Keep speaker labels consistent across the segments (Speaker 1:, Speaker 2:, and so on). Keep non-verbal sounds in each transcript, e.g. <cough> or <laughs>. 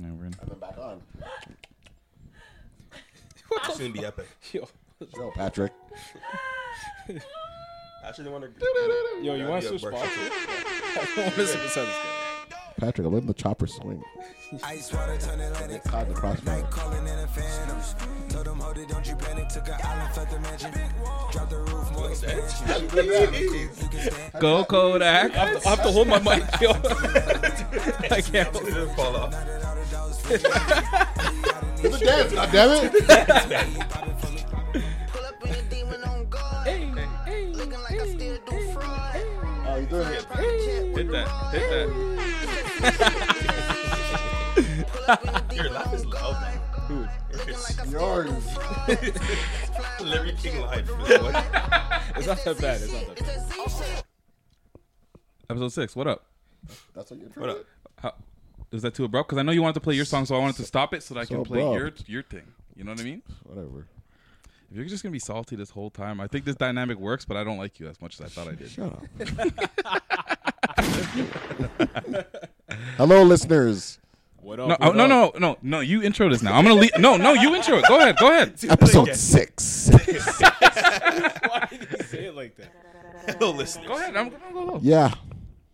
Speaker 1: Yeah, we're in.
Speaker 2: And then back
Speaker 3: <laughs>
Speaker 2: on.
Speaker 4: It's gonna be epic.
Speaker 3: <laughs> Yo,
Speaker 2: Yo,
Speaker 3: <laughs>
Speaker 2: Patrick.
Speaker 4: I should want to.
Speaker 3: yo, you
Speaker 4: That'd
Speaker 3: want
Speaker 4: be
Speaker 3: to
Speaker 4: a
Speaker 3: switch
Speaker 4: burst.
Speaker 3: spots? Listen, <laughs> listen, listen.
Speaker 2: Patrick, I love the chopper swing.
Speaker 5: Ice water turn Atlantic.
Speaker 2: Get caught in the crossfire.
Speaker 5: Night calling in a phantom. Told them, hold it, don't you panic. Took an island, felt the mansion. Drop the roof, more expansion. You can stand.
Speaker 1: Go Kodak.
Speaker 3: I have, to, I have to hold my mic, <laughs>
Speaker 6: <laughs>
Speaker 4: <laughs>
Speaker 3: yo. I can't.
Speaker 4: It didn't fall off.
Speaker 2: Do the dance, goddammit. it!
Speaker 7: Pull up in your demon on guard. Looking like I still do fraud.
Speaker 2: Oh, you doing it?
Speaker 7: Private jet with
Speaker 1: Hit
Speaker 7: the
Speaker 1: that.
Speaker 7: rod.
Speaker 1: Hit that.
Speaker 7: Pull up in your
Speaker 4: Your
Speaker 7: demon
Speaker 4: laugh is
Speaker 7: on guard.
Speaker 4: loud.
Speaker 3: Dude,
Speaker 7: Looking like I still do
Speaker 3: <laughs>
Speaker 2: Yours.
Speaker 7: fraud.
Speaker 4: Larry King live.
Speaker 3: it's not that bad. It's not that bad.
Speaker 7: It's that Z shit.
Speaker 1: Episode six. What up?
Speaker 2: That's what you're
Speaker 4: What up?
Speaker 1: How, is that too abrupt? Because I know you wanted to play your song, so I wanted to stop it so that I can play your
Speaker 2: abrupt.
Speaker 1: your thing. You know what I mean?
Speaker 2: Whatever.
Speaker 1: If you're just gonna be salty this whole time, I think this dynamic works, but I don't like you as much as I thought I did.
Speaker 2: Shut up.
Speaker 1: <laughs>
Speaker 2: Hello, listeners.
Speaker 3: What up?
Speaker 1: No,
Speaker 3: what
Speaker 1: oh, no,
Speaker 3: up?
Speaker 1: no, no, no. You intro this now. I'm gonna leave. No, no, you intro it. Go ahead, go ahead.
Speaker 3: <laughs>
Speaker 2: Episode
Speaker 1: <laughs>
Speaker 2: six.
Speaker 3: Why did you say it like that?
Speaker 4: <laughs> Hello, listeners.
Speaker 1: Go ahead. I'm gonna go low.
Speaker 2: yeah,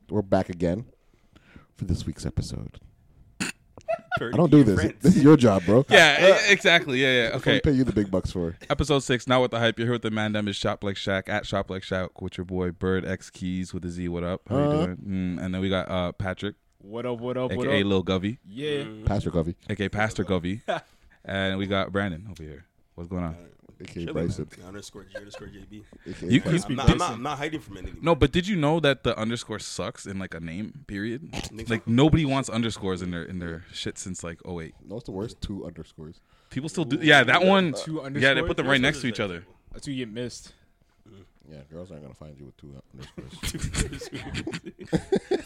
Speaker 2: we're back again for this week's episode. I don't do this. This is your job, bro.
Speaker 3: Uh,
Speaker 1: Yeah, e- exactly. Yeah, yeah.
Speaker 2: What
Speaker 1: Okay.
Speaker 2: we pay you the big bucks for.
Speaker 1: Episode six. Now with the hype. You're here with the man that is Shop Like Shaq at Shop Like Shaq with your boy Bird X Keys with a Z. What up? How
Speaker 2: Uh.
Speaker 1: you doing? Mm, and then we got uh, Patrick,
Speaker 3: What up? What up? What
Speaker 1: aka
Speaker 3: up?
Speaker 1: Lil Govey,
Speaker 3: Yeah.
Speaker 2: Mm-hmm. Pastor Covey,
Speaker 1: aka Pastor Govey,
Speaker 3: <laughs>
Speaker 1: and we got Brandon over here. What's going on?
Speaker 2: aka Bryson,
Speaker 4: Underscore J. Underscore JB.
Speaker 2: aka
Speaker 1: You-
Speaker 2: Bryson.
Speaker 4: I'm not, I'm not. I'm not hiding from anything.
Speaker 1: No, but did you know that the underscore sucks in like a name period?
Speaker 4: Nigga.
Speaker 1: Like nobody wants underscores in their in their shit since like oh wait.
Speaker 2: No, it's the worst. Two underscores.
Speaker 1: People still do. Yeah, that
Speaker 2: uh,
Speaker 1: one.
Speaker 3: Two
Speaker 1: Yeah, they
Speaker 3: underscores?
Speaker 1: put them right next to each other.
Speaker 3: That's who you missed.
Speaker 2: Yeah, girls aren't gonna find you with two underscores.
Speaker 3: <laughs>
Speaker 4: <laughs>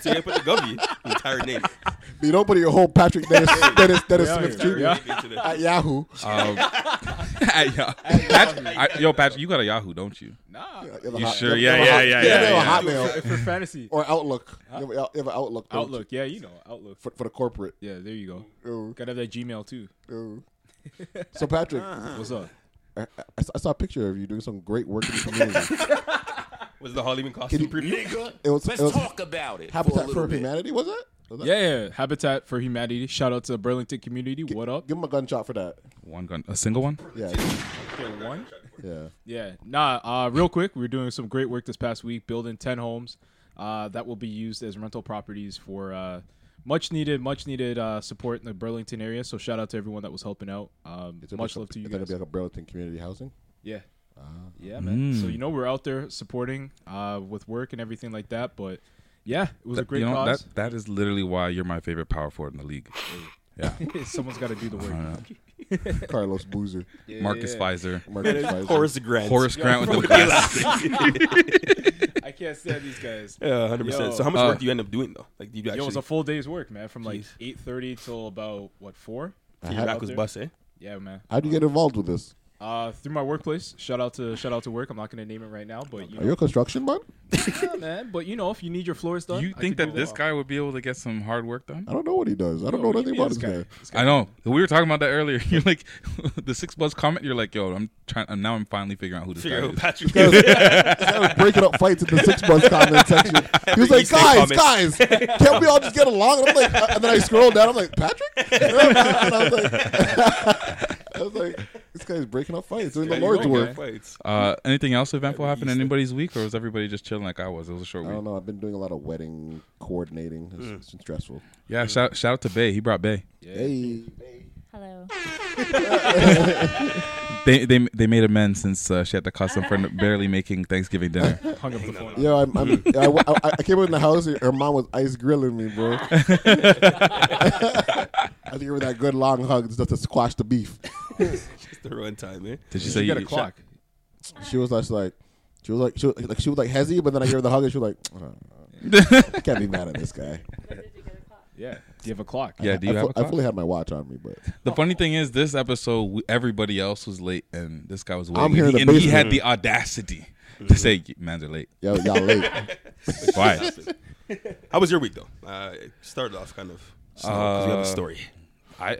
Speaker 4: So you put the Govey entire name
Speaker 2: you don't put your whole Patrick Dennis, Dennis, Dennis
Speaker 3: Yeah,
Speaker 2: Smith
Speaker 3: yeah,
Speaker 2: Jr.
Speaker 3: yeah.
Speaker 4: into the.
Speaker 2: at Yahoo.
Speaker 3: <laughs>
Speaker 1: Um, <laughs> at Yah- Pat- I- yo, Patrick, you got a Yahoo, don't you?
Speaker 3: Nah.
Speaker 2: have a
Speaker 1: You
Speaker 2: hot-
Speaker 1: sure?
Speaker 2: you have a
Speaker 1: Yeah,
Speaker 2: hot-
Speaker 1: yeah, yeah,
Speaker 2: you have a
Speaker 1: yeah,
Speaker 2: Hotmail
Speaker 3: For fantasy.
Speaker 2: or Outlook. You have, a- you have an Outlook. don't you?
Speaker 3: Outlook. Yeah, you know Outlook.
Speaker 2: for, for the corporate.
Speaker 3: Yeah, there you go.
Speaker 2: Ooh,
Speaker 3: Gotta have that Gmail too. <laughs>
Speaker 2: ooh. So Patrick,
Speaker 8: Uh-huh.
Speaker 4: Uh-huh.
Speaker 3: What's up?
Speaker 2: I, I- I saw a picture of you doing some great work in
Speaker 8: <laughs>
Speaker 2: the community.
Speaker 4: Was the Halloween
Speaker 2: <laughs>
Speaker 4: costume preview?
Speaker 8: Nigga,
Speaker 2: It was-
Speaker 8: let's
Speaker 2: it was-
Speaker 8: talk about it. for a
Speaker 2: Habitat
Speaker 8: little
Speaker 2: for
Speaker 8: bit.
Speaker 2: Humanity was that? Was that-
Speaker 3: Yeah, yeah. Habitat for Humanity. Shout out to the Burlington community. What up?
Speaker 2: Give him a gunshot for that.
Speaker 1: One gun, a single one.
Speaker 2: Yeah,
Speaker 3: Okay, one.
Speaker 2: yeah.
Speaker 3: Yeah. Nah, uh, real quick, we are doing some great work this past week building 10 homes uh, that will be used as rental properties for uh, much needed, much needed uh, support in the Burlington area. So shout out to everyone that was helping out. Um,
Speaker 2: It's gonna
Speaker 3: much
Speaker 2: be
Speaker 3: love
Speaker 2: some-
Speaker 3: to Uh-huh. you
Speaker 2: It's gonna
Speaker 3: guys.
Speaker 2: be like a Burlington community housing.
Speaker 3: yeah. Yeah, man.
Speaker 1: Mm.
Speaker 3: So, you know, we're out there supporting uh, with work and everything like that. But yeah, it was a great
Speaker 1: you know,
Speaker 3: cause.
Speaker 1: That that is literally why you're my favorite power forward in the
Speaker 3: <laughs>
Speaker 1: league. Yeah,
Speaker 3: Someone's got to do the work.
Speaker 1: Uh,
Speaker 3: <laughs>
Speaker 2: Carlos Boozer,
Speaker 1: Marcus Pfizer,
Speaker 2: Marcus Spicer.
Speaker 4: Horace Grant.
Speaker 1: Horace Grant
Speaker 3: <laughs>
Speaker 1: with the
Speaker 3: I can't stand these guys.
Speaker 4: Yeah, hundred percent.
Speaker 3: Yo.
Speaker 4: So how much
Speaker 1: Uh,
Speaker 4: work do you end up doing though? Like, do you
Speaker 3: Yo, it
Speaker 4: actually?
Speaker 3: was a full day's work, man, from like 8.30 till about, what, 4?
Speaker 2: I
Speaker 4: your back
Speaker 2: had-
Speaker 4: was
Speaker 3: there.
Speaker 4: bust, eh?
Speaker 3: Yeah, man.
Speaker 2: How'd you get involved with this?
Speaker 3: Uh, through my workplace. Shout out to shout out to work. I'm not gonna name it right now, but you
Speaker 2: Are you a construction man?
Speaker 3: know, yeah, man. But you know, if you need your floors done,
Speaker 1: You
Speaker 3: I
Speaker 1: think
Speaker 3: could
Speaker 1: that
Speaker 3: do
Speaker 1: this guy would be able to get some hard work done?
Speaker 2: I don't know what he does. I don't
Speaker 3: Yo,
Speaker 2: know
Speaker 3: what do
Speaker 2: nothing
Speaker 3: you
Speaker 2: about
Speaker 3: mean
Speaker 2: this guy.
Speaker 3: This guy-
Speaker 1: I know. We were talking about that earlier. <laughs> You're like the six months comment. You're like, yo, I'm trying. Now I'm finally figuring out who this
Speaker 4: Figure
Speaker 1: guy
Speaker 4: out
Speaker 1: is.
Speaker 4: Patrick.
Speaker 1: <laughs>
Speaker 2: This guy was breaking up fights in the six months
Speaker 4: <laughs>
Speaker 2: comment section. He was
Speaker 4: Every
Speaker 2: like,
Speaker 4: Easter
Speaker 2: guys,
Speaker 4: comment.
Speaker 2: guys, can't we all just get along? And I'm like, uh, and then I scroll down. I'm like, Patrick. <laughs> And I was like, <laughs> I was like, this guy's breaking up fights doing the Lord's
Speaker 3: go,
Speaker 2: work.
Speaker 3: guy.
Speaker 4: Fights.
Speaker 1: Uh, anything else eventful happen in anybody's week, or was everybody just chilling like I was? It was a short
Speaker 2: I
Speaker 1: week.
Speaker 2: don't know. I've been doing a lot of wedding coordinating.
Speaker 4: Mm.
Speaker 2: It's, it's been stressful.
Speaker 1: Yeah, shout shout out to Bay. He brought Bay.
Speaker 2: Hey,
Speaker 9: Hello.
Speaker 1: They they they made amends since uh, she had to cuss him for
Speaker 4: <laughs>
Speaker 1: barely making Thanksgiving dinner.
Speaker 3: <laughs> hung up the phone.
Speaker 2: yo, I'm, I'm, I, <laughs> I, I came in the house. Her mom was ice grilling me,
Speaker 1: <laughs>
Speaker 2: bro. <laughs> I think it was that good long hug just to squash the beef. <laughs>
Speaker 4: Just the run time, eh?
Speaker 1: Did she say
Speaker 3: You got a
Speaker 1: you-
Speaker 3: clock.
Speaker 2: She was just like, she was like, she was like, she was like hezzy, but then I gave her the hug and she was like, I can't be mad at this guy.
Speaker 3: Yeah. Do you have a clock?
Speaker 1: Yeah, <laughs> do you
Speaker 2: I,
Speaker 1: have
Speaker 2: fu-
Speaker 1: a clock?
Speaker 2: I fully had my watch on me, but
Speaker 1: The funny thing is, this episode, we, everybody else was late, and this guy was waiting.
Speaker 2: here in
Speaker 1: and
Speaker 2: the
Speaker 1: he had
Speaker 2: basement.
Speaker 1: the audacity
Speaker 4: Mm-hmm.
Speaker 1: to say, "Man's are late."
Speaker 2: yo, y'all late.
Speaker 1: <laughs> Why?
Speaker 4: <laughs> How was your week though? Uh, it started off kind of slow because we have
Speaker 1: Uh,
Speaker 4: a story.
Speaker 1: I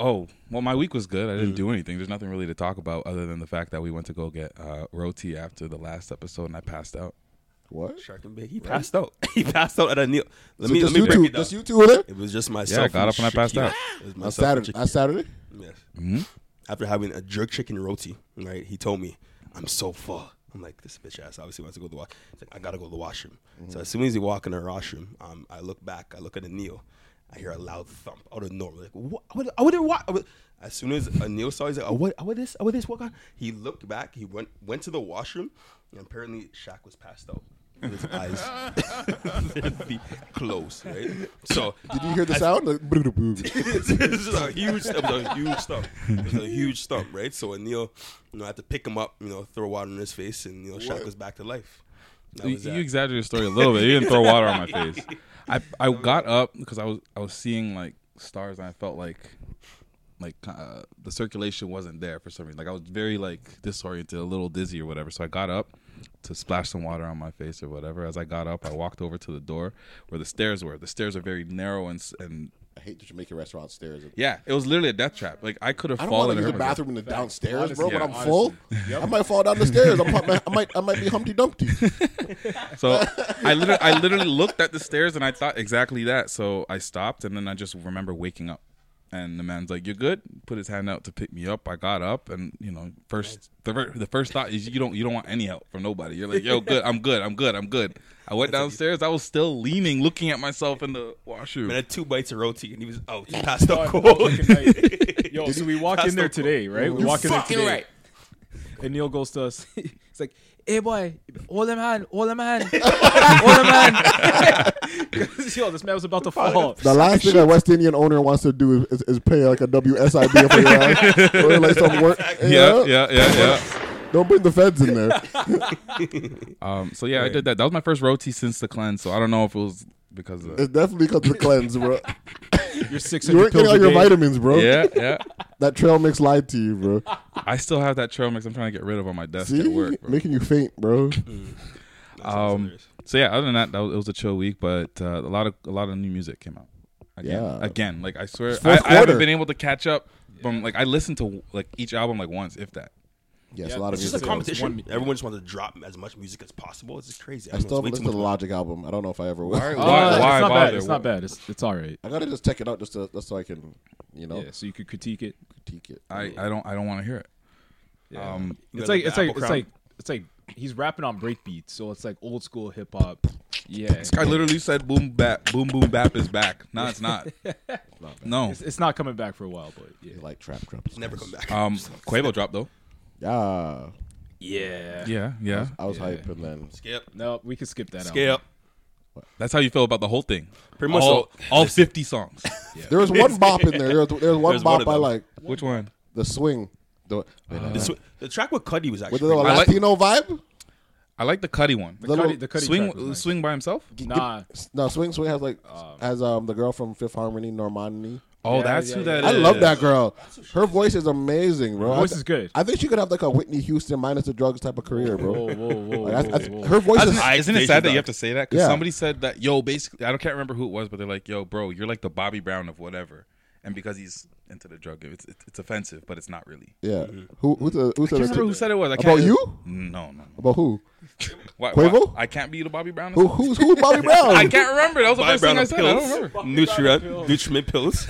Speaker 1: oh well, my week was good. I
Speaker 4: Mm.
Speaker 1: didn't do anything. There's nothing really to talk about other than the fact that we went to go get uh, roti after the last episode, and I passed out.
Speaker 2: What?
Speaker 4: Sharkenbait. He passed out. <laughs> He passed out at a kneel. Let
Speaker 2: So
Speaker 4: me
Speaker 2: just
Speaker 4: let me
Speaker 2: you
Speaker 4: break
Speaker 2: two,
Speaker 4: it down.
Speaker 2: just you two were there
Speaker 4: It was just myself.
Speaker 1: got up and I passed
Speaker 4: Shaquille.
Speaker 1: out.
Speaker 4: It was
Speaker 2: on
Speaker 4: myself and
Speaker 2: Saturday. On
Speaker 4: Shaquille.
Speaker 2: Saturday.
Speaker 4: Yes. After having a jerk chicken roti, right? He told me, I'm so full. I'm like, this bitch ass obviously wants to go to the washroom. Like, I gotta go to the washroom. So as soon as he walk in the washroom, um, I look back, I look at Anil, I hear a loud thump out of nowhere. Like, what? What? I wonder what? I would- As soon as Anil saw, he's like, oh, what? Oh, what this? Oh, what this? What? God? He looked back. He went went to the washroom, and apparently Shaq was passed out. with His eyes <laughs> closed, right? So
Speaker 2: Did you hear the sound? Like,
Speaker 4: <laughs> this is a huge stump. It was a huge stump. It was a huge stump, right? So Anil, you know, I had to pick him up, you know, throw water in his face, and you know, Shaq was back to life. That
Speaker 1: You,
Speaker 4: was that.
Speaker 1: you exaggerated the story a little bit. You didn't throw water
Speaker 4: <laughs>
Speaker 1: on my face. I I got up because I was I was seeing like stars and I felt like like uh, the circulation wasn't there for some reason. Like I was very like disoriented, a little dizzy or whatever. So I got up to splash some water on my face or whatever. As I got up, I walked over to the door where the stairs were. The stairs are very narrow and s- and
Speaker 2: I hate the Jamaican restaurant stairs.
Speaker 1: yeah, it was literally a death trap. Like I could have
Speaker 2: I don't want
Speaker 1: fallen.
Speaker 2: to use
Speaker 1: and
Speaker 2: the
Speaker 1: hurt myself.
Speaker 2: bathroom in the downstairs, bro.
Speaker 3: Honestly,
Speaker 2: When
Speaker 1: yeah.
Speaker 2: I'm full, I might fall down the
Speaker 1: <laughs>
Speaker 2: stairs. I'm, prob- I might, I might be Humpty Dumpty.
Speaker 1: So I literally, I literally looked at the stairs and I thought exactly that. So I stopped and then I just remember waking up. And the man's like, "You're good." Put his hand out to pick me up. I got up, and you know, first the ver- the first thought is you don't you don't want any help from nobody. You're like, "Yo, good, I'm good, I'm good, I'm good." I went downstairs. I was still leaning, looking at myself in the washroom.
Speaker 4: Man, had two bites of roti, and he was
Speaker 3: <laughs>
Speaker 4: out. He passed out
Speaker 3: Fucking
Speaker 4: cold. <laughs>
Speaker 1: <laughs>
Speaker 3: night. Yo, so we walk
Speaker 4: That's
Speaker 3: in there
Speaker 4: so cool.
Speaker 3: today, right? We walk in there
Speaker 8: Fucking
Speaker 3: today,
Speaker 8: right.
Speaker 3: and Neil goes to us. <laughs> He's
Speaker 2: <laughs>
Speaker 3: like, "Hey boy, hold him hand, hold
Speaker 9: <laughs>
Speaker 3: him hand, hold him hand." <laughs> 'Cause, Yo, this man was about to fall.
Speaker 2: The last thing a West Indian owner wants to do is, is, is pay like a WSIB for your
Speaker 1: <laughs>
Speaker 2: ass or like some work.
Speaker 1: yeah, yeah, yeah, yeah.
Speaker 2: Don't bring the feds in there.
Speaker 1: Um, so yeah, I did that. That was my first roti since the cleanse. So I don't know if it was because of
Speaker 2: It's definitely because of the
Speaker 3: <laughs>
Speaker 2: cleanse, bro.
Speaker 3: You're six
Speaker 2: You
Speaker 3: hundred
Speaker 2: weren't getting
Speaker 3: pills
Speaker 2: all
Speaker 3: a
Speaker 2: your
Speaker 3: day.
Speaker 2: vitamins, bro. <laughs>
Speaker 1: yeah, yeah.
Speaker 2: That trail mix lied to you,
Speaker 3: <laughs>
Speaker 2: bro.
Speaker 1: I still have that trail mix. I'm trying to get rid of on my desk
Speaker 2: See,
Speaker 1: at work. Bro.
Speaker 2: making you faint, bro.
Speaker 1: Um, so yeah, other than that, that was, it was a chill week, but uh, a lot of a lot of new music came out. Again,
Speaker 2: Yeah.
Speaker 1: again, like I swear, I,
Speaker 2: fourth
Speaker 1: I haven't
Speaker 2: quarter.
Speaker 1: been able to catch up from like I listened to like each album like once, if that.
Speaker 2: Yes,
Speaker 3: Yeah,
Speaker 2: a lot of
Speaker 3: it's
Speaker 4: it's just
Speaker 2: music.
Speaker 4: a competition.
Speaker 3: One-
Speaker 4: Everyone just wants to drop as much music as possible. It's just crazy.
Speaker 2: I still
Speaker 4: Everyone's way
Speaker 2: haven't listened to the
Speaker 4: too much-
Speaker 2: Logic album. I don't know if I ever will.
Speaker 1: Why-
Speaker 3: Oh,
Speaker 1: why-
Speaker 3: it's
Speaker 1: why
Speaker 3: not bad.
Speaker 1: bother?
Speaker 3: It's not bad. It's it's all right.
Speaker 2: I gotta just check it out just to just so I can, you know,
Speaker 3: Yeah, so you could critique it.
Speaker 2: critique it.
Speaker 1: I, I don't I don't want to hear it. Um,
Speaker 4: You
Speaker 3: It's
Speaker 4: know,
Speaker 3: like it's
Speaker 4: the Apple
Speaker 3: like it's
Speaker 4: Crown.
Speaker 3: like it's like he's rapping on breakbeats, so it's like old school hip hop. Yeah,
Speaker 1: I literally said boom bap boom boom bap is back. <laughs> No, it's
Speaker 3: <laughs>
Speaker 1: not. no.
Speaker 3: it's, it's not coming back for a while, but yeah.
Speaker 2: You like trap traps.
Speaker 4: never come back.
Speaker 1: Um, <laughs> Quavo dropped though.
Speaker 2: Yeah,
Speaker 3: Yeah.
Speaker 1: Yeah, yeah.
Speaker 2: I was hyping hyped, and then
Speaker 4: Skip,
Speaker 3: No, we could skip that.
Speaker 4: skip.
Speaker 1: That's how you feel about the whole thing.
Speaker 4: Pretty much
Speaker 1: all,
Speaker 4: so.
Speaker 1: all Oh, fifty
Speaker 3: <laughs>
Speaker 1: songs.
Speaker 2: there was one bop in there. There was, there was one
Speaker 4: There's one
Speaker 2: bop
Speaker 4: of
Speaker 2: I
Speaker 4: them.
Speaker 2: like.
Speaker 1: Which one?
Speaker 2: The swing, the,
Speaker 4: The, sw- the track with Cuddy was
Speaker 2: with
Speaker 4: actually.
Speaker 2: the little
Speaker 4: pretty
Speaker 1: I like-
Speaker 2: Latino vibe.
Speaker 1: I like the Cuddy one.
Speaker 3: Out.
Speaker 2: The
Speaker 3: Cudi,
Speaker 2: little-
Speaker 3: the Cudi
Speaker 1: swing
Speaker 3: track was nice.
Speaker 1: swing by himself.
Speaker 3: Nah,
Speaker 2: No, swing swing has like has um the girl from Fifth Harmony, Normani.
Speaker 1: Oh,
Speaker 3: Yeah,
Speaker 1: that's who
Speaker 3: yeah,
Speaker 1: that is.
Speaker 2: I love that girl. Her voice is amazing, bro.
Speaker 3: Her voice
Speaker 2: I th-
Speaker 3: is good.
Speaker 2: I think she could have like a Whitney Houston minus the drugs type of career, bro.
Speaker 3: whoa, whoa, whoa,
Speaker 2: Like, I- I th-
Speaker 3: whoa, whoa.
Speaker 2: her voice is.
Speaker 1: Isn't, isn't it
Speaker 4: Station
Speaker 1: sad that
Speaker 4: Dog.
Speaker 1: you have to say that? Because
Speaker 2: Yeah.
Speaker 1: somebody said that, yo, basically, I don't can't remember who it was, but they're like, yo, bro, you're like the Bobby Brown of whatever, and because he's into the drug, it's it's, it's offensive, but it's not really.
Speaker 2: Yeah.
Speaker 4: Mm-hmm.
Speaker 2: Who who's the who's
Speaker 1: I can't
Speaker 2: the
Speaker 1: remember who said it was. I
Speaker 2: about
Speaker 1: can't,
Speaker 2: you?
Speaker 4: Mm,
Speaker 1: No, no. no.
Speaker 2: About who?
Speaker 1: Why,
Speaker 2: Quavo?
Speaker 1: why- I can't be the Bobby Brown.
Speaker 2: Who who's who?
Speaker 1: <laughs>
Speaker 2: Bobby Brown.
Speaker 1: I can't remember. That was the
Speaker 4: Buy
Speaker 1: first thing
Speaker 4: brown
Speaker 1: I
Speaker 4: of
Speaker 1: said. I don't remember.
Speaker 4: pills, nutrient, nutriment
Speaker 1: <laughs>
Speaker 4: pills.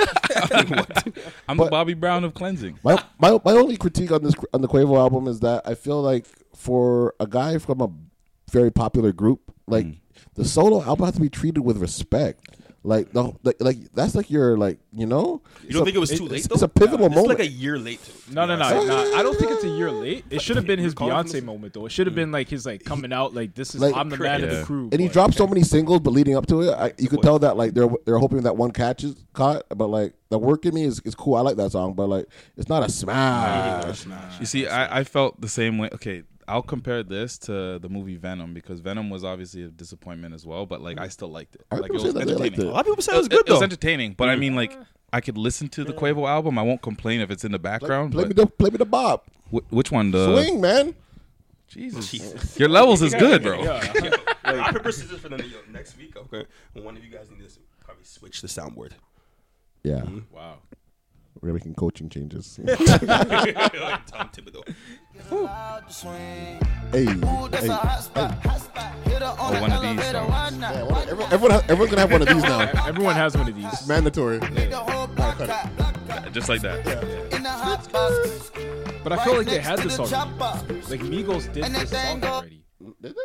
Speaker 1: I'm the
Speaker 2: But-
Speaker 1: Bobby Brown of cleansing.
Speaker 2: My, my my only critique on this on the Quavo album is that I feel like for a guy from a very popular group, like
Speaker 4: Mm.
Speaker 2: the solo album has to be treated with respect. Like the like, like that's like your like you know.
Speaker 4: You don't think it was too late?
Speaker 2: it's,
Speaker 4: though?
Speaker 2: it's a pivotal
Speaker 4: It's like
Speaker 2: moment.
Speaker 4: a year late. to-
Speaker 3: No, no, no,
Speaker 2: Yeah.
Speaker 3: no. I don't think it's a year late. It should have been his
Speaker 4: Recall from Mm.
Speaker 3: Beyonce
Speaker 4: this-
Speaker 3: moment, though. It should have been like his like coming out, like this is
Speaker 2: Like-
Speaker 3: I'm the man of
Speaker 1: Yeah.
Speaker 3: the crew.
Speaker 2: and he
Speaker 3: but-
Speaker 2: dropped so many singles, but leading up to it, I, you could
Speaker 4: point.
Speaker 2: tell that like they're they're hoping that one catch is caught. But like the work in me is, is cool. I like that song, but like it's not a smash.
Speaker 1: You see, I, I felt the same way. Okay, I'll compare this to the movie Venom because Venom was obviously a disappointment as well, but like I still liked it.
Speaker 2: I heard
Speaker 1: Like,
Speaker 2: people say that they liked
Speaker 1: entertaining.
Speaker 2: it. Mm-hmm.
Speaker 4: A lot of people said it was good
Speaker 1: It was
Speaker 4: though.
Speaker 1: entertaining, but I mean, like, I could listen to the Quavo album. I won't complain if it's in the background.
Speaker 2: Play me
Speaker 1: but
Speaker 2: the play me the bob
Speaker 1: wh- which one? The
Speaker 2: swing, man. <laughs>
Speaker 1: Jesus.
Speaker 3: <laughs>
Speaker 1: Your levels is good,
Speaker 4: <laughs>
Speaker 1: bro. <laughs>
Speaker 3: Yeah.
Speaker 4: I prepare scissors for the New York next
Speaker 1: Mm-hmm.
Speaker 4: week. Okay, And one of you guys need to probably switch the soundboard.
Speaker 2: Yeah,
Speaker 3: Wow.
Speaker 2: We're making
Speaker 1: <laughs>
Speaker 2: coaching changes.
Speaker 4: like Tom Thibodeau.
Speaker 2: hey, hey.
Speaker 1: Oh, one of these. songs.
Speaker 2: Everyone, everyone, has, everyone's gonna have one of these now.
Speaker 3: Everyone has one of these.
Speaker 2: Mandatory.
Speaker 1: Just like that.
Speaker 3: But I feel like they had this already. Like Migos did this song already.
Speaker 2: Did it?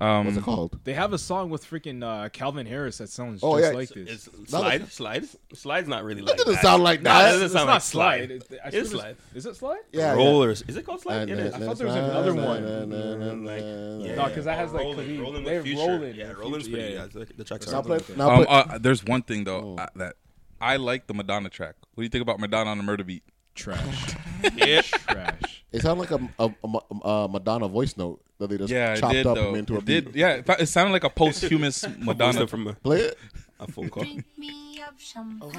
Speaker 1: Um,
Speaker 2: What's it called?
Speaker 3: They have a song with freaking uh, Calvin Harris that sounds
Speaker 2: Oh,
Speaker 3: just
Speaker 2: yeah.
Speaker 3: like this.
Speaker 4: It's slide, slide, slide's not really. That like
Speaker 2: doesn't
Speaker 4: that.
Speaker 2: sound like
Speaker 4: Nah,
Speaker 2: that.
Speaker 4: doesn't
Speaker 3: it's
Speaker 4: sound
Speaker 3: not
Speaker 4: like
Speaker 3: slide. It- I should've-
Speaker 4: slide.
Speaker 3: Is it slide?
Speaker 2: Yeah.
Speaker 4: Rollers. Is it called
Speaker 2: yeah.
Speaker 4: slide? It is.
Speaker 3: I thought there was another one.
Speaker 4: Like, yeah,
Speaker 3: No, 'cause that has, like,
Speaker 4: rolling,
Speaker 3: Khalid.
Speaker 4: rolling
Speaker 3: They're
Speaker 4: with Future.
Speaker 3: rolling
Speaker 4: Yeah,
Speaker 3: with
Speaker 4: rolling's
Speaker 3: Future.
Speaker 4: pretty.
Speaker 3: Yeah,
Speaker 4: Yeah, the- the tracks
Speaker 2: Now
Speaker 4: are.
Speaker 2: play. Now Oh.
Speaker 1: Um,
Speaker 2: play.
Speaker 1: uh, there's one thing though uh, that I like the Madonna track. What do you think about Madonna on the murder beat?
Speaker 3: Trash.
Speaker 4: Yeah.
Speaker 3: Trash.
Speaker 2: It sounded like a, a, a, a Madonna voice note that they just
Speaker 1: Yeah, it
Speaker 2: chopped
Speaker 1: did
Speaker 2: up
Speaker 1: though.
Speaker 2: and into a
Speaker 1: it did.
Speaker 2: beat.
Speaker 1: Yeah, it, fa- it sounded like <laughs>
Speaker 4: <laughs>
Speaker 1: a posthumous Madonna.
Speaker 4: Donna from a,
Speaker 2: Play it.
Speaker 4: a phone call.
Speaker 8: Drink me up champagne.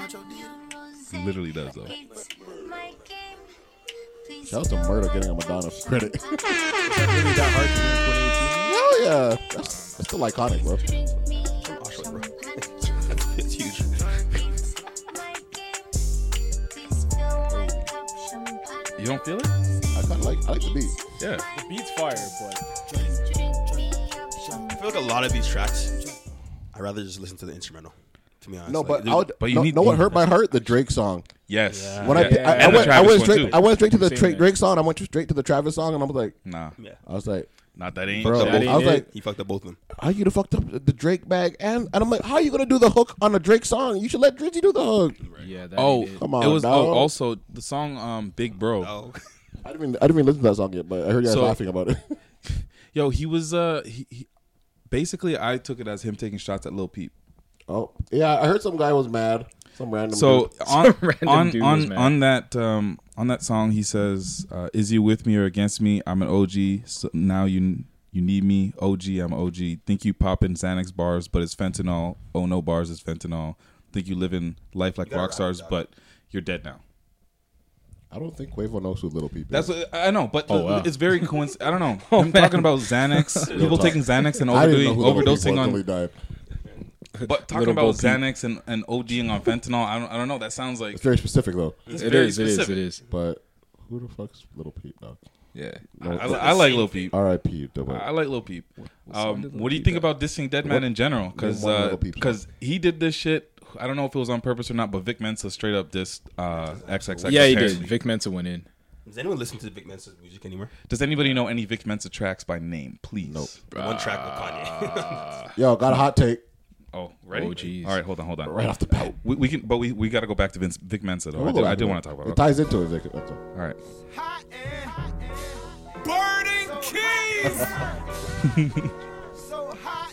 Speaker 1: <laughs> Literally does though.
Speaker 8: It's my game. Please
Speaker 2: Shout out to
Speaker 8: don't
Speaker 2: Murder
Speaker 8: let
Speaker 2: getting a
Speaker 8: them
Speaker 2: Madonna credit.
Speaker 1: <laughs>
Speaker 2: <laughs>
Speaker 3: Maybe that hard to do in 2018.
Speaker 2: Hell yeah. That's, that's still
Speaker 1: <laughs>
Speaker 2: iconic, bro.
Speaker 8: drink me up
Speaker 4: Oshlet, bro.
Speaker 8: champagne.
Speaker 4: It's huge.
Speaker 8: It's my game. Please fill my cup champagne.
Speaker 1: You don't feel it?
Speaker 2: I kind of like. I like the beat.
Speaker 1: Yeah.
Speaker 3: The beat's fire, but
Speaker 8: Drink me up champagne.
Speaker 4: I feel like a lot of these tracks, I'd rather just listen to the instrumental. To be honest,
Speaker 2: No,
Speaker 4: Like,
Speaker 2: but
Speaker 4: dude,
Speaker 2: I would.
Speaker 1: but you
Speaker 2: no,
Speaker 1: need-
Speaker 2: no one hurt my heart. The Drake song.
Speaker 1: Yes.
Speaker 2: When I,
Speaker 1: Yeah.
Speaker 2: I, I
Speaker 1: And the
Speaker 2: went, I
Speaker 1: Travis
Speaker 2: went
Speaker 1: one,
Speaker 2: straight.
Speaker 1: too.
Speaker 2: I went straight to the Drake,
Speaker 3: that.
Speaker 2: Drake song. I went straight to the Travis song, and I was like,
Speaker 1: Nah.
Speaker 4: yeah,
Speaker 2: I was like,
Speaker 1: Not that ain't.
Speaker 2: bro,
Speaker 3: That ain't
Speaker 2: I was
Speaker 3: it.
Speaker 2: like,
Speaker 4: he fucked up both of them.
Speaker 2: how you done fucked up the Drake bag? And and I'm like, how you gonna do the hook on a Drake song? You should let Drizzy do the hook.
Speaker 3: yeah, that
Speaker 1: Oh,
Speaker 3: ain't it.
Speaker 2: Come
Speaker 1: it
Speaker 2: on,
Speaker 1: was
Speaker 2: dog.
Speaker 1: oh, also the song um Big Bro.
Speaker 4: Oh,
Speaker 2: I didn't. Even, I didn't even listen to that song yet, but I heard you guys
Speaker 1: So-
Speaker 2: laughing about it. <laughs>
Speaker 1: Yo, he was uh he, he basically I took it as him taking shots at Lil Peep.
Speaker 2: oh yeah, I heard some guy was mad. Some random.
Speaker 1: So
Speaker 2: dude.
Speaker 1: <laughs> on
Speaker 3: random
Speaker 1: on
Speaker 3: dude was
Speaker 1: on,
Speaker 3: mad.
Speaker 1: on that um on that song he says uh, is you with me or against me? I'm an OG. So now you you need me. OG, I'm an OG. Think you popping Xanax bars, but it's fentanyl. Oh no, bars is fentanyl. Think you living life like rock stars, but you're dead now.
Speaker 2: I don't think Quavo knows who Little Peep.
Speaker 1: That's
Speaker 2: is.
Speaker 1: what I know, but
Speaker 2: Oh,
Speaker 3: wow.
Speaker 1: it's very coincident. I don't know. <laughs>
Speaker 2: <laughs>
Speaker 1: I'm talking about Xanax, <laughs> people
Speaker 2: talk.
Speaker 1: taking Xanax and
Speaker 2: I didn't know
Speaker 1: overdoing,
Speaker 2: who Lil Peep was
Speaker 1: overdosing
Speaker 2: until he
Speaker 1: on,
Speaker 2: died.
Speaker 1: but talking
Speaker 3: Little Bo
Speaker 1: about
Speaker 3: Peep.
Speaker 1: Xanax and, and ODing on fentanyl. I don't, I don't know. That sounds like
Speaker 2: It's very specific though.
Speaker 1: it's
Speaker 3: It
Speaker 1: very
Speaker 3: is, it is, it
Speaker 1: specific.
Speaker 3: is.
Speaker 2: But who the fuck's Little Peep now?
Speaker 1: Yeah, I, li- I like Lil Peep.
Speaker 2: R.I.P. The
Speaker 1: I
Speaker 2: way.
Speaker 1: like Lil Peep. Um,
Speaker 3: did Lil
Speaker 1: what do you
Speaker 3: Peep
Speaker 1: think about dissing Deadman in general? uh, Because
Speaker 2: Name one Lil Peep song.
Speaker 1: he did this shit. I don't know if it was on purpose or not, but Vic Mensa straight up dissed uh, XXX.
Speaker 3: Yeah, he did. Vic Mensa went in.
Speaker 4: <laughs> does anyone listen to Big Mensa's music <laughs> anymore?
Speaker 1: Does anybody know any Vic Mensa tracks by name? Please. Nope.
Speaker 4: The one track with Kanye.
Speaker 2: <laughs> Yo, got a hot take
Speaker 1: Oh, ready?
Speaker 3: Oh, jeez.
Speaker 1: All right, hold on, hold on.
Speaker 2: right off the bat.
Speaker 1: We, we can, but we, we got to go back to Vince Vic Mensa though. I did, I did want to talk
Speaker 2: it.
Speaker 1: about. It.
Speaker 2: ties into it. Vic. That's all.
Speaker 1: All right,
Speaker 5: Burning keys. so hot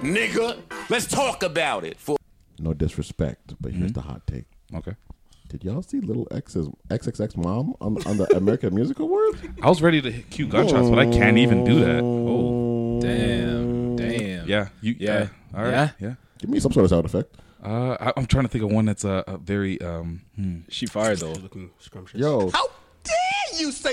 Speaker 9: Nigga, let's talk about it. For
Speaker 2: No disrespect, but here's the hot take.
Speaker 1: Mm-hmm. okay.
Speaker 2: Did y'all see Little X's XXX mom on, on the American
Speaker 1: <laughs>
Speaker 2: Music Awards?
Speaker 1: I was ready to hit cue gunshots, but I can't even do that. Oh,
Speaker 3: Damn. Damn.
Speaker 1: yeah, you,
Speaker 3: Yeah.
Speaker 1: uh, all right, yeah.
Speaker 3: Yeah?
Speaker 2: Give me some sort of sound effect. <laughs>
Speaker 1: Uh, I, I'm trying to think of one that's a, a very um. hmm.
Speaker 3: She fired though.
Speaker 4: Looking scrumptious.
Speaker 2: Yo,
Speaker 9: how dare you
Speaker 3: <laughs>
Speaker 9: say?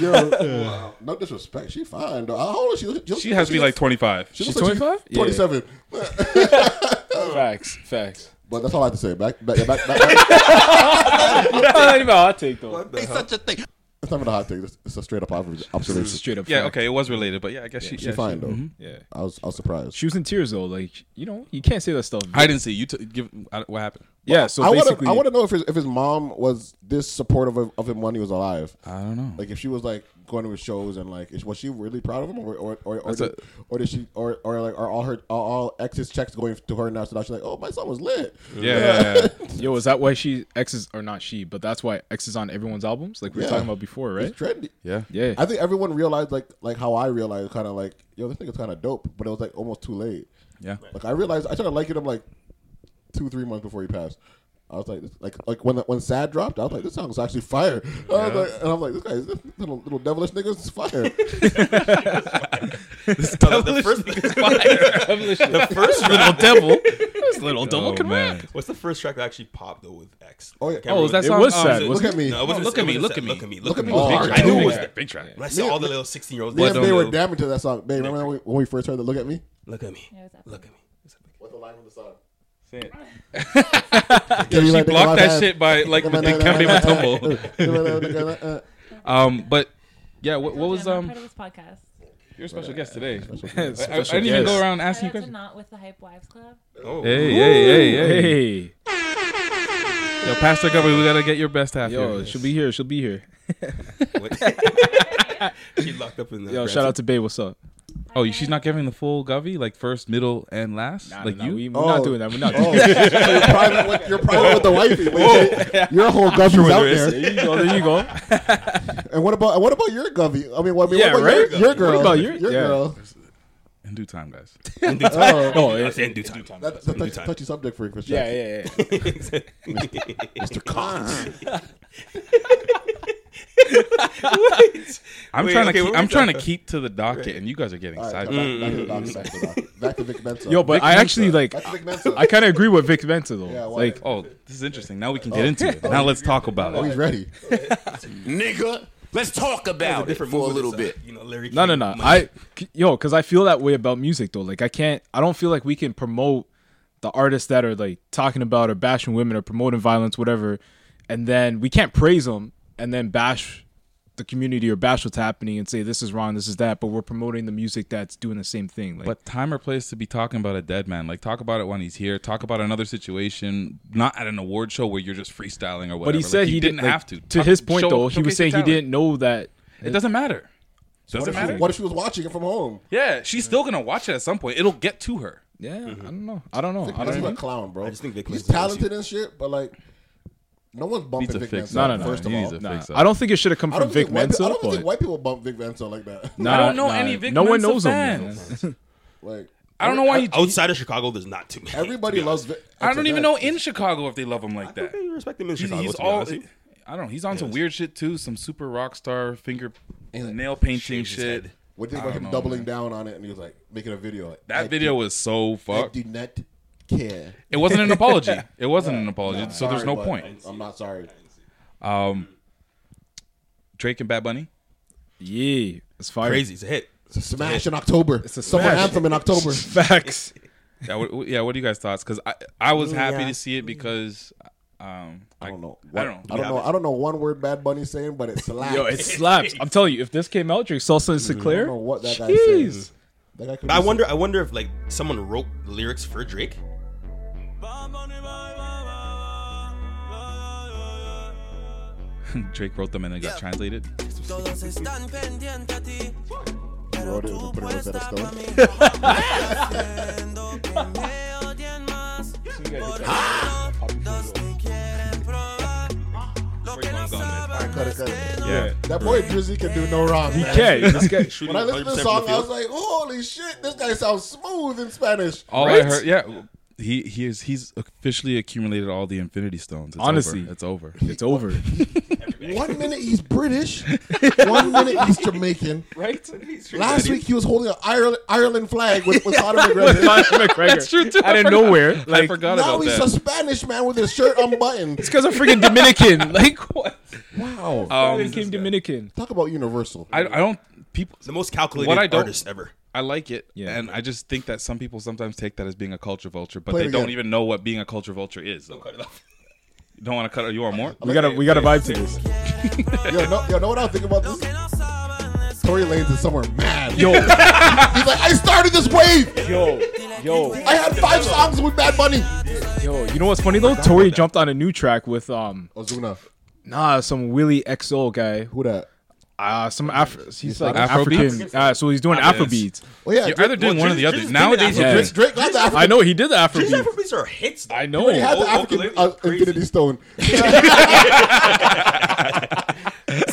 Speaker 2: yo, no disrespect. She fine though. How old is she? She,
Speaker 1: She has to be like 25.
Speaker 2: she
Speaker 1: She,
Speaker 2: looks
Speaker 3: She's
Speaker 2: like she's
Speaker 3: 25?
Speaker 2: 27.
Speaker 3: Facts. <laughs> Facts. <laughs>
Speaker 2: But that's all I have to say. Back, back, back, back, back.
Speaker 3: Not even a hot take though.
Speaker 9: Say such a thing.
Speaker 2: It's not even a hot take. It's, it's a straight up observation.
Speaker 3: Straight up.
Speaker 1: yeah,
Speaker 3: fact.
Speaker 1: okay, it was related, but yeah, I guess she.
Speaker 2: She
Speaker 1: yeah,
Speaker 2: fine
Speaker 1: she- mm-hmm.
Speaker 2: though.
Speaker 3: Yeah.
Speaker 2: I was, I was surprised.
Speaker 3: She was in tears though. Like you know, you can't say that stuff.
Speaker 1: I didn't see you. T- give I, what happened?
Speaker 3: yeah. So
Speaker 2: I want
Speaker 3: basically,
Speaker 2: to. I want to know if his, if his mom was this supportive of, of him when he was alive.
Speaker 1: I don't know.
Speaker 2: Like if she was like going to his shows and like is, was she really proud of him or or or, or,
Speaker 1: That's
Speaker 2: did,
Speaker 1: a-
Speaker 2: or did she or or like are all her all, all ex's checks going to her now? So now she's like, oh, my son was lit.
Speaker 1: yeah,
Speaker 3: yo, is that why she X is or not she? But that's why X is on everyone's albums, like we were
Speaker 2: Yeah.
Speaker 3: talking about before, right?
Speaker 2: It's trendy.
Speaker 1: yeah, yeah.
Speaker 3: Yeah.
Speaker 2: I think everyone realized like like how I realized kind of like yo this nigga's kind of dope, but it was like almost too late.
Speaker 1: yeah.
Speaker 2: Like I realized I started liking him like two three months before he passed. I was like, this, like, like when when Sad dropped, I was like, this song's actually fire. <laughs> I was like, and I'm like, this guy's this little, little devilish
Speaker 4: <laughs>
Speaker 2: nigga's fire.
Speaker 1: <laughs>
Speaker 4: <laughs> No, the, the first, the first little devil.
Speaker 3: It's little
Speaker 4: Oh,
Speaker 3: Dole can
Speaker 1: man.
Speaker 3: rock.
Speaker 4: What's the first track that actually popped though with X?
Speaker 2: Oh, yeah.
Speaker 4: I can't
Speaker 1: Oh, is that
Speaker 3: It
Speaker 1: song?
Speaker 3: was
Speaker 1: um,
Speaker 3: sad,
Speaker 1: it-
Speaker 2: Look
Speaker 3: wasn't
Speaker 2: at me.
Speaker 4: No, it wasn't-
Speaker 1: look
Speaker 4: it
Speaker 1: at me,
Speaker 4: wasn't
Speaker 1: look
Speaker 4: that.
Speaker 1: at me.
Speaker 4: look at me, look at
Speaker 2: Look at
Speaker 4: me.
Speaker 2: me.
Speaker 4: Big
Speaker 2: Oh,
Speaker 4: track. I knew it was
Speaker 1: yeah,
Speaker 4: that.
Speaker 1: big track.
Speaker 4: When I saw all the little sixteen-year-olds,
Speaker 2: Me and Bay were
Speaker 4: look
Speaker 2: damn into that song. Bay, remember when we, when we first heard the "Look at Me"?
Speaker 4: at me,
Speaker 10: was epic.
Speaker 4: look at me.
Speaker 2: What's the line from the
Speaker 3: <laughs>
Speaker 2: song?
Speaker 1: she blocked that shit by like the big Kevin
Speaker 3: <laughs>
Speaker 1: Matumbo.
Speaker 2: tumble.
Speaker 3: Uh,
Speaker 1: Um, but yeah, what,
Speaker 10: Told
Speaker 1: what
Speaker 10: you I'm
Speaker 1: was
Speaker 10: not
Speaker 1: um?
Speaker 10: part of this podcast?
Speaker 1: You're a special guest today. uh, I, I
Speaker 3: Special
Speaker 1: didn't even go
Speaker 3: guest.
Speaker 1: around
Speaker 10: Shout out
Speaker 1: asking you
Speaker 10: to
Speaker 1: questions.
Speaker 10: Not with the Hype Wives Club.
Speaker 4: Oh,
Speaker 1: Hey, hey, hey, hey!
Speaker 3: Hey,
Speaker 1: Yo, Pastor Gubby, we gotta get your best half.
Speaker 3: yo,
Speaker 1: here.
Speaker 3: she'll be here. She'll be here.
Speaker 4: What? she locked up in the.
Speaker 3: Yo, shout out to
Speaker 4: <laughs>
Speaker 3: Bay. What's up?
Speaker 1: Oh, you- she's not giving the full Govy, like first, middle, and last. like you.
Speaker 3: we, are
Speaker 2: Oh.
Speaker 3: not doing that. We're not.
Speaker 2: Oh,
Speaker 3: Doing
Speaker 2: <laughs> so you're private with, you're private with the wifey. Wait, your whole govey's out
Speaker 3: that.
Speaker 2: there.
Speaker 3: There you go. There you go.
Speaker 2: <laughs> And what about what about your govey? I mean, what, I mean,
Speaker 3: Yeah,
Speaker 2: what about
Speaker 3: right?
Speaker 2: your, your girl?
Speaker 3: What about your- yeah.
Speaker 2: girl?
Speaker 1: <laughs> In due time,
Speaker 2: <laughs>
Speaker 1: guys.
Speaker 2: Oh,
Speaker 3: Oh,
Speaker 4: I
Speaker 3: yeah,
Speaker 4: said in due time.
Speaker 2: that's a
Speaker 4: In due
Speaker 2: touchy,
Speaker 4: time.
Speaker 2: touchy subject for you, for sure.
Speaker 3: yeah, yeah. yeah. <laughs>
Speaker 2: <laughs> Mr. Cox.
Speaker 1: I'm
Speaker 4: Wait,
Speaker 1: trying to.
Speaker 4: okay,
Speaker 1: keep,
Speaker 4: what
Speaker 1: I'm
Speaker 4: was
Speaker 1: trying to
Speaker 4: that?
Speaker 1: keep to the docket, and you guys are getting
Speaker 2: All right,
Speaker 1: side.
Speaker 2: back, back to the doc, back to the doc. Back to Vic Mensa.
Speaker 3: Mm. Yo, but
Speaker 1: Vic
Speaker 3: I actually
Speaker 1: Mensa.
Speaker 3: like.
Speaker 2: back to Vic
Speaker 3: I-
Speaker 2: Mensa.
Speaker 3: I kind of agree with Vic Mensa though.
Speaker 2: Yeah, why?
Speaker 3: like,
Speaker 1: Oh, this is interesting. Now we can get into <laughs> it. Now let's talk about
Speaker 2: oh, he's
Speaker 1: it.
Speaker 2: ready.
Speaker 9: Nigga, let's talk
Speaker 4: That was
Speaker 9: about it
Speaker 4: different
Speaker 9: for a
Speaker 4: movement,
Speaker 9: little
Speaker 4: so,
Speaker 9: bit.
Speaker 4: You know, Larry.
Speaker 3: no, no,
Speaker 4: King,
Speaker 3: no.
Speaker 4: Mike.
Speaker 3: I, c- yo, because I feel that way about music though. Like, I can't. I don't feel like we can promote the artists that are like talking about or bashing women or promoting violence, whatever, and then we can't praise them and then bash the community or bash what's happening and say this is wrong, this is that. But we're promoting the music that's doing the same thing. Like,
Speaker 1: But time or place to be talking about a dead man. Like talk about it when he's here. Talk about another situation, not at an award show where you're just freestyling or whatever.
Speaker 3: but he
Speaker 1: Like,
Speaker 3: said he
Speaker 1: didn't
Speaker 3: like,
Speaker 1: have to.
Speaker 3: To
Speaker 1: Talk-
Speaker 3: his point
Speaker 1: show-
Speaker 3: though, he was
Speaker 1: showcase
Speaker 3: saying
Speaker 1: your
Speaker 3: he
Speaker 1: talent.
Speaker 3: didn't know that.
Speaker 1: It doesn't matter. Doesn't matter.
Speaker 2: What if she was watching it from home?
Speaker 1: Yeah, she's still gonna watch it at some point. It'll get to her.
Speaker 3: Yeah, I don't know. I don't
Speaker 9: Oh,
Speaker 3: know. I
Speaker 2: That's
Speaker 3: don't
Speaker 2: a
Speaker 3: know.
Speaker 2: clown, bro.
Speaker 4: I just think Vic Mensa
Speaker 2: he's
Speaker 4: owes
Speaker 2: talented
Speaker 4: you.
Speaker 2: and shit, but like, no one's
Speaker 1: Needs
Speaker 2: bumping
Speaker 1: a
Speaker 2: Vic
Speaker 1: fix.
Speaker 2: Mensa.
Speaker 1: up.
Speaker 3: No, no, no.
Speaker 2: First
Speaker 1: He
Speaker 2: of
Speaker 1: needs
Speaker 2: all,
Speaker 1: a
Speaker 3: Nah,
Speaker 1: fix up.
Speaker 3: I don't think it should have come
Speaker 2: I
Speaker 3: from
Speaker 2: don't
Speaker 3: Vic
Speaker 2: think white
Speaker 3: Mensa.
Speaker 2: people, I don't
Speaker 3: but
Speaker 2: think white people bump Vic Mensa like that.
Speaker 3: Nah,
Speaker 1: I don't know
Speaker 3: nah,
Speaker 1: any Vic
Speaker 3: No one
Speaker 1: Mensa
Speaker 3: knows
Speaker 1: fans.
Speaker 3: him. man.
Speaker 2: Like
Speaker 1: I don't know why he.
Speaker 4: Outside of Chicago, there's not too many.
Speaker 2: everybody
Speaker 4: to be
Speaker 2: loves.
Speaker 4: honest.
Speaker 2: Vic.
Speaker 1: I don't even know in Chicago if they love him like that.
Speaker 4: I think they respect him in
Speaker 1: He's,
Speaker 4: Chicago.
Speaker 1: he's
Speaker 4: to be
Speaker 1: all.
Speaker 4: honest.
Speaker 1: I don't know. He's on some weird shit too. Some super rock star finger
Speaker 2: like,
Speaker 1: nail painting
Speaker 4: shaves his
Speaker 1: shit.
Speaker 4: head.
Speaker 2: What do you think
Speaker 1: I
Speaker 2: about him
Speaker 1: don't know,
Speaker 2: doubling down on it and he was like making a video? Like,
Speaker 1: That
Speaker 2: I
Speaker 1: video
Speaker 2: do-
Speaker 1: was so
Speaker 2: I
Speaker 1: fucked.
Speaker 2: do not care.
Speaker 1: It wasn't an
Speaker 2: <laughs>
Speaker 1: apology. It wasn't an apology. so there's
Speaker 2: Sorry,
Speaker 1: no
Speaker 2: but
Speaker 1: point.
Speaker 2: I'm not sorry.
Speaker 1: Um, Drake and Bad Bunny.
Speaker 3: yeah, it's fire.
Speaker 4: Crazy, it's a hit.
Speaker 2: It's a smash in October. It's a summer
Speaker 3: smash.
Speaker 2: anthem in
Speaker 3: <laughs>
Speaker 2: October.
Speaker 3: facts.
Speaker 1: Yeah. What, yeah. What are you guys thoughts? Because I I was happy
Speaker 4: yeah.
Speaker 1: to see it because um
Speaker 2: I don't know.
Speaker 1: I don't know.
Speaker 2: I don't know. I don't know one word Bad Bunny saying,
Speaker 1: <laughs>
Speaker 2: but it slaps.
Speaker 3: Yo, it slaps. I'm telling you, if this came out, Drake Salsa and
Speaker 2: Mm-hmm. I
Speaker 3: Sinclair.
Speaker 2: don't know what that guy
Speaker 3: Jeez.
Speaker 2: said. That guy could
Speaker 4: I
Speaker 2: be
Speaker 4: wonder. I wonder if like someone wrote lyrics for
Speaker 3: <laughs>
Speaker 4: Drake.
Speaker 1: <laughs> Drake wrote them and it got translated.
Speaker 5: Todos están pendientes a ti.
Speaker 2: some road and put it on Rosetta Stone.
Speaker 5: Entiendo que me odien más.
Speaker 2: I cut it, cut it.
Speaker 1: Yeah.
Speaker 2: That boy Drizzy can do no wrong. He
Speaker 3: Okay, this guy.
Speaker 4: Shooting
Speaker 2: <laughs> When I listened to
Speaker 4: 100%
Speaker 2: the
Speaker 4: from
Speaker 2: song,
Speaker 4: the
Speaker 2: I was
Speaker 4: field.
Speaker 2: like, "Holy shit, this guy sounds smooth in Spanish."
Speaker 1: All
Speaker 3: Right?
Speaker 1: I heard. Yeah. He he is he's officially accumulated all the Infinity Stones. It's
Speaker 3: Honestly.
Speaker 1: over. it's over.
Speaker 3: <laughs> It's over.
Speaker 2: One minute he's British, one minute
Speaker 1: <laughs>
Speaker 2: he's Jamaican. <laughs>
Speaker 3: right?
Speaker 2: Last week he was holding an Ireland, Ireland flag with,
Speaker 1: <laughs>
Speaker 2: with Conor McGregor.
Speaker 3: That's true too. Out of nowhere.
Speaker 1: I
Speaker 3: Like,
Speaker 1: forgot
Speaker 2: now
Speaker 1: about
Speaker 2: he's
Speaker 1: that.
Speaker 2: a Spanish man with his shirt unbuttoned.
Speaker 3: because I'm freaking
Speaker 2: <laughs>
Speaker 3: Dominican. <laughs> Like, what?
Speaker 2: Wow,
Speaker 3: I
Speaker 1: Um,
Speaker 3: became Dominican.
Speaker 2: talk about universal.
Speaker 1: I I don't people.
Speaker 4: the most calculated
Speaker 1: What I don't-
Speaker 4: artist ever.
Speaker 1: I like it,
Speaker 3: Yeah.
Speaker 1: and I just think that some people sometimes take that as being a culture vulture, but
Speaker 2: Play it
Speaker 1: they don't
Speaker 2: again.
Speaker 1: even know what being a culture vulture is. though. You don't want to cut it. You want more?
Speaker 3: We gotta, we gotta vibe to this.
Speaker 2: Yo, no, yo, know what I was thinking about this? Tory Lanez is somewhere mad.
Speaker 3: Yo,
Speaker 2: <laughs> He's like, I started this wave.
Speaker 3: yo, yo,
Speaker 2: I had five songs with Bad Bunny.
Speaker 3: yo. You know what's funny though? Tori jumped on a new track with um,
Speaker 2: Ozuna,
Speaker 3: nah, some Willie XO guy.
Speaker 2: who that?
Speaker 3: Uh, some Afro. He's like
Speaker 1: Afrobeats?
Speaker 3: African. Uh, so he's doing Afrobeats.
Speaker 2: Oh yeah,
Speaker 1: You're either
Speaker 2: Drake,
Speaker 1: doing
Speaker 4: Well,
Speaker 1: one or the
Speaker 4: Drake-
Speaker 1: other.
Speaker 4: Drake's
Speaker 1: Nowadays,
Speaker 4: been
Speaker 1: you
Speaker 3: Yeah.
Speaker 1: just
Speaker 2: Drake got the
Speaker 3: I
Speaker 2: African.
Speaker 3: know he did the
Speaker 4: These
Speaker 3: Afrobeats.
Speaker 4: Afrobeats are hits. Though.
Speaker 3: I
Speaker 2: He
Speaker 3: know.
Speaker 2: had the
Speaker 4: Oh,
Speaker 2: African
Speaker 4: ukulele,
Speaker 2: uh,
Speaker 4: crazy.
Speaker 2: Infinity Stone.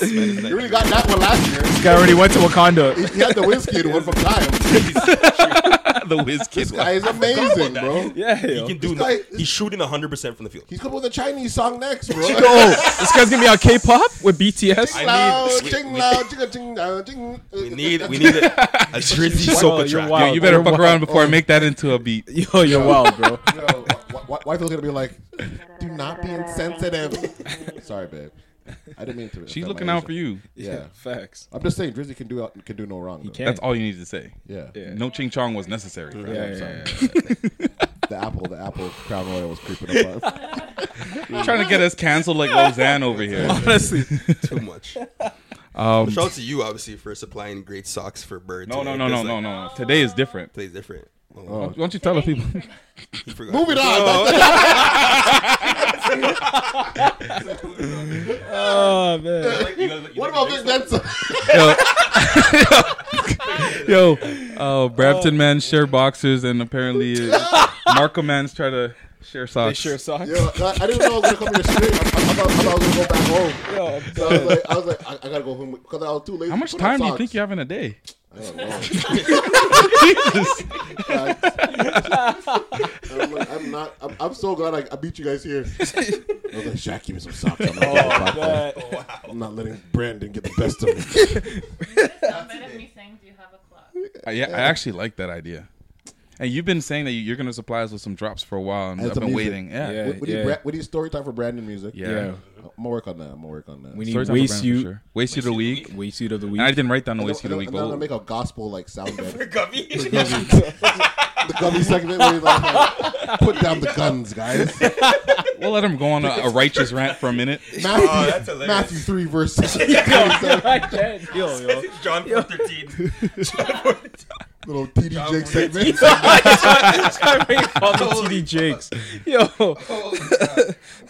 Speaker 2: You really got that one last year.
Speaker 3: This guy already went to Wakanda.
Speaker 2: He had the whiskey one
Speaker 1: <laughs>
Speaker 2: from time.
Speaker 1: the whiz kid.
Speaker 2: Guy is amazing, bro.
Speaker 3: Yeah,
Speaker 4: He can do.
Speaker 2: This guy-
Speaker 4: no- he's shooting 100 percent from the field.
Speaker 2: He's coming with a Chinese song next,
Speaker 3: <laughs>
Speaker 2: bro.
Speaker 3: Oh, this guy's gonna be on K-pop with BTS.
Speaker 4: I
Speaker 2: Loud,
Speaker 4: need-
Speaker 2: <laughs> ching
Speaker 4: we-
Speaker 2: loud, ching a ching loud, ching. uh,
Speaker 4: We need. We
Speaker 1: <laughs>
Speaker 4: need a, a Drizzy
Speaker 3: Wow,
Speaker 4: Soca <laughs>
Speaker 3: you're
Speaker 4: track.
Speaker 3: wild.
Speaker 1: Yo, you better
Speaker 3: You're
Speaker 1: fuck
Speaker 2: Oh.
Speaker 3: wild. <laughs>
Speaker 1: around before I make that into a beat.
Speaker 3: Yo, you're Oh, wild, bro.
Speaker 2: <laughs> Yo, wi- wife is gonna be like, "Do not be insensitive." <laughs> Sorry, babe. I didn't mean to.
Speaker 1: She's looking out for you.
Speaker 2: Yeah, <laughs>
Speaker 3: Facts.
Speaker 2: I'm just saying, Drizzy can do uh, can do no wrong. He
Speaker 3: can.
Speaker 1: That's all you needed to say.
Speaker 2: Yeah.
Speaker 1: No ching chong was necessary. for that.
Speaker 3: yeah, yeah,
Speaker 2: <laughs> the apple, the apple crown royal was creeping up.
Speaker 1: <laughs>
Speaker 2: on.
Speaker 1: Trying to get us canceled like Roseanne
Speaker 4: <laughs>
Speaker 1: over
Speaker 3: <laughs>
Speaker 1: here. Honestly.
Speaker 4: Too much.
Speaker 1: Um,
Speaker 4: Shout out to you, obviously, for supplying great socks for birds.
Speaker 1: no, no, no, no, no, no. Today is different.
Speaker 4: Today's different. Oh,
Speaker 1: Why don't you tell the people?
Speaker 4: you forgot.
Speaker 2: <laughs> Move it on. <laughs>
Speaker 1: <laughs>
Speaker 3: Oh man.
Speaker 2: <laughs> what about Vic Mensa?
Speaker 1: yo, <laughs> yo, uh, Brampton man share boxers, and
Speaker 3: <laughs>
Speaker 1: apparently uh, Marco man's try to share
Speaker 3: They
Speaker 1: socks.
Speaker 3: share socks.
Speaker 2: <laughs> Yo, I, I didn't know I was gonna come to the street. I, I, thought, I thought I was gonna go back home. So I was like, I, was like, I, I gotta go home because I was too late.
Speaker 1: How much time do you think you have in a day?
Speaker 2: have?
Speaker 3: <laughs>
Speaker 2: I'm, like, I'm not. I'm, I'm so glad I, I beat you guys here. I was like, Shaq, give me some socks. I'm not,
Speaker 3: Oh,
Speaker 2: getting back there.
Speaker 1: Oh,
Speaker 2: I'm not letting Brandon get the best of me.
Speaker 1: <laughs>
Speaker 10: Instead of me saying, do you have a clock?
Speaker 1: <laughs> I, <laughs> yeah, I actually like that idea. And you've been saying that you- you're going to supply us with some drops for a while, and
Speaker 2: And
Speaker 1: I've
Speaker 2: some
Speaker 1: been
Speaker 2: music.
Speaker 1: waiting. Yeah.
Speaker 3: Yeah.
Speaker 1: yeah.
Speaker 2: we, we, need, Bra- we need story time for Brandon music.
Speaker 3: Yeah.
Speaker 2: I'm gonna work on that. I'm gonna work on that.
Speaker 3: We need
Speaker 1: Story time for
Speaker 3: waste
Speaker 1: Brandon for
Speaker 3: you.
Speaker 1: sure. Waste you the week.
Speaker 3: Waste you of the week.
Speaker 1: And I didn't write down the
Speaker 2: And
Speaker 1: waste you
Speaker 2: then-
Speaker 1: the
Speaker 2: and
Speaker 1: week,
Speaker 2: then I'm gonna
Speaker 1: but
Speaker 2: make a gospel
Speaker 1: <laughs>
Speaker 2: like sound bed.
Speaker 4: Gummy.
Speaker 2: <laughs> the gummy segment where he's like, like, <laughs> put down the guns, guys.
Speaker 1: <laughs> we'll let him go on a, a righteous rant for a minute.
Speaker 2: <laughs> Matthew,
Speaker 4: Oh, that's hilarious.
Speaker 2: <laughs> Matthew 3,
Speaker 1: <laughs>
Speaker 3: <laughs>
Speaker 2: verse 27.
Speaker 3: I can't. Yo, yo.
Speaker 4: John 13.
Speaker 2: Little TD Jake
Speaker 6: <laughs>
Speaker 2: segment.
Speaker 3: TD Jakes. Yo,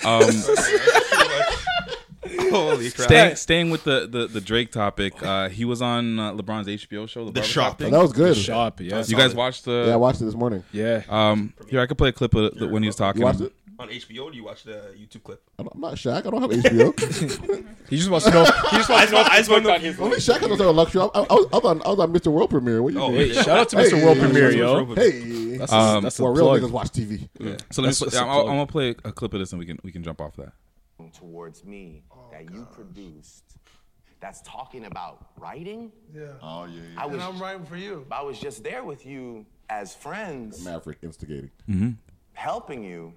Speaker 1: Um,
Speaker 4: Holy crap.
Speaker 1: staying, staying with the, the, the Drake topic, uh, he was on uh, LeBron's HBO show, The, Barbershop
Speaker 4: Shop.
Speaker 1: Thing.
Speaker 2: That was good.
Speaker 3: shop. Yeah,
Speaker 1: You guys watched the?
Speaker 2: Yeah, I watched it this morning.
Speaker 3: yeah.
Speaker 1: Um, here I could play a clip of the, when he was talking.
Speaker 2: You watched it?
Speaker 4: On HBO, do you watch the YouTube clip?
Speaker 2: I'm I'm not Shaq. I don't
Speaker 4: <laughs>
Speaker 2: have HBO.
Speaker 3: He just wants to know. He just wants to know.
Speaker 4: I just want to
Speaker 2: Only Shaq has a luxury. I, I, I, was, I, was on, I was on Mr. World Premiere. What you
Speaker 4: Oh,
Speaker 2: doing?
Speaker 4: wait,
Speaker 3: Shout out to Mr. World Premiere, yo.
Speaker 2: Hey.
Speaker 3: That's
Speaker 1: Um,
Speaker 3: that's
Speaker 2: well,
Speaker 3: a
Speaker 2: real
Speaker 3: plug.
Speaker 2: niggas watch TV.
Speaker 1: So let me.
Speaker 3: That's
Speaker 1: Put,
Speaker 3: what's
Speaker 1: I'm,
Speaker 3: up,
Speaker 1: I'm
Speaker 3: dog.
Speaker 1: gonna play a clip of this and we can we can jump off that.
Speaker 11: towards me
Speaker 5: Oh,
Speaker 11: that you produced that's talking about writing.
Speaker 2: Oh, yeah.
Speaker 11: I was,
Speaker 5: writing for you.
Speaker 11: I was just there with you as friends,
Speaker 2: Maverick instigating.
Speaker 11: helping you,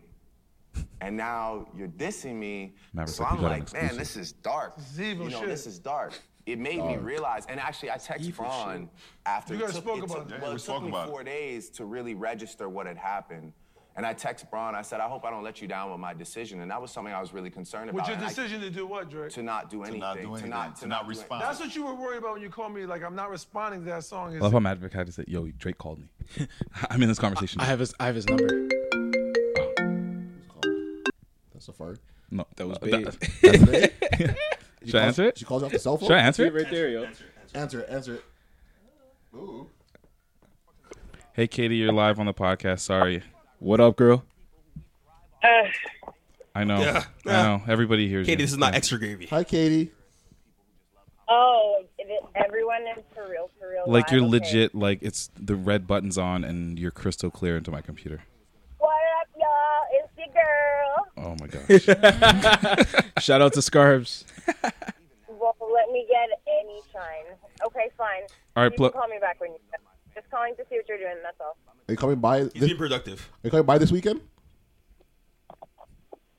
Speaker 11: and now you're dissing me.
Speaker 1: Maverick,
Speaker 11: so
Speaker 1: like, you
Speaker 11: I'm
Speaker 1: got an
Speaker 11: like, man,
Speaker 1: exclusive."
Speaker 11: this is dark. You
Speaker 5: evil
Speaker 11: know,
Speaker 5: shit.
Speaker 11: this is dark. It made me realize, and actually, I texted Braun after.
Speaker 5: You guys
Speaker 11: it took,
Speaker 5: spoke
Speaker 11: it
Speaker 5: about
Speaker 11: took-
Speaker 5: it. Yeah,
Speaker 11: Well,
Speaker 5: we
Speaker 11: it took
Speaker 5: spoke
Speaker 11: me
Speaker 5: about it.
Speaker 11: four days to really register what had happened. And I texted Braun. I said, I hope I don't let you down with my decision. And that was something I was really concerned
Speaker 5: With
Speaker 11: about.
Speaker 5: your
Speaker 11: and I-
Speaker 5: decision to do what, Drake?
Speaker 11: to not do anything. To not, to not do any-
Speaker 5: That's what you were worried about when you called me. Like I'm not responding to that song.
Speaker 1: I love how Maverick had to say, "Yo, Drake called me. <laughs> I'm in this conversation."
Speaker 3: I have his. I have his number.
Speaker 2: That's a fart.
Speaker 1: no,
Speaker 3: That was
Speaker 1: uh,
Speaker 3: big.
Speaker 1: <laughs> Should I answer it?
Speaker 2: She calls you off the cell phone?
Speaker 1: Should I answer it?
Speaker 3: right there, yo.
Speaker 2: Answer it. Answer it. Ooh.
Speaker 1: Hey, Katie, you're live on the podcast. Sorry,
Speaker 3: What up, girl?
Speaker 6: Uh,
Speaker 1: I know,
Speaker 4: Yeah.
Speaker 1: I know. Everybody hears
Speaker 4: Katie,
Speaker 1: you.
Speaker 4: this is not extra gravy.
Speaker 2: Hi, Katie.
Speaker 6: Oh, it- everyone is for real, for real.
Speaker 1: Like
Speaker 6: live.
Speaker 1: you're
Speaker 6: Okay.
Speaker 1: legit. Like it's the red buttons on and you're crystal clear into my computer.
Speaker 6: What up, y'all? It's your girl.
Speaker 1: Oh my gosh.
Speaker 3: <laughs> Shout out to Scarves.
Speaker 6: Well, let me get any shine. Okay, fine.
Speaker 1: All right,
Speaker 6: you
Speaker 1: pl-
Speaker 6: can call me back when you. Just calling to see what you're doing. That's all.
Speaker 2: Are you coming by?
Speaker 4: He's
Speaker 2: This,
Speaker 4: being productive.
Speaker 2: are you coming by this weekend?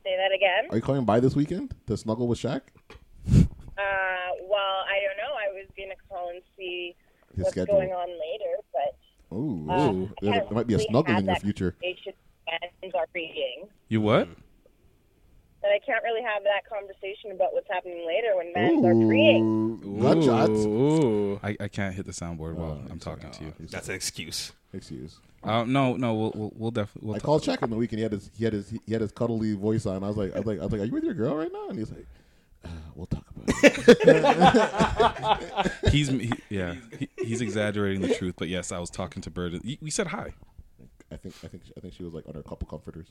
Speaker 6: Say that again.
Speaker 2: Are you coming by this weekend to snuggle with
Speaker 6: Uh,
Speaker 2: Shaq?
Speaker 6: well, I don't know. I was gonna call and see
Speaker 2: His
Speaker 6: what's
Speaker 2: schedule.
Speaker 6: going on later, but
Speaker 2: Ooh,
Speaker 6: uh, I
Speaker 2: ooh. There, there
Speaker 6: haven't
Speaker 2: might be a
Speaker 6: really
Speaker 2: snuggle
Speaker 6: had
Speaker 2: in your
Speaker 6: that
Speaker 2: future.
Speaker 6: conversation and our reading.
Speaker 1: you what?
Speaker 6: But I can't really have that conversation about what's happening later when men are freeing.
Speaker 2: gunshots.
Speaker 3: Ooh.
Speaker 1: I, I can't hit the soundboard while I'm talking to you.
Speaker 4: That's an excuse.
Speaker 2: Excuse.
Speaker 1: Um, no, no, we'll we'll, we'll definitely. We'll
Speaker 2: I
Speaker 1: talk.
Speaker 2: called Shaq in the week and he had his he had his he had his cuddly voice on. I was like I was like I was like, are you with your girl right now? And he's like, uh, we'll talk about
Speaker 1: <laughs>
Speaker 2: it.
Speaker 1: He's he, yeah. He, he's exaggerating the truth, but yes, I was talking to Bird. You- We said hi.
Speaker 2: I think I think I think she was like under a couple comforters.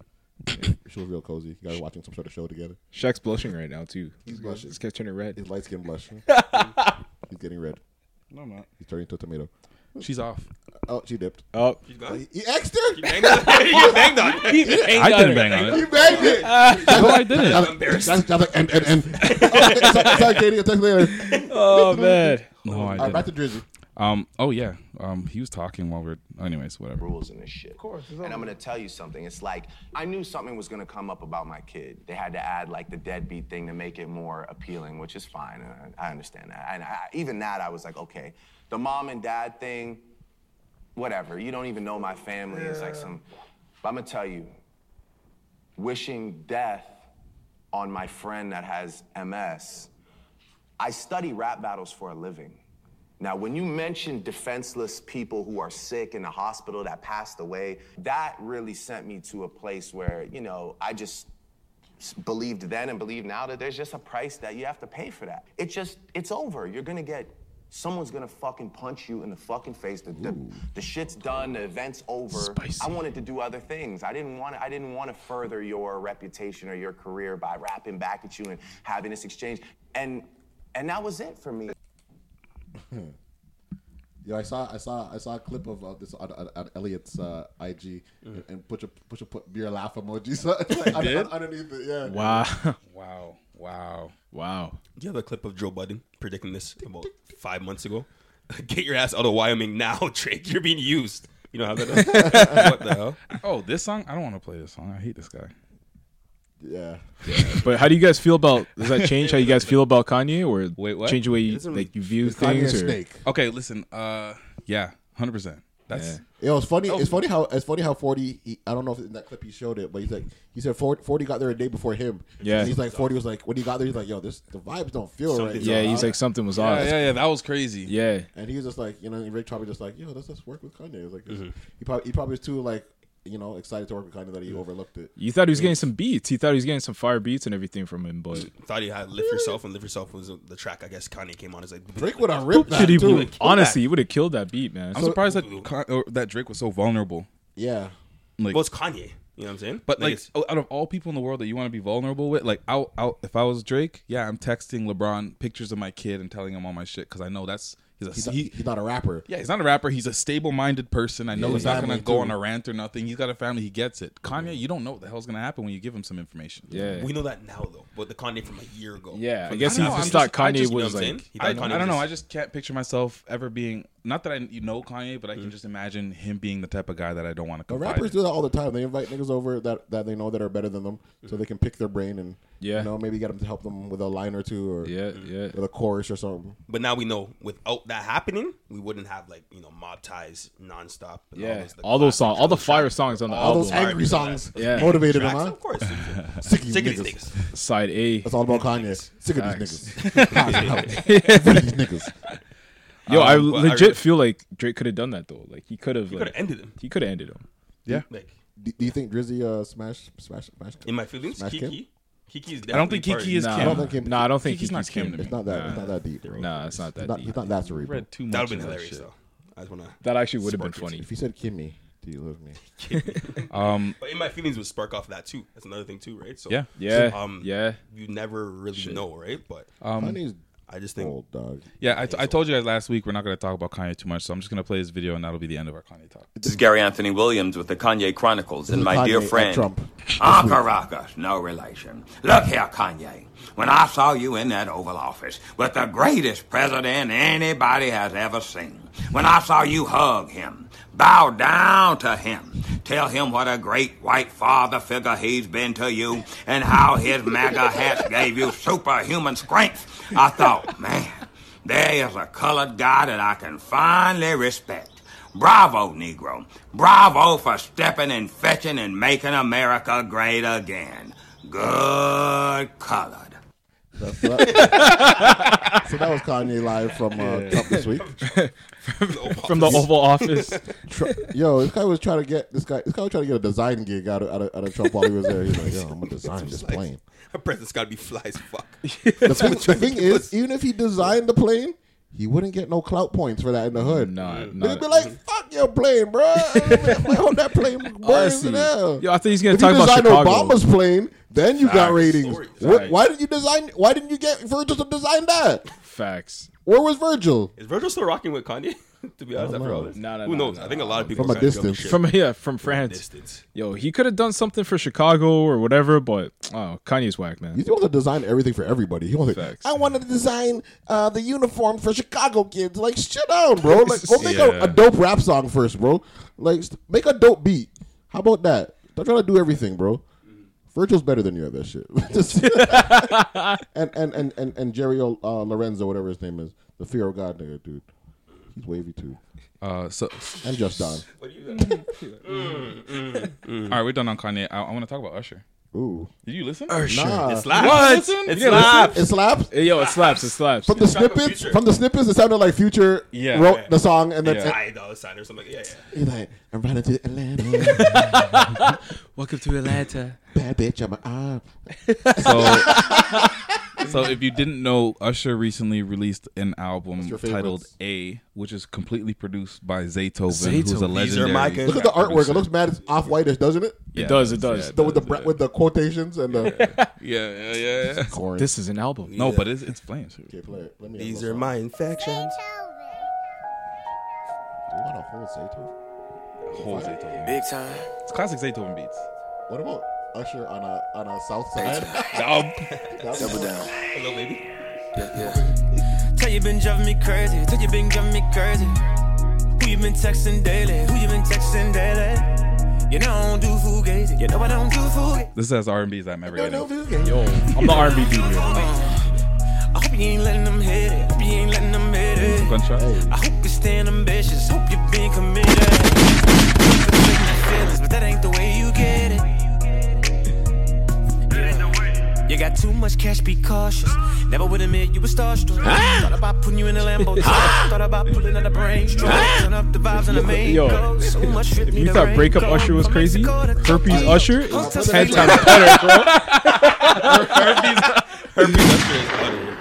Speaker 2: Yeah, she was real cozy. You guys were watching some sort of show together.
Speaker 3: Shaq's blushing right now too. He's
Speaker 2: blushing.
Speaker 3: This guy's turning red.
Speaker 2: His light skin blush. he's getting red.
Speaker 1: No, I'm not.
Speaker 2: He's turning to a tomato.
Speaker 1: She's off.
Speaker 2: Oh, she dipped.
Speaker 3: Oh,
Speaker 2: He exed her.
Speaker 4: Banged on- you banged on it.
Speaker 2: <laughs>
Speaker 1: I didn't bang on
Speaker 2: He
Speaker 1: it.
Speaker 2: banged <laughs> it.
Speaker 1: No, <laughs> I didn't.
Speaker 2: I'm embarrassed. I was like,
Speaker 1: <laughs>
Speaker 2: and <laughs> and and. Oh, sorry, sorry, Katie. I'll text you later.
Speaker 3: oh man.
Speaker 1: No, I
Speaker 2: All right, back
Speaker 1: didn't.
Speaker 2: to Drizzy.
Speaker 1: Um. Oh yeah. Um. He was talking while we are Anyways, whatever.
Speaker 11: Rules in this shit. Of course. And I'm gonna tell you something. It's like I knew something was gonna come up about my kid. They had to add like the deadbeat thing to make it more appealing, which is fine. and I, I understand that. And I, even that, I was like, okay, the mom and dad thing, whatever. You don't even know my family. It's like
Speaker 12: Yeah.
Speaker 11: some. But I'm gonna tell you, wishing death on my friend that has MS. I study rap battles for a living. Now, when you mention defenseless people who are sick in the hospital that passed away, that really sent me to a place where, you know, I just s- believed then and believe now that there's just a price that you have to pay for that. It's just, it's over. You're gonna get, someone's gonna fucking punch you in the fucking face. The, the, the shit's done, the event's over. I wanted to do other things. I didn't want to, I didn't want to further your reputation or your career by rapping back at you and having this exchange. And and that was it for me.
Speaker 2: Yo, I saw, I saw, I saw a clip of uh, this on, on, on Elliot's uh, IG and, and put your put your put beer laugh emojis
Speaker 1: <laughs> I Mm. did?
Speaker 2: underneath it. Yeah.
Speaker 4: <laughs>
Speaker 1: wow. Wow.
Speaker 3: Wow.
Speaker 4: Do you have a clip of Joe Budden predicting this about five months ago? <laughs> Get your ass out of Wyoming now, <laughs> Drake. You're being used. You don't have
Speaker 2: <laughs>
Speaker 4: that? <laughs> what the hell?
Speaker 1: Oh, this song. I don't want to play this song. I hate this guy.
Speaker 2: Yeah.
Speaker 3: But how do you guys feel about? Does that change how you guys feel about Kanye, or
Speaker 1: what?
Speaker 3: change the way you,
Speaker 1: Isn't-
Speaker 3: like you view
Speaker 1: Is Kanye
Speaker 3: things?
Speaker 1: a
Speaker 3: or-
Speaker 1: snake? Okay, listen. Uh, yeah, hundred percent. That's
Speaker 2: It was funny.
Speaker 1: Oh.
Speaker 2: It's funny how it's funny how forty. He, I don't know if in that clip he showed it, but he's like he said 40, 40 got there a day before him.
Speaker 1: Yeah.
Speaker 2: And he's like forty was like when he got there, he's like, yo, this the vibes don't feel right.
Speaker 3: Yeah, he's like something was
Speaker 1: Yeah,
Speaker 3: off.
Speaker 1: yeah, yeah, that was crazy.
Speaker 3: Yeah.
Speaker 2: And he was just like, you know, and Rick probably just like, yo, let's just work with Kanye. It's Like
Speaker 1: Mm-hmm.
Speaker 2: he probably he probably was too like, you know, excited to work with Kanye that he
Speaker 1: Mm-hmm.
Speaker 2: overlooked it.
Speaker 3: You thought he was getting some beats. He thought he was getting some fire beats and everything from him, but
Speaker 4: Thought he had Lift Yourself, and Lift Yourself was the track I guess Kanye came on. It's like,
Speaker 2: Drake would have ripped
Speaker 3: Should he- honestly, he would have killed that beat, man.
Speaker 1: I'm surprised that Con- or that Drake was so vulnerable.
Speaker 2: Yeah.
Speaker 1: Like,
Speaker 4: well, it's Kanye. You know what I'm saying?
Speaker 1: But like,
Speaker 4: it's-
Speaker 1: out of all people in the world that you want to be vulnerable with, like, out, out. If I was Drake, yeah, I'm texting LeBron pictures of my kid and telling him all my shit because I know that's he's a
Speaker 2: He's not, he's not a rapper.
Speaker 1: Yeah, he's not a rapper. He's a stable-minded person. I know
Speaker 2: Yeah,
Speaker 1: he's not
Speaker 2: family,
Speaker 1: going to go
Speaker 2: too.
Speaker 1: on a rant or nothing. He's got a family. He gets it. Kanye, you don't know what the hell's going to happen when you give him some information.
Speaker 4: we know that now though. But the Kanye from a year ago.
Speaker 3: Yeah, I
Speaker 4: From-
Speaker 3: guess he
Speaker 4: don't know,
Speaker 3: just
Speaker 4: I'm
Speaker 3: thought
Speaker 4: I
Speaker 3: Kanye
Speaker 4: just- you know
Speaker 3: was
Speaker 4: what I'm
Speaker 3: like-
Speaker 4: saying? He
Speaker 1: I, I
Speaker 4: thought Kanye
Speaker 1: don't
Speaker 4: was
Speaker 1: know. I
Speaker 4: just-
Speaker 1: just can't picture myself ever being. Not that I you know Kanye, but I
Speaker 2: Mm-hmm.
Speaker 1: can just imagine him being the type of guy that I don't want to
Speaker 2: But
Speaker 1: confide.
Speaker 2: rappers
Speaker 1: in.
Speaker 2: do that all the time. They invite niggas over that, that they know that are better than them, so they can pick their brain and
Speaker 4: Yeah.
Speaker 2: you know maybe get them to help them with a line or two or
Speaker 3: yeah, yeah,
Speaker 2: with a chorus or something.
Speaker 4: But now we know without that happening, we wouldn't have like you know mob ties nonstop. And
Speaker 3: yeah,
Speaker 4: all those,
Speaker 3: all those songs, all the fire songs on the
Speaker 4: All
Speaker 3: album,
Speaker 4: those angry songs
Speaker 3: yeah,
Speaker 2: motivated him,
Speaker 4: Tracks,
Speaker 2: huh?
Speaker 4: of
Speaker 2: <laughs>
Speaker 4: course.
Speaker 2: Sick of you
Speaker 4: Sick of these
Speaker 2: niggas.
Speaker 3: Side A.
Speaker 2: It's all about Kanye. Sick of
Speaker 3: Facts. <laughs>
Speaker 2: these niggas. Sick of these niggas.
Speaker 3: Yo,
Speaker 4: Um,
Speaker 3: I
Speaker 4: but I
Speaker 3: legit
Speaker 4: really-
Speaker 3: feel like Drake could have done that though. Like he could have,
Speaker 4: He
Speaker 3: like,
Speaker 4: coulda ended him.
Speaker 3: He could have ended him.
Speaker 2: Yeah.
Speaker 4: Like-
Speaker 2: do, do you think Drizzy uh, smash smash smash?
Speaker 4: In my feelings,
Speaker 2: smash Kim?
Speaker 4: Kiki. Kiki is.
Speaker 1: I don't think
Speaker 4: definitely
Speaker 1: Kiki is
Speaker 3: Nah.
Speaker 1: Kim.
Speaker 3: I don't think Kim- Nah, I don't think Kiki's not
Speaker 1: Kiki's
Speaker 3: Kim to me.
Speaker 2: It's not that. It's
Speaker 3: Nah.
Speaker 2: not that deep. bro.
Speaker 3: Nah, it's not that
Speaker 2: He's not,
Speaker 3: deep.
Speaker 2: He's not that cerebral.
Speaker 1: Read too
Speaker 4: That would
Speaker 1: much.
Speaker 4: have
Speaker 1: of
Speaker 4: been
Speaker 1: that
Speaker 4: hilarious
Speaker 1: shit.
Speaker 4: though. I just wanna
Speaker 3: That actually would have been
Speaker 4: spark it.
Speaker 3: funny.
Speaker 2: If he said Kimmy, do
Speaker 4: <laughs>
Speaker 2: you love me?
Speaker 1: Um,
Speaker 4: but in my feelings would spark off that too. That's another thing too, right? So
Speaker 1: Yeah.
Speaker 3: Yeah,
Speaker 4: um,
Speaker 3: yeah. Um,
Speaker 4: You never really know, right? But <laughs>
Speaker 2: Kanye's
Speaker 4: I just think
Speaker 2: old
Speaker 1: Um,
Speaker 2: dog.
Speaker 1: Yeah, I, t- I told you guys last week we're not going to talk about Kanye too much, so I'm just going to play his video and that'll be the end of our Kanye talk.
Speaker 13: This is Gary Anthony Williams with the Kanye Chronicles and
Speaker 2: is
Speaker 13: my
Speaker 2: Kanye
Speaker 13: dear
Speaker 2: at
Speaker 13: friend.
Speaker 2: Trump.
Speaker 13: Aka Raka, Ah, no relation. Look here, Kanye. When I saw you in that Oval Office with the greatest president anybody has ever seen, when I saw you hug him, bow down to him, tell him what a great white father figure he's been to you, and how his MAGA hats gave you superhuman strength, I thought, man, there is a colored guy that I can finally respect. Bravo, Negro. Bravo for stepping and fetching and making America great again. Good colored.
Speaker 2: That's so, that, <laughs> so that was Kanye live from uh, Trump
Speaker 3: <laughs>
Speaker 2: this week.
Speaker 3: From the Oval Office.
Speaker 2: Tru- Yo, this guy was trying to get this guy. This guy was trying to get a design gig out of out of, out of Trump while he was there. He's like, yo, I'm gonna design this
Speaker 3: <laughs>
Speaker 2: plane.
Speaker 4: Her president's got to be fly as fuck.
Speaker 2: The thing, the thing is, even if he designed the plane, he wouldn't get no clout points for that in the hood.
Speaker 3: Nah,
Speaker 2: They'd be like, "Fuck your plane, <laughs> bro. Hold that plane burns
Speaker 3: Honestly.
Speaker 2: in hell."
Speaker 3: Yo, I think he's gonna
Speaker 2: if
Speaker 3: talk
Speaker 2: you
Speaker 3: about
Speaker 2: designed
Speaker 3: Chicago.
Speaker 2: Obama's plane, then you got
Speaker 3: Facts.
Speaker 2: ratings.
Speaker 3: Sorry.
Speaker 2: What,
Speaker 3: Facts.
Speaker 2: why did you design? Why didn't you get Virgil to design that?
Speaker 3: Facts.
Speaker 2: Where was Virgil?
Speaker 4: Is Virgil still rocking with Kanye? <laughs> to be honest,
Speaker 3: I don't
Speaker 4: after all
Speaker 3: know.
Speaker 4: this,
Speaker 3: No, no,
Speaker 4: who
Speaker 3: no,
Speaker 4: knows?
Speaker 3: no,
Speaker 4: I think a
Speaker 3: no.
Speaker 4: lot of people
Speaker 3: From a
Speaker 4: are gonna jump
Speaker 3: distance.
Speaker 4: ship.
Speaker 3: From- yeah, from France.
Speaker 4: distance.
Speaker 3: Yo, he could have done something for Chicago or whatever, but oh, Kanye's whack, man.
Speaker 2: He's the one that designed everything for everybody. He was like, I wanted to design uh, the uniform for Chicago kids. Like, shut down, bro. <laughs> Like, go make
Speaker 1: Yeah.
Speaker 2: a, a dope rap song first, bro. Like, st- make a dope beat. How about that? Don't try to do everything, bro. Virgil's better than you at that shit. <laughs>
Speaker 1: <laughs>
Speaker 2: Just- and, and, and, and, and Jerry O- uh, Lorenzo, whatever his name is, the fear of God nigga, dude. He's wavy too.
Speaker 1: Uh, so
Speaker 2: and just Don.
Speaker 4: What do you <laughs> Mm, mm,
Speaker 2: Mm-hmm.
Speaker 1: All right, we're done on Kanye. I, I want to talk about Usher.
Speaker 2: Ooh,
Speaker 1: did you listen?
Speaker 2: Usher. Nah. It slaps.
Speaker 1: What?
Speaker 2: It
Speaker 1: You didn't
Speaker 2: slaps.
Speaker 1: listen?
Speaker 2: It slaps?
Speaker 3: Hey, yo, it slaps. It slaps.
Speaker 2: From the snippets, from the snippets, it sounded like Future
Speaker 3: Yeah.
Speaker 2: wrote
Speaker 3: Yeah.
Speaker 2: the song, and then
Speaker 3: Yeah.
Speaker 4: I dollar sign or something. Yeah, yeah.
Speaker 2: He's like, I'm running to
Speaker 3: <laughs>
Speaker 2: Atlanta.
Speaker 3: Welcome to Atlanta.
Speaker 2: Bad bitch uh. on my arm. <laughs>
Speaker 1: So, so if you didn't know, Usher recently released an album
Speaker 2: your
Speaker 1: titled A, which is completely produced by Zaytoven, who's a
Speaker 4: Zaytoven. These are
Speaker 1: legendary.
Speaker 4: my
Speaker 2: Look at the artwork. It looks mad off whitish, doesn't it?
Speaker 1: It Yeah, does, it does. yeah, it
Speaker 2: The- with the bra- with the quotations and the
Speaker 1: Yeah, yeah, yeah. yeah.
Speaker 2: Corn.
Speaker 3: This is an album.
Speaker 1: No, but it's it's flames.
Speaker 2: Okay, play it. Let me
Speaker 4: These are my infections.
Speaker 2: Do you want a whole Zaytoven?
Speaker 1: Whole Zaytoven.
Speaker 2: Big time.
Speaker 1: It's classic Zaytoven beats.
Speaker 2: What about Usher on a on a South Side?
Speaker 1: Down.
Speaker 2: <laughs> Double down.
Speaker 4: Hello, baby.
Speaker 6: Tell you been driving me crazy. Tell you been driving me crazy. Who you been texting daily? Who you been texting daily? You know I don't do food gazing. You know I don't do food.
Speaker 1: This is as R and B as I'm ever getting.
Speaker 3: Yo, I'm the R&B dude here.
Speaker 6: I hope you ain't letting them hit it. Hope you ain't letting them hit it.
Speaker 1: Gunshot.
Speaker 6: I hope you're staying ambitious. Hope you're being committed. Conflicting my feelings, but that ain't the way you get it. Yeah. You got too much cash, be cautious. Never would admit you were starstruck. Thought about putting you in a Lambo. Thought about pulling out a brain stroke. Turn up the vibes in the main
Speaker 3: Yo,
Speaker 6: coat. So much shit
Speaker 3: if
Speaker 6: need
Speaker 3: you
Speaker 6: a
Speaker 3: thought breakup
Speaker 6: raincoat.
Speaker 3: Usher was crazy, herpes Usher is ten
Speaker 6: Herpes-
Speaker 3: times better, bro.
Speaker 1: herpes, herpes Usher is
Speaker 4: better.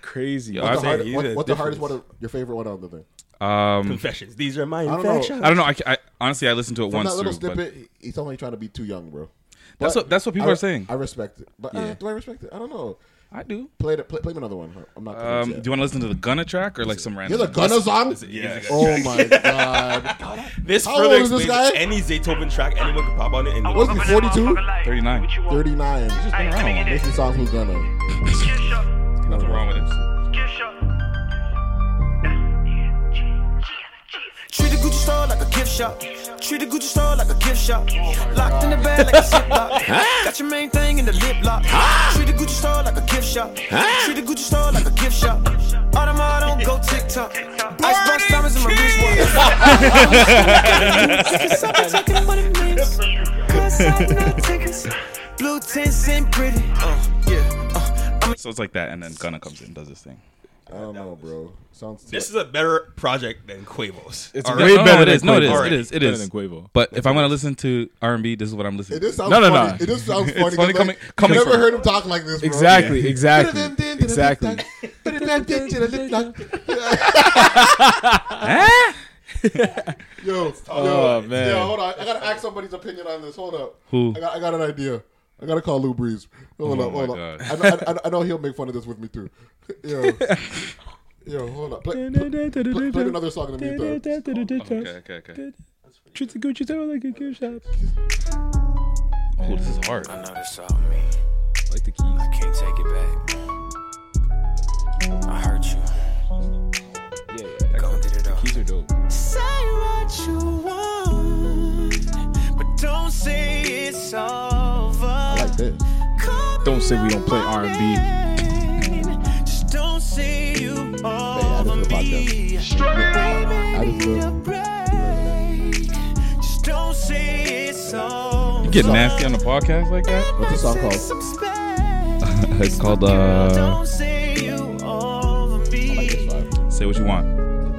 Speaker 3: Crazy.
Speaker 1: Yo,
Speaker 2: What's
Speaker 1: I've
Speaker 2: the,
Speaker 1: had-
Speaker 2: hard, what, what's the hardest one? Of, your favorite one on the thing?
Speaker 1: Um,
Speaker 4: Confessions. These are my
Speaker 2: I don't know.
Speaker 4: infections.
Speaker 1: I don't know. I, ca- I honestly I listened to it
Speaker 2: From
Speaker 1: once
Speaker 2: that little
Speaker 1: through, but
Speaker 2: snippet, he- he's only trying to be too young, bro.
Speaker 1: That's
Speaker 2: But
Speaker 1: what- that's what people
Speaker 2: I-
Speaker 1: are saying.
Speaker 2: I respect it, but uh,
Speaker 1: Yeah.
Speaker 2: do I respect it? I don't know.
Speaker 1: I do.
Speaker 2: Play it. Play, play me another one. I'm not.
Speaker 1: um, do you want to listen to the Gunna track or like some
Speaker 2: You're
Speaker 1: random?
Speaker 2: the Gunna song?
Speaker 1: Yeah.
Speaker 2: Oh
Speaker 1: <laughs>
Speaker 2: my god.
Speaker 4: This
Speaker 2: How
Speaker 4: further
Speaker 2: old is this
Speaker 4: explains
Speaker 2: guy?
Speaker 4: any Zaytoven track anyone could pop on it. And
Speaker 2: Was he 42?
Speaker 1: 39.
Speaker 2: 39. He's just
Speaker 1: been around.
Speaker 2: Making songs with Gunna.
Speaker 1: Nothing
Speaker 6: <laughs>
Speaker 1: wrong with it.
Speaker 6: Treat the Gucci store like a gift shop. Treat the Gucci store like a gift shop. Locked in the bag like a ziplock. Got your main thing in the lip lock. Treat the Gucci store like a gift shop. Treat the Gucci store like a gift shop. Automata don't go TikTok. Icebox diamonds in my
Speaker 14: <laughs>
Speaker 1: <laughs>
Speaker 6: wristwatch. Blue tints ain't pretty. Uh, yeah. uh,
Speaker 1: So it's like that, and then Gunna comes in and does this thing.
Speaker 2: I don't know, bro. Sounds.
Speaker 4: This is a better project than Quavo's.
Speaker 3: It's
Speaker 4: All
Speaker 3: way
Speaker 4: right.
Speaker 3: better
Speaker 1: no, it
Speaker 3: than
Speaker 1: is. No, it is.
Speaker 3: Quavo.
Speaker 1: It is. It
Speaker 3: Better
Speaker 1: is.
Speaker 3: than Quavo.
Speaker 1: But if I'm gonna listen to R and B, this is what I'm listening.
Speaker 2: It
Speaker 1: to.
Speaker 2: just sounds
Speaker 1: no, no,
Speaker 2: funny.
Speaker 1: no.
Speaker 2: It just sounds funny.
Speaker 1: It's funny
Speaker 2: 'cause,
Speaker 1: coming.
Speaker 2: like,
Speaker 1: coming
Speaker 2: I've never
Speaker 1: from-
Speaker 2: heard him talk like this. Bro.
Speaker 3: Exactly,
Speaker 2: Yeah.
Speaker 3: exactly, exactly.
Speaker 2: <laughs>
Speaker 1: ¿Eh?
Speaker 2: yo,
Speaker 3: Oh,
Speaker 2: yo,
Speaker 3: man.
Speaker 2: yo, hold on. I gotta ask somebody's opinion on this. Hold up.
Speaker 1: Who?
Speaker 2: I got, I got an idea. I gotta call Lou Breeze. Hold
Speaker 1: Oh
Speaker 2: up,
Speaker 1: my
Speaker 2: hold
Speaker 1: God.
Speaker 2: up. I know, I, know- I know he'll make fun of this with me too. Yo, yo, hold up. Play, play, play another song in the meantime.
Speaker 1: Okay, okay, okay.
Speaker 3: <laughs> Treat the Gucci store like a gift shop.
Speaker 1: Oh, this is hard.
Speaker 14: I know that's all me.
Speaker 3: Like the keys.
Speaker 14: I can't take it back. I hurt you.
Speaker 3: Yeah, yeah.
Speaker 14: Go and get it off.
Speaker 3: Keys are dope.
Speaker 6: Say what you want, but don't say it's over.
Speaker 3: Don't say we don't play R&B.
Speaker 6: Just don't say you over
Speaker 3: the
Speaker 6: me.
Speaker 2: I
Speaker 6: Baby,
Speaker 2: just
Speaker 6: need a break. Just don't say it's over.
Speaker 1: You get nasty on the podcast like that?
Speaker 2: What's the song
Speaker 6: Some
Speaker 2: called?
Speaker 6: space.
Speaker 1: <laughs> it's called
Speaker 6: Don't
Speaker 1: uh,
Speaker 6: say you over me.
Speaker 1: "Say What You Want."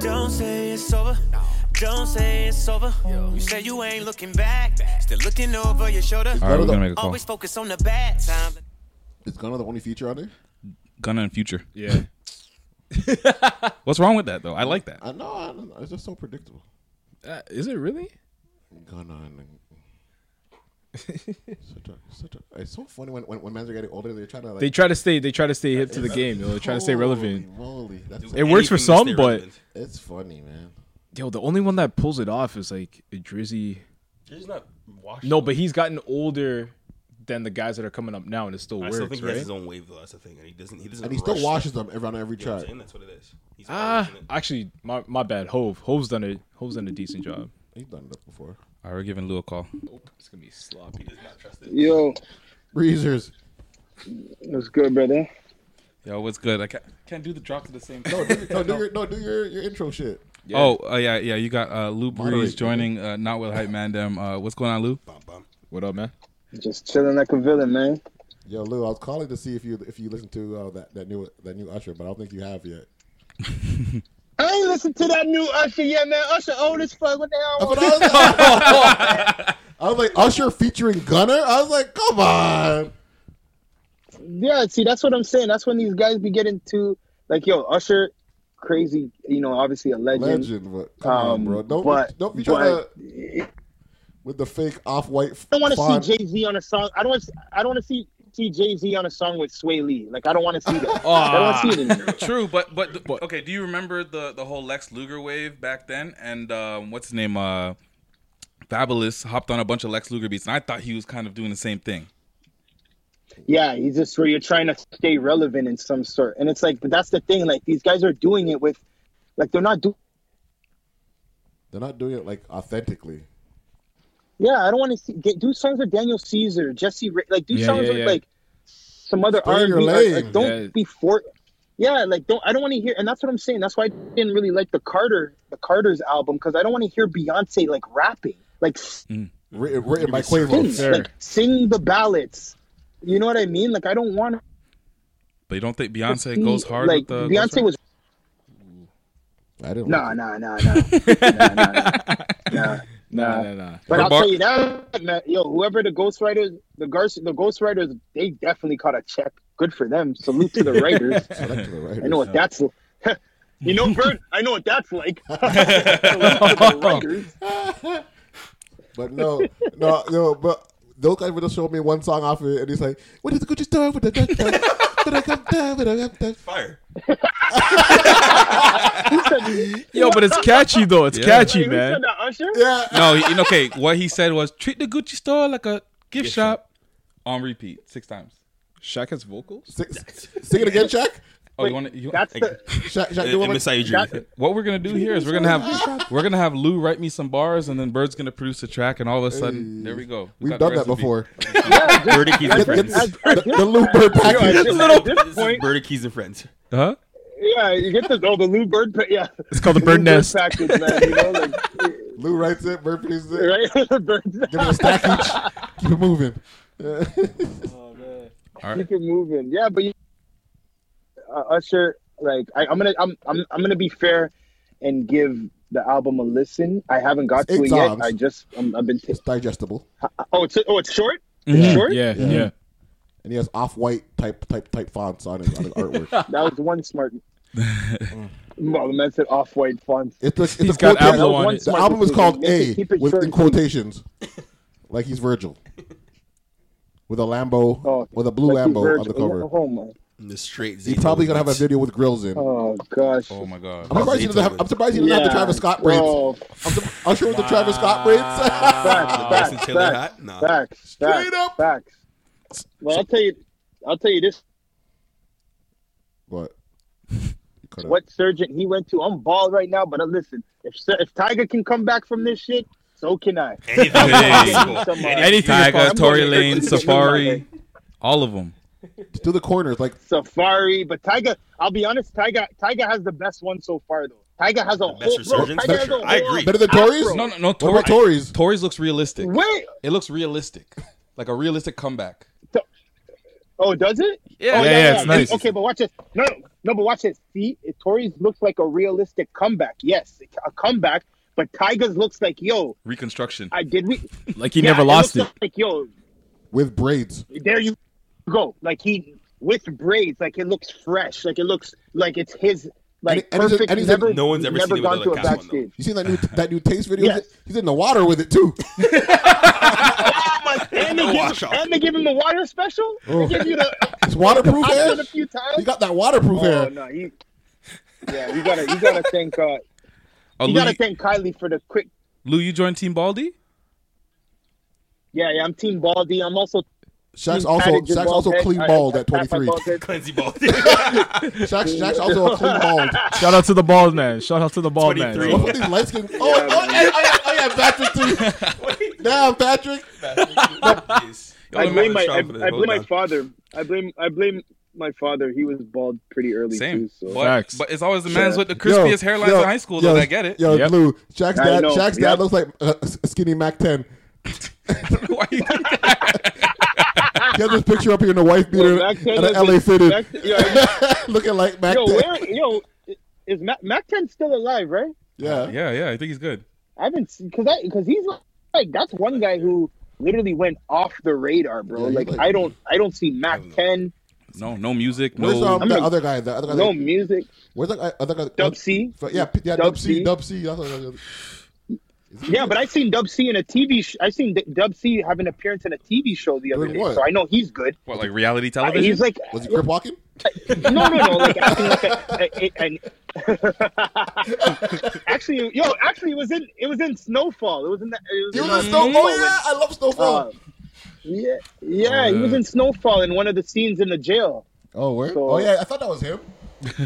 Speaker 6: Don't say it's over. Don't say it's over. You say you ain't looking back. Still looking over your shoulder.
Speaker 1: All right, we're gonna make a call.
Speaker 6: Always focus on the bad time.
Speaker 2: Is Gunna the only feature on there?
Speaker 1: Gunna and Future.
Speaker 3: Yeah.
Speaker 1: <laughs> What's wrong with that though? I like that.
Speaker 2: I know. I don't know. It's just so predictable.
Speaker 3: Uh, is it really?
Speaker 2: Gunna and. <laughs> such a, such a, it's so funny when, when, when men are getting older, they're trying to like.
Speaker 3: They try to stay. They try to stay hip to the game. They're trying to stay
Speaker 2: Holy
Speaker 3: relevant.
Speaker 2: moly, that's-
Speaker 3: It works for some, but
Speaker 2: it's funny, man.
Speaker 3: yo, the only one that pulls it off is like Drizzy.
Speaker 4: He's not washed.
Speaker 3: No, but he's gotten older than the guys that are coming up now, and it still
Speaker 4: I
Speaker 3: works,
Speaker 4: still think he
Speaker 3: right?
Speaker 4: has his own wave though. That's the thing, and he doesn't. He doesn't.
Speaker 2: And he still
Speaker 4: rush
Speaker 2: washes
Speaker 4: stuff.
Speaker 2: them every- on every
Speaker 4: Yeah, I'm
Speaker 2: track.
Speaker 4: saying that's what it is. He's
Speaker 3: Ah,
Speaker 1: <laughs>
Speaker 3: actually, my my bad. Hove, Hove's done it. Hove's done a decent job.
Speaker 2: He's done it before.
Speaker 1: All right, we're giving Lou a call.
Speaker 3: It's gonna be sloppy.
Speaker 15: Yo,
Speaker 2: Breezers.
Speaker 15: what's good, brother?
Speaker 1: Yo, what's good? I can't, can't do the drop to the same.
Speaker 2: No, do,
Speaker 1: <laughs>
Speaker 2: no, do your no, do your, your intro shit.
Speaker 1: Oh, uh, yeah, yeah. You got uh, Lou Breeze
Speaker 2: Moderate.
Speaker 1: joining uh, Not With Hype Man. Dem. Uh, what's going on, Lou? <laughs>
Speaker 3: What up, man?
Speaker 15: Just chilling like a villain, man.
Speaker 2: Yo, Lou, I was calling to see if you if you listened to uh, that that new that new Usher, but I don't think you have yet.
Speaker 15: I ain't listened to that new Usher yet, man. Usher old as fuck. What the hell?
Speaker 2: I was like Usher featuring Gunner. I was like, come on.
Speaker 15: yeah, see, that's what I'm saying. That's when these guys be getting to like, yo, Usher, crazy. You know, obviously a legend.
Speaker 2: Legend, but come on,
Speaker 15: Um,
Speaker 2: bro. Don't
Speaker 15: but-
Speaker 2: don't be trying
Speaker 15: but-
Speaker 2: to with the fake off white.
Speaker 15: I don't want to see Jay Z on a song. I don't. wanna see- I don't want to see see Jay Z on a song with Sway Lee. Like, I don't want to see
Speaker 1: <laughs>
Speaker 15: that.
Speaker 1: Ah.
Speaker 15: I don't want to see it anymore.
Speaker 1: True, but but okay. Do you remember the the whole Lex Luger wave back then? And um, what's his name? Uh, Fabulous hopped on a bunch of Lex Luger beats, and I thought he was kind of doing the same thing.
Speaker 15: Yeah, he's just where you're trying to stay relevant in some sort. And it's like, but that's the thing. Like, these guys are doing it with, like, they're not doing.
Speaker 2: They're not doing it like authentically.
Speaker 15: Yeah, I don't want to see, get, do songs with Daniel Caesar, Jesse, Ra- like, do
Speaker 2: Yeah,
Speaker 15: songs
Speaker 2: yeah,
Speaker 15: with,
Speaker 2: yeah.
Speaker 15: like, some other
Speaker 2: Stay in
Speaker 15: R&B.
Speaker 2: your
Speaker 15: like, like,
Speaker 2: lane.
Speaker 15: don't
Speaker 2: Yeah.
Speaker 15: be for, yeah, like, don't, I don't want to hear, and that's what I'm saying. That's why I didn't really like the Carter, the Carter's album, because I don't want to hear Beyonce, like, rapping. Like,
Speaker 2: Mm. Written, written by
Speaker 15: sing,
Speaker 2: Quavo.
Speaker 15: like, sing the ballads. You know what I mean? Like, I don't want
Speaker 1: But you don't think
Speaker 15: to
Speaker 1: Beyonce
Speaker 15: see,
Speaker 1: goes hard
Speaker 15: like,
Speaker 1: with uh, the
Speaker 15: Beyonce was
Speaker 2: I didn't.
Speaker 15: No, no, no, no, no, no,
Speaker 3: Nah, nah, nah.
Speaker 15: But
Speaker 3: Her
Speaker 15: I'll
Speaker 3: bar-
Speaker 15: tell you that, man, yo, whoever the ghostwriters, the gar- the ghostwriters, they definitely caught a check. Good for them. Salute
Speaker 1: <laughs>
Speaker 15: to the writers.
Speaker 2: <laughs> Select to the writers.
Speaker 15: I know what that's. <laughs> you know, Bert, I know what that's like.
Speaker 1: <laughs>
Speaker 15: Salute to the writers.
Speaker 2: But no, <laughs> no, no. But those guys would just show me one song off of it, and he's like, "What did the Gucci store with the da- da- da- da- da- da- da- da-
Speaker 4: fire?"
Speaker 15: <laughs>
Speaker 3: Yo, but it's catchy though. It's
Speaker 1: Yeah.
Speaker 3: catchy,
Speaker 1: Wait, who
Speaker 3: man.
Speaker 1: said
Speaker 15: that, Usher?
Speaker 2: Yeah.
Speaker 1: No, he, okay. What he said was treat the Gucci store like a gift shop. On repeat, six times.
Speaker 3: Shaq has vocals.
Speaker 2: Six, <laughs> sing it again, Shaq.
Speaker 1: Oh, you want to?
Speaker 15: That's the-
Speaker 2: Shaq- Shaq, do one more- Shaq-
Speaker 1: What we're gonna do here is we're gonna have we're gonna have Lou write me some bars, and then Bird's gonna produce a track, and all of a sudden, there we go.
Speaker 2: We've
Speaker 1: got the
Speaker 2: done that
Speaker 1: recipe.
Speaker 2: before.
Speaker 4: Birdie Keys
Speaker 2: <laughs>
Speaker 4: and
Speaker 2: Get-
Speaker 4: Friends.
Speaker 1: <laughs>
Speaker 2: get the- the Lou Bird package.
Speaker 15: this point-
Speaker 4: Birdie Keys and Friends.
Speaker 1: Huh?
Speaker 15: Yeah, you get the oh the Lou Bird pa- yeah.
Speaker 3: It's called the
Speaker 15: Lou
Speaker 3: bird nest.
Speaker 15: package, man. You know, like,
Speaker 2: <laughs> Lou writes it. Bird produces it.
Speaker 15: right? <laughs> The bird
Speaker 2: Give it a stack each. Keep it moving. Yeah.
Speaker 15: <laughs>
Speaker 1: All right.
Speaker 15: Keep it moving. Yeah, but you, uh, Usher, like I, I'm gonna, I'm, I'm, I'm gonna be fair and give the album a listen. I haven't got
Speaker 2: It's
Speaker 15: to it
Speaker 2: eight
Speaker 15: yet.
Speaker 2: songs.
Speaker 15: I just, i I've been. T-
Speaker 2: It's digestible.
Speaker 15: oh, it's, oh, it's short.
Speaker 3: Mm-hmm.
Speaker 15: It's
Speaker 1: Mm-hmm.
Speaker 15: short.
Speaker 2: And he has off-white type type type fonts on
Speaker 3: <laughs>
Speaker 2: his, on his artwork.
Speaker 15: <laughs> that was one smart. well, the man said off-white font.
Speaker 2: It's a, it's a
Speaker 15: He's got
Speaker 2: quote-
Speaker 15: Ablo on it.
Speaker 2: The album is called
Speaker 15: Make it-
Speaker 2: A
Speaker 15: keep it
Speaker 2: with
Speaker 15: short
Speaker 2: in
Speaker 15: and
Speaker 2: quotations, like he's Virgil, with a Lambo with a blue
Speaker 15: Oh, Like he's
Speaker 2: Lambo on
Speaker 15: Virgil.
Speaker 2: the cover.
Speaker 15: Oh my.
Speaker 4: The straight.
Speaker 2: He's probably gonna have a video with grills in.
Speaker 15: Oh gosh.
Speaker 1: Oh my god.
Speaker 2: I'm surprised he doesn't have. I'm surprised he doesn't have the
Speaker 15: Yeah,
Speaker 2: Travis Scott braids.
Speaker 15: bro.
Speaker 2: I'm, sur- I'm sure with the Travis Scott braids. <laughs>
Speaker 15: <laughs> Facts,
Speaker 4: Bryson
Speaker 15: facts,
Speaker 4: Tiller
Speaker 15: facts,
Speaker 4: hat? Nah.
Speaker 15: facts, facts, facts. Well, I'll tell you, I'll tell you this
Speaker 2: What? You cut out.
Speaker 15: what surgeon he went to. I'm bald right now, but uh, listen, if Sur- if Tiger can come back from this shit, so can I. <laughs>
Speaker 4: Anything
Speaker 1: is
Speaker 15: Some,
Speaker 1: possible.
Speaker 15: uh,
Speaker 1: Anything is possible. Tory Lane, Safari, all of them.
Speaker 2: To the corners, like
Speaker 15: Safari, but Tiger. I'll be honest, Tiger. Tiger has the best one so far, though. Tiger has a whole.
Speaker 1: best
Speaker 15: bro,
Speaker 1: resurgence?
Speaker 15: Tiger has a
Speaker 1: I
Speaker 15: whole
Speaker 1: agree.
Speaker 2: Better than Tories?
Speaker 15: afro.
Speaker 1: No, no, no.
Speaker 2: What about Tories?
Speaker 1: Tories looks realistic.
Speaker 15: Wait.
Speaker 1: It looks realistic, like a realistic comeback.
Speaker 15: Oh, does it?
Speaker 1: Yeah.
Speaker 15: oh,
Speaker 1: Yeah, yeah, it's
Speaker 15: And-
Speaker 1: nice.
Speaker 15: Okay, but watch this. No, no, no, but watch this. See, Tori's looks like a realistic comeback. Yes, a comeback. But Tiger's looks like yo.
Speaker 1: Reconstruction.
Speaker 15: I did we
Speaker 3: Like he
Speaker 15: Yeah,
Speaker 3: never lost
Speaker 15: looks
Speaker 3: it.
Speaker 15: Like yo,
Speaker 2: with braids.
Speaker 15: there you go. Like he with braids. Like it looks fresh. Like it looks like it's his. Like
Speaker 2: And he's in-
Speaker 15: perfect.
Speaker 2: and he's in-
Speaker 15: never,
Speaker 2: No one's ever
Speaker 15: never
Speaker 2: seen it
Speaker 15: gone
Speaker 2: with a
Speaker 15: to a
Speaker 2: cap on, though.
Speaker 15: backstage.
Speaker 2: You seen that new that new taste video?
Speaker 15: Yes.
Speaker 2: He's in the water with it too.
Speaker 15: And they, give,
Speaker 2: wash off.
Speaker 15: and they give him the water special.
Speaker 2: Oh.
Speaker 15: They give you the.
Speaker 2: <laughs> It's waterproof
Speaker 15: I've
Speaker 2: hair.
Speaker 15: done a few times.
Speaker 2: You got that waterproof
Speaker 15: Oh
Speaker 2: hair.
Speaker 15: no, he, yeah, you gotta you gotta thank uh,
Speaker 1: Oh,
Speaker 15: you
Speaker 1: Lou,
Speaker 15: gotta
Speaker 1: you-
Speaker 15: thank Kylie for the quick.
Speaker 1: Lou, you joined Team Baldy?
Speaker 15: Yeah, yeah. I'm Team Baldy. I'm also.
Speaker 2: Shaq's
Speaker 15: team
Speaker 2: also-
Speaker 15: padded, just
Speaker 2: Shaq's also
Speaker 15: bald
Speaker 2: clean
Speaker 15: head. I-
Speaker 2: bald at
Speaker 15: I- I- I-
Speaker 2: 23.
Speaker 15: bald head. <laughs>
Speaker 2: <laughs> Shaq's, Shaq's also a clean bald.
Speaker 3: Shout out to the bald man. Shout out to the bald Oh, man.
Speaker 2: What about these light skin? Oh, oh, oh, yeah, oh, yeah, oh, yeah, Patrick too. Damn, Patrick.
Speaker 1: <laughs>
Speaker 15: <laughs> I
Speaker 2: Y'all
Speaker 15: blame my.
Speaker 2: might
Speaker 15: I, I
Speaker 2: have been
Speaker 15: blame my
Speaker 2: strong
Speaker 15: father. I blame. I blame my father. He was bald pretty early
Speaker 1: Same.
Speaker 15: too. So.
Speaker 1: But- Facts. but it's always the man's with the crispiest hairlines in high school, though, that get it.
Speaker 2: Yo,
Speaker 1: Yep.
Speaker 2: Lou, Shaq's
Speaker 1: I
Speaker 2: dad,
Speaker 1: know,
Speaker 2: Shaq's
Speaker 1: yep.
Speaker 2: dad looks like uh, a skinny
Speaker 1: <laughs>
Speaker 2: Mac 10. <laughs> He has this picture up here in a wife beater
Speaker 15: Mac 10
Speaker 2: and an
Speaker 15: is
Speaker 2: LA
Speaker 15: a-
Speaker 2: fitted.
Speaker 15: Mac- yeah.
Speaker 2: <laughs> Looking like Mac
Speaker 15: yo,
Speaker 2: 10.
Speaker 15: where, yo, is Mac, Mac 10 still alive? Right?
Speaker 2: Yeah.
Speaker 1: Yeah, yeah. I think he's good.
Speaker 15: I've been because I because he's like that's one guy who literally went off the radar, bro. like, I don't I don't see Mac 10.
Speaker 1: No, no music.
Speaker 2: Where's
Speaker 1: No.
Speaker 2: um, the other guy? The other guy.
Speaker 15: no
Speaker 2: that-
Speaker 15: music.
Speaker 2: Where's that guy? Other guy?
Speaker 15: Dub C.
Speaker 2: Yeah, P- yeah, Dub C. Dub C. That's what-
Speaker 15: Yeah, but I seen Dub C in a TV. Sh- I seen D- Dub C have an appearance in a TV show the other
Speaker 1: Doing
Speaker 15: day,
Speaker 1: what?
Speaker 15: so I know he's good.
Speaker 1: What, like reality television?
Speaker 15: He's like
Speaker 2: was he crip walking?
Speaker 15: <laughs> No, no, no. Like acting like a, a, a, an- <laughs> actually, yo, actually, it was in it was in Snowfall. It was in that. It was,
Speaker 2: in Snowfall? Oh, yeah, I love Snowfall.
Speaker 15: Uh, yeah, yeah, he was in Snowfall in one of the scenes in the jail.
Speaker 2: Oh, where?
Speaker 15: So-
Speaker 2: oh, yeah. I thought that was him.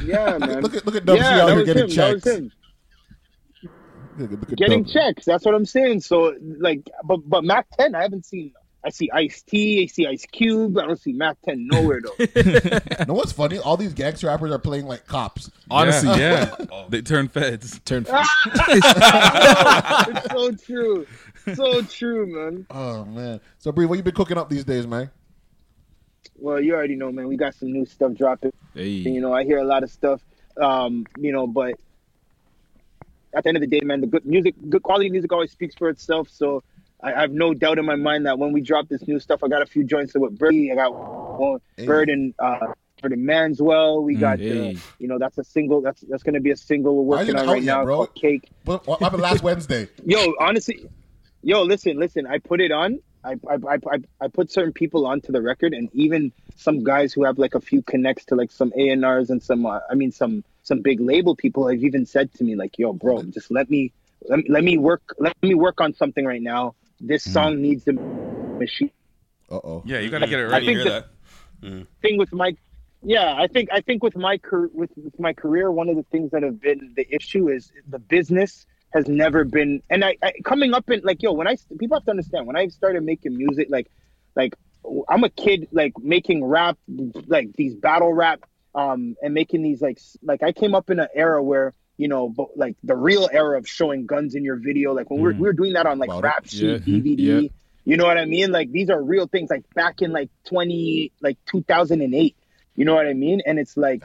Speaker 15: Yeah,
Speaker 2: <laughs>
Speaker 15: man.
Speaker 2: Look at look at Dub
Speaker 15: Yeah,
Speaker 2: C out
Speaker 15: that
Speaker 2: here getting
Speaker 15: was him, that was
Speaker 2: checks.
Speaker 15: him.
Speaker 2: Look at- look at
Speaker 15: Getting
Speaker 2: Dub.
Speaker 15: checks. That's what I'm saying. So, like, but but Mac 10, I haven't seen. I see Ice T. I see Ice Cube. I don't see Mac 10 nowhere though. <laughs>
Speaker 2: No, what's funny? All these gangster rappers are playing like cops.
Speaker 1: Honestly, yeah. <laughs> Oh, They turn feds.
Speaker 15: <laughs>
Speaker 3: Turn
Speaker 15: it's so true. So true, man.
Speaker 2: <laughs> Oh man. So Bree, what you been cooking up these days, man?
Speaker 15: Well, you already know, man. We got some new stuff dropping.
Speaker 3: Hey.
Speaker 15: And, you know, I hear a lot of stuff. Um, you know, but at the end of the day, man, the good music, good quality music, always speaks for itself. So I, I have no doubt in my mind that when we drop this new stuff, I got a few joints with Birdie. I got one Bird and uh, Bird and Manswell.
Speaker 2: Mm,
Speaker 15: We got, uh, you know, that's a single. That's that's gonna be a single we're
Speaker 2: Why is it
Speaker 15: working on
Speaker 2: out
Speaker 15: right
Speaker 2: yet,
Speaker 15: now
Speaker 2: bro?
Speaker 15: called Cake.
Speaker 2: What, what happened
Speaker 15: <laughs>
Speaker 2: last Wednesday?
Speaker 15: Yo, honestly, yo, listen, listen. I put it on. I I, I, I, I put certain people onto the record, and even some guys who have like a few connects to like some A and R's and some, uh, I mean, some some big label people have even said to me like, "Yo, bro, just let me let me, let me work let me work on something right now. This song needs the machine."
Speaker 2: Uh oh.
Speaker 1: Yeah, you gotta get it
Speaker 15: I
Speaker 1: right.
Speaker 15: think that- Thing with my, yeah, I think I think with my car- with, with my career, one of the things that have been the issue is the business has never been. And I, I coming up in like yo, when I people have to understand when I started making music, like like I'm a kid like making rap, like these battle rap, um, and making these like s- like I came up in an era where. You know, but like the real era of showing guns in your video, like when we were, we were doing that on like rap sheet,
Speaker 3: Mm. Yeah. hmm,
Speaker 15: DVD,
Speaker 3: Yeah.
Speaker 15: you know what I mean? Like these are real things. Like back in like twenty, like two thousand and eight. You know what I mean? And it's like,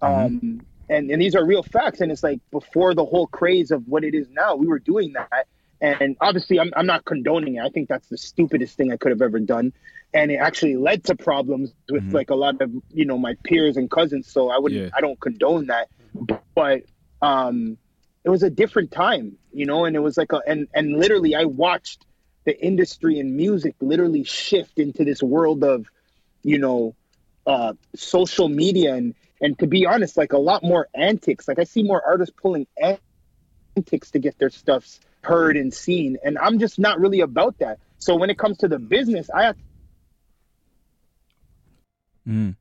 Speaker 15: um, and and these are real facts. And it's like before the whole craze of what it is now, we were doing that. And obviously, I'm I'm not condoning it. I think that's the stupidest thing I could have ever done. And it actually led to problems with like a lot of you know my peers and cousins. So I wouldn't,
Speaker 3: Yeah.
Speaker 15: I don't condone that. But um, it was a different time, you know, and it was like a and and literally I watched the industry and music literally shift into this world of, you know, uh social media and and to be honest, like a lot more antics. Like I see more artists pulling an- antics to get their stuffs heard and seen. And I'm just not really about that. So when it comes to the business, I have
Speaker 1: Mm.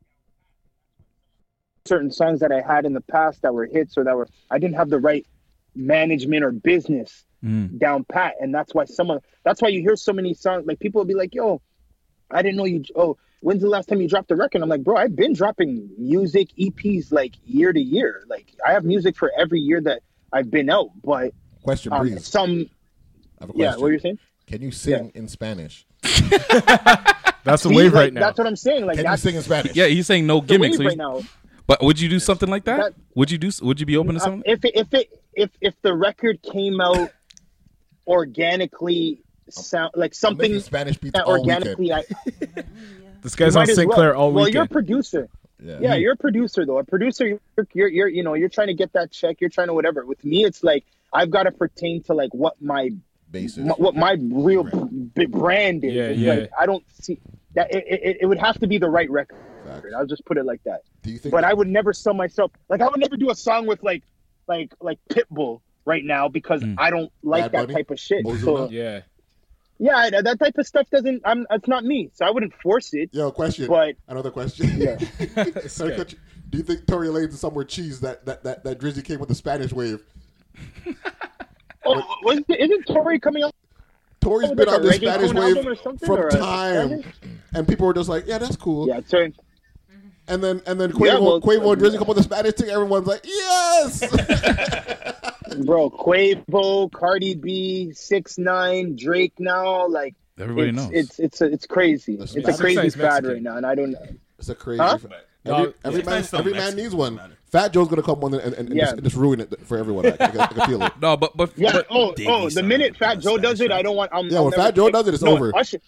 Speaker 15: certain songs that I had in the past that were hits or that were I didn't have the right management or business
Speaker 1: Mm.
Speaker 15: down pat and that's why some of that's why you hear so many songs like people will be like yo i didn't know you oh when's the last time you dropped a record i'm like bro i've been dropping music eps like year to year like i have music for every year that i've been out but
Speaker 2: Question,
Speaker 15: um,
Speaker 2: Breeze.
Speaker 15: some
Speaker 2: I have a
Speaker 15: yeah
Speaker 2: question.
Speaker 15: what were you saying
Speaker 2: Can you sing in
Speaker 1: <laughs>
Speaker 2: Spanish?
Speaker 3: That's the
Speaker 15: See,
Speaker 3: wave
Speaker 15: like,
Speaker 3: right now.
Speaker 15: that's what i'm saying like
Speaker 2: Can you
Speaker 15: that's
Speaker 2: sing in Spanish?
Speaker 1: Yeah, he's saying no
Speaker 15: the
Speaker 1: gimmicks.
Speaker 15: wave
Speaker 1: so
Speaker 15: right
Speaker 1: he's-
Speaker 15: now
Speaker 1: But would you do something like that? Would you do? Would you be open to
Speaker 15: Uh,
Speaker 1: something?
Speaker 15: if it, if it if if the record came out
Speaker 3: <laughs>
Speaker 15: organically sound like something
Speaker 2: making Spanish beats
Speaker 15: that
Speaker 2: all
Speaker 15: organically I,
Speaker 3: This guy's
Speaker 15: you
Speaker 3: on
Speaker 15: might as
Speaker 3: Sinclair
Speaker 15: well.
Speaker 3: all
Speaker 15: Well,
Speaker 3: weekend.
Speaker 15: you're a producer.
Speaker 2: Yeah.
Speaker 15: Yeah. you're a producer though. A producer, you're, you're you're you know you're trying to get that check. You're trying to whatever. With me, it's like I've got to pertain to like what my
Speaker 2: Basis.
Speaker 15: my- what my real b- brand is.
Speaker 2: Yeah,
Speaker 15: It's
Speaker 2: yeah.
Speaker 15: Like, I don't see that. It, it, it would have to be the right record. I'll just put it like that.
Speaker 2: Do you think?
Speaker 15: But I would never sell myself. Like I would never do a song with like like like Pitbull right now because I don't
Speaker 3: Bad
Speaker 15: like that
Speaker 3: Bunny?
Speaker 15: type of shit. So,
Speaker 3: Hmm. Yeah.
Speaker 15: yeah, I, that type of stuff doesn't. I'm. It's not me, so I wouldn't force it.
Speaker 16: Yo, question.
Speaker 15: But
Speaker 16: Another question.
Speaker 15: Yeah.
Speaker 16: <laughs> Sorry, cut you. Do you think Tory Lanez is somewhere cheese that that that, that Drizzy came with the Spanish wave?
Speaker 15: oh, was, isn't Tory coming out?
Speaker 16: Tory's
Speaker 15: with,
Speaker 16: been
Speaker 15: like,
Speaker 16: on
Speaker 15: a
Speaker 16: the
Speaker 15: reggaeton
Speaker 16: Spanish
Speaker 15: album or
Speaker 16: wave
Speaker 15: something, or
Speaker 16: from
Speaker 15: a
Speaker 16: time,
Speaker 15: Spanish?
Speaker 16: and people were just like, "Yeah, that's cool." Yeah,
Speaker 15: turn.
Speaker 16: And then and then Quavo,
Speaker 15: Yeah, well,
Speaker 16: Quavo and
Speaker 15: uh,
Speaker 16: Drizzy come with the Spanish thing. Everyone's like, "Yes."
Speaker 15: Bro, Quavo, Cardi B, Six Nine, Drake. Now, like
Speaker 1: Everybody
Speaker 15: it's,
Speaker 1: knows.
Speaker 15: It's it's a, it's crazy. it's a
Speaker 16: Spanish
Speaker 15: crazy
Speaker 16: guy's
Speaker 15: fad
Speaker 16: Mexican.
Speaker 15: right now, and I don't.
Speaker 16: It's a crazy.
Speaker 15: Huh?
Speaker 16: Every,
Speaker 15: No,
Speaker 16: every
Speaker 15: yeah.
Speaker 16: man,
Speaker 15: It's still
Speaker 16: every man
Speaker 15: Mexican,
Speaker 16: needs one. Fat Joe's gonna come one and, and, and
Speaker 15: Yeah.
Speaker 16: just, and just ruin it for everyone. I, I, can- I can feel it.
Speaker 1: No, but but
Speaker 15: Yeah.
Speaker 1: but-
Speaker 15: oh, oh, the minute Fat Joe does it, I don't want. I'm,
Speaker 16: Yeah,
Speaker 15: I'll
Speaker 16: when
Speaker 15: never
Speaker 16: Fat Joe
Speaker 15: take-
Speaker 16: does it, it's
Speaker 15: no,
Speaker 16: over.
Speaker 15: Usher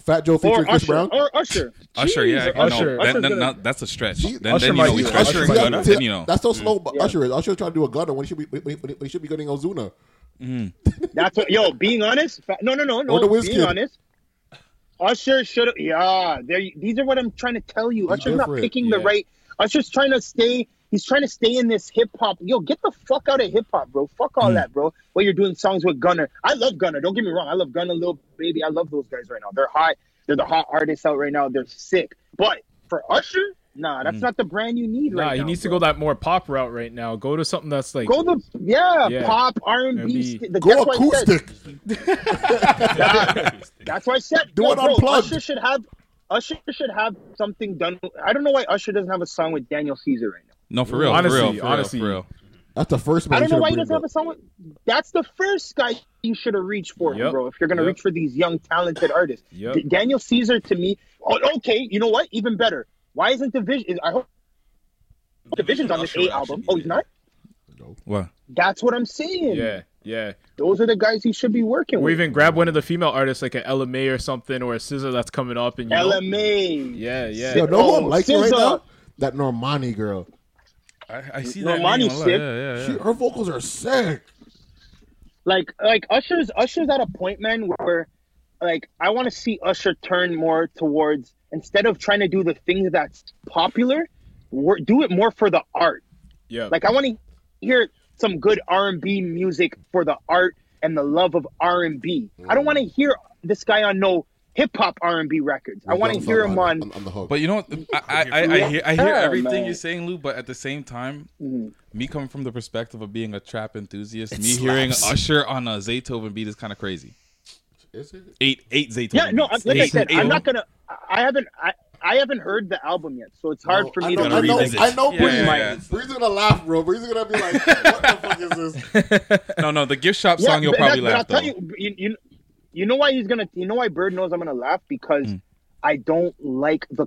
Speaker 16: Fat Joe featuring
Speaker 15: or
Speaker 16: Chris
Speaker 15: Usher
Speaker 16: Brown.
Speaker 15: or Usher.
Speaker 1: Usher, yeah,
Speaker 15: Jeez,
Speaker 1: no,
Speaker 15: Usher.
Speaker 1: that,
Speaker 15: Usher's
Speaker 1: that-
Speaker 15: gonna-
Speaker 1: no, that's a stretch. Then,
Speaker 16: Usher
Speaker 1: then you
Speaker 16: might
Speaker 1: know he's
Speaker 16: do it.
Speaker 1: crazy.
Speaker 16: Usher
Speaker 1: Then,
Speaker 16: might do it.
Speaker 1: you know
Speaker 16: That's so slow. But Usher is. Usher's trying to do a Gunna when he should be when, he- when, he- when he should be getting Ozuna.
Speaker 1: Mm.
Speaker 15: That's what, yo. Being honest, fa- no, no, no, no.
Speaker 16: Or the
Speaker 15: being
Speaker 16: Wizkid.
Speaker 15: honest, Usher should. have Yeah, there. you- These are what I'm trying to tell you. Usher's not
Speaker 16: different,
Speaker 15: picking the
Speaker 16: yeah.
Speaker 15: right. Usher's trying to stay. He's trying to stay in this hip hop. Yo, get the fuck out of hip hop, bro. Fuck
Speaker 16: Hmm.
Speaker 15: all that, bro. Well, you're doing songs with Gunner. I love Gunner. Don't get me wrong. I love Gunner, Lil Baby. I love those guys right now. They're hot. They're the hot artists out right now. They're sick. But for Usher, nah,
Speaker 16: Hmm.
Speaker 15: that's not the brand you need
Speaker 3: Nah,
Speaker 15: right
Speaker 3: he
Speaker 15: now.
Speaker 3: needs to go that more pop route right now. Go to something that's like
Speaker 15: Go the yeah,
Speaker 3: Yeah.
Speaker 15: pop R and
Speaker 3: R&B.
Speaker 15: B.
Speaker 3: Go
Speaker 15: <laughs> That's why I said
Speaker 16: Do
Speaker 15: yo,
Speaker 16: it
Speaker 15: bro,
Speaker 16: unplugged.
Speaker 15: Usher should have Usher should have something done. I don't know why Usher doesn't have a song with Daniel Caesar right now.
Speaker 1: no for real,
Speaker 3: Honestly,
Speaker 1: for real, for
Speaker 3: honestly.
Speaker 1: real, for real.
Speaker 16: That's the first
Speaker 15: I
Speaker 16: man.
Speaker 15: don't know why he
Speaker 16: should've
Speaker 15: doesn't have a song with. That's the first guy you should have reached for,
Speaker 16: Yep.
Speaker 15: bro. If you're gonna
Speaker 16: Yep.
Speaker 15: reach for these young talented artists,
Speaker 16: Yep.
Speaker 15: D- Daniel Caesar to me. Oh, okay, you know what? Even better. Why isn't division? I hope division's on this A album. Oh, he's not.
Speaker 1: What?
Speaker 15: That's what I'm saying.
Speaker 3: yeah, yeah.
Speaker 15: Those are the guys he should be working
Speaker 3: Or
Speaker 15: with.
Speaker 3: even grab one of the female artists like an LMA or something or a Scissor that's coming up and you know-
Speaker 15: LMA.
Speaker 3: Yeah, yeah.
Speaker 16: been- Yo, no one likes her right
Speaker 3: SZA.
Speaker 16: now. That Normani girl.
Speaker 1: I, I see
Speaker 15: that Normani name a lot. shit.
Speaker 1: Yeah, yeah,
Speaker 16: She, her vocals are sick.
Speaker 15: like like Usher's Usher's at a point, man, where like I want to see Usher turn more towards instead of trying to do the things that's popular, wor- do it more for the art.
Speaker 3: Yeah.
Speaker 15: Like I want to hear some good R and B music for the art and the love of R and B. I don't want to hear this guy on no hip hop R and B records. I want to hear him on.
Speaker 1: But you know, what? I, I, I, I hear, I hear
Speaker 15: Yeah,
Speaker 1: everything
Speaker 15: man. Mm-hmm.
Speaker 1: you're saying, Lou. But at the same time, me coming from the perspective of being a trap enthusiast,
Speaker 16: It
Speaker 1: me hearing
Speaker 16: slaps.
Speaker 1: Usher on a Beethoven beat is kind of crazy.
Speaker 16: Is it?
Speaker 1: Eight, eight Zaytoven.
Speaker 15: Yeah, no,
Speaker 1: beats.
Speaker 15: like I
Speaker 1: Eight-
Speaker 15: said,
Speaker 1: eight
Speaker 15: I'm
Speaker 1: of
Speaker 15: not
Speaker 1: them.
Speaker 15: gonna. I- I haven't. I, I haven't heard the album yet, so it's hard for
Speaker 16: I
Speaker 15: me
Speaker 16: know,
Speaker 15: to.
Speaker 16: I know, I know
Speaker 1: Yeah,
Speaker 16: Breeze.
Speaker 1: yeah, yeah.
Speaker 16: Breeze is gonna laugh, bro. Breeze is gonna be like, "What the fuck is this?"
Speaker 1: No, no, the gift shop song you'll
Speaker 15: but-
Speaker 1: probably
Speaker 15: but
Speaker 1: laugh
Speaker 15: I'll
Speaker 1: though.
Speaker 15: tell you, you, you, you know why he's gonna, you know why Bird knows I'm gonna laugh because
Speaker 1: Hmm.
Speaker 15: I don't like the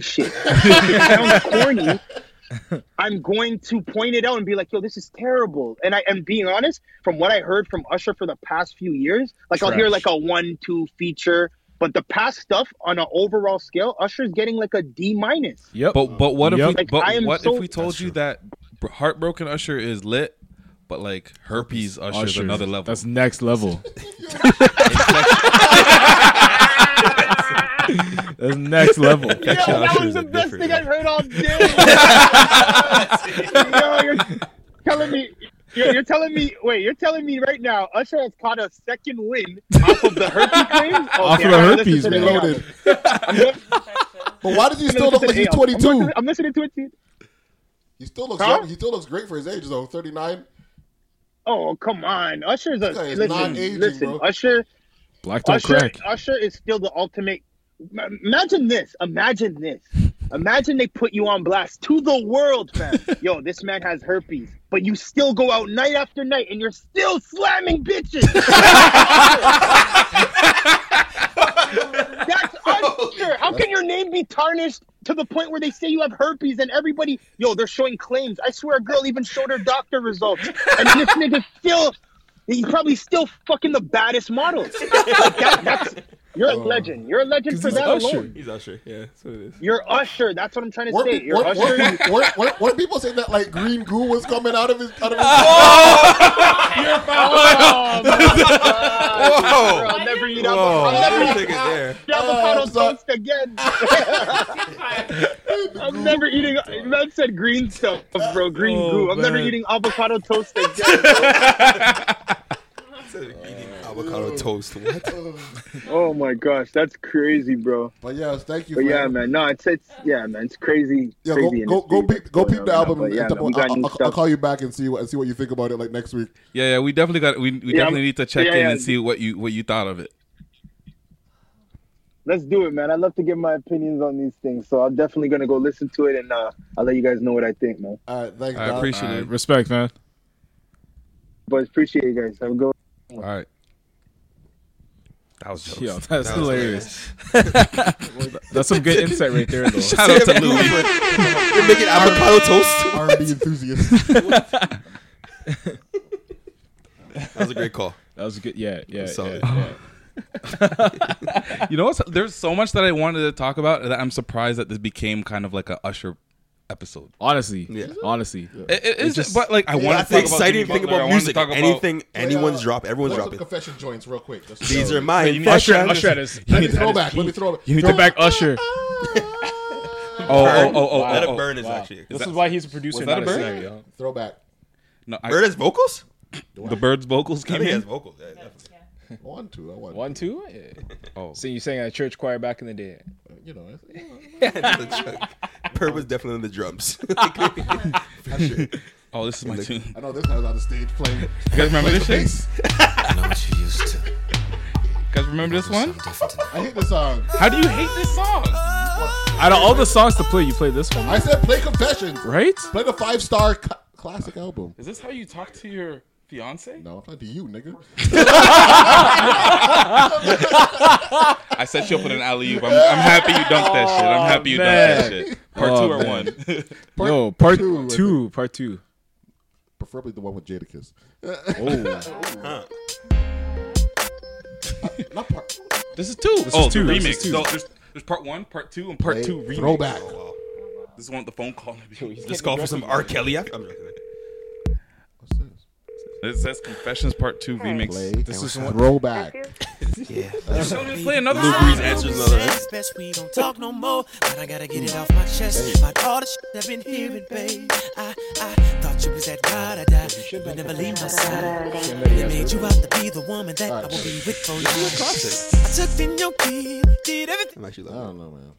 Speaker 1: <laughs>
Speaker 15: shit. if it sounds corny, I'm going to point it out and be like, "Yo, this is terrible." And I am being honest. From what I heard from Usher for the past few years, like I'll hear
Speaker 3: Trash.
Speaker 15: like a one-two feature, but the past stuff on an overall scale, Usher's getting like a D minus.
Speaker 1: Yep. But but what
Speaker 3: Yep.
Speaker 1: if we,
Speaker 15: Like,
Speaker 1: but
Speaker 15: I am
Speaker 1: what
Speaker 15: so-
Speaker 1: if we told you that Br- heartbroken Usher is lit, but like herpes Usher is
Speaker 3: Usher.
Speaker 1: another level.
Speaker 3: That's next level. That's next level.
Speaker 15: Yo, that was the <laughs> best thing I've heard all
Speaker 16: <laughs>
Speaker 15: day. Yo, you're telling me. You're, you're telling me. Wait, you're telling me right now. Usher has caught a second win off of the
Speaker 16: <laughs>
Speaker 15: herpes claim. Okay,
Speaker 3: Off of the
Speaker 15: I'm
Speaker 3: herpes,
Speaker 15: gonna Oh, listen to the
Speaker 3: man.
Speaker 15: album.
Speaker 3: Loaded.
Speaker 16: But why does he
Speaker 15: I'm
Speaker 16: still look like
Speaker 15: gonna listen to
Speaker 16: he's
Speaker 15: the album.
Speaker 16: 22?
Speaker 15: I'm listening, I'm listening to it. dude.
Speaker 16: He still looks
Speaker 15: Huh?
Speaker 16: young. He still looks great for his age, though. 39.
Speaker 15: Oh come on, Usher's a
Speaker 16: This guy is
Speaker 15: listen.
Speaker 16: not aging,
Speaker 15: listen,
Speaker 16: bro.
Speaker 15: Usher.
Speaker 3: Black don't
Speaker 15: Usher,
Speaker 3: crack.
Speaker 15: Usher is still the ultimate. m- Imagine this. Imagine this. Imagine they put you on blast to the world,
Speaker 4: <laughs>
Speaker 15: fam. Yo, this man has herpes, but you still go out night after night and you're still slamming bitches.
Speaker 4: <laughs>
Speaker 15: That's Usher. How can your name be tarnished to the point where they say you have herpes and everybody, yo, they're showing claims. I swear a girl even showed her doctor results. And
Speaker 4: <laughs>
Speaker 15: this nigga still, he's probably still fucking the baddest model. Like, that- that's, you're a legend. You're a legend for that alone.
Speaker 4: He's Usher. Yeah, that's what it is.
Speaker 15: You're Usher. That's what I'm trying to
Speaker 16: Weren't,
Speaker 15: say.
Speaker 16: pe-
Speaker 15: You're
Speaker 16: weren't,
Speaker 15: <laughs> Usher.
Speaker 16: <laughs> weren't- weren't- weren't- weren't people saying that like green goo was coming out of his? Out of his
Speaker 15: Oh, my God.
Speaker 16: <laughs>
Speaker 15: <laughs>
Speaker 16: Whoa.
Speaker 15: Girl, never eat
Speaker 4: Whoa.
Speaker 15: avocado. I'll never
Speaker 4: Take
Speaker 15: eat
Speaker 4: it there. Uh,
Speaker 15: the <laughs> avocado toast again. <laughs> I'm never eating. Man said green stuff, bro. Green
Speaker 4: Oh,
Speaker 15: goo. I'm never
Speaker 4: man.
Speaker 15: eating avocado toast again. bro.
Speaker 4: <laughs> Avocado toast. What?
Speaker 15: <laughs> oh my gosh, that's crazy, bro.
Speaker 17: But yeah, thank you.
Speaker 15: But
Speaker 17: for-
Speaker 15: yeah, man. No, it's it's yeah, man. It's crazy.
Speaker 2: Yeah, go
Speaker 15: crazy
Speaker 2: go go peep, go peep the album.
Speaker 15: But yeah,
Speaker 2: at the
Speaker 15: man, we
Speaker 2: point-
Speaker 15: got
Speaker 2: I'll,
Speaker 15: new
Speaker 2: I'll, I'll
Speaker 15: stuff.
Speaker 2: call you back and see what and see what you think about it like next week.
Speaker 1: Yeah, yeah, we definitely got we, we
Speaker 15: Yeah,
Speaker 1: definitely
Speaker 15: I'm-
Speaker 1: need to check
Speaker 15: yeah,
Speaker 1: in
Speaker 15: yeah.
Speaker 1: and see what you what you thought of it.
Speaker 15: Let's do it, man. I love to get my opinions on these things, so I'm definitely gonna go listen to it, and uh, I'll let you guys know what I think, man.
Speaker 17: All right, thanks.
Speaker 1: I Doc. appreciate it.
Speaker 3: Respect, man.
Speaker 15: But appreciate you guys. Have a good. one.
Speaker 1: All right. That was jokes.
Speaker 3: Yo, that's
Speaker 1: That was
Speaker 3: hilarious.
Speaker 1: hilarious.
Speaker 3: that's some good insight right there, though.
Speaker 1: Shout out to Louis.
Speaker 4: You're making avocado toast.
Speaker 2: R&B
Speaker 3: <laughs>
Speaker 2: enthusiast.
Speaker 4: That was a great
Speaker 1: <laughs>
Speaker 4: call.
Speaker 3: That was good. Yeah, yeah,
Speaker 4: Solid.
Speaker 3: yeah, yeah.
Speaker 1: <laughs> you know what's there's so much that I wanted to talk about that I'm surprised that this became kind of like a Usher episode.
Speaker 3: Honestly.
Speaker 1: Yeah.
Speaker 3: Honestly.
Speaker 1: It, it is
Speaker 3: It's just-
Speaker 1: but like I
Speaker 3: Yeah,
Speaker 1: want
Speaker 3: that's
Speaker 1: to talk
Speaker 3: the
Speaker 1: about
Speaker 3: exciting
Speaker 1: Jimmy
Speaker 3: thing
Speaker 1: Butler,
Speaker 3: about
Speaker 1: I wanna
Speaker 3: music.
Speaker 1: talk about- uh,
Speaker 4: Anything, anyone's drop, everyone's
Speaker 2: Play some
Speaker 4: dropping.
Speaker 2: confession joints real quick. Let's
Speaker 4: These
Speaker 2: go.
Speaker 4: are mine.
Speaker 2: Wait, you need
Speaker 4: Fuck
Speaker 2: Usher-
Speaker 4: them.
Speaker 2: Usher at
Speaker 3: <laughs>
Speaker 2: his- Let me throw back, let me throw back.
Speaker 3: You need to
Speaker 2: Throw-
Speaker 3: back <laughs>
Speaker 2: <laughs>
Speaker 3: Usher.
Speaker 1: Oh, oh, oh, oh,
Speaker 4: Let
Speaker 1: oh,
Speaker 4: it burn is
Speaker 1: wow.
Speaker 4: actually.
Speaker 3: This is why he's a producer,
Speaker 1: Was that
Speaker 3: not
Speaker 1: a
Speaker 3: a
Speaker 1: bird?
Speaker 3: singer, yo.
Speaker 2: Throwback.
Speaker 1: No,
Speaker 4: Bird has vocals?
Speaker 1: The bird's vocals
Speaker 4: I
Speaker 1: came
Speaker 4: think he
Speaker 1: in.
Speaker 4: has vocals. yeah, definitely.
Speaker 2: One, two, I want.
Speaker 3: One, two?
Speaker 1: Oh.
Speaker 3: So you sang at a church choir back in the day.
Speaker 2: You know, it's- Uh,
Speaker 4: <laughs> Bird was definitely on the
Speaker 3: <laughs>
Speaker 4: drums. <laughs>
Speaker 1: Oh, this is my tune.
Speaker 2: I know this guy's on the stage playing. You
Speaker 1: You guys remember this shit?
Speaker 2: I
Speaker 1: know what you used to. You guys remember this one?
Speaker 2: hate this song.
Speaker 1: How do you hate this song?
Speaker 3: Out of all the songs to play, you play this one.
Speaker 2: I said play confessions.
Speaker 3: Right?
Speaker 2: Play the five star cl- classic album.
Speaker 1: Is this how you talk to your fiance?
Speaker 2: No, I'm talking to you, nigga.
Speaker 1: I set you up with an alley oop. I'm, I'm happy you dunked that shit. I'm happy you dunked that
Speaker 3: man.
Speaker 1: shit. Part
Speaker 3: Oh,
Speaker 1: two or
Speaker 3: man.
Speaker 1: one?
Speaker 2: <laughs> Part
Speaker 3: no, part
Speaker 2: two,
Speaker 3: two,
Speaker 2: I
Speaker 3: part two.
Speaker 2: Preferably the one with Jadakiss. <laughs>
Speaker 4: <laughs>
Speaker 1: Oh.
Speaker 2: Not part.
Speaker 1: This is two.
Speaker 3: This
Speaker 1: oh,
Speaker 3: is two.
Speaker 1: the
Speaker 3: This
Speaker 1: remix.
Speaker 3: is two.
Speaker 1: No, there's, there's part one, part two, and part
Speaker 2: Play
Speaker 1: two remix.
Speaker 2: throwback.
Speaker 4: Oh,
Speaker 1: This is one with the phone call.
Speaker 4: This call for some R. Kelly. I'm joking.
Speaker 1: It says Confessions Part Two remix.
Speaker 2: This is throwback.
Speaker 1: <laughs> yeah.
Speaker 6: play another
Speaker 1: Lou
Speaker 6: song.
Speaker 1: Reed's answers another.
Speaker 6: It's best we don't talk no more, but I gotta get it off my chest. About all the shit I've been hearing, babe. I, I thought you was that ride or die. You would never leave my side. They made you out to be the woman that I will be with for life. I took in your key, did everything.
Speaker 4: I'm actually
Speaker 2: I don't know, man.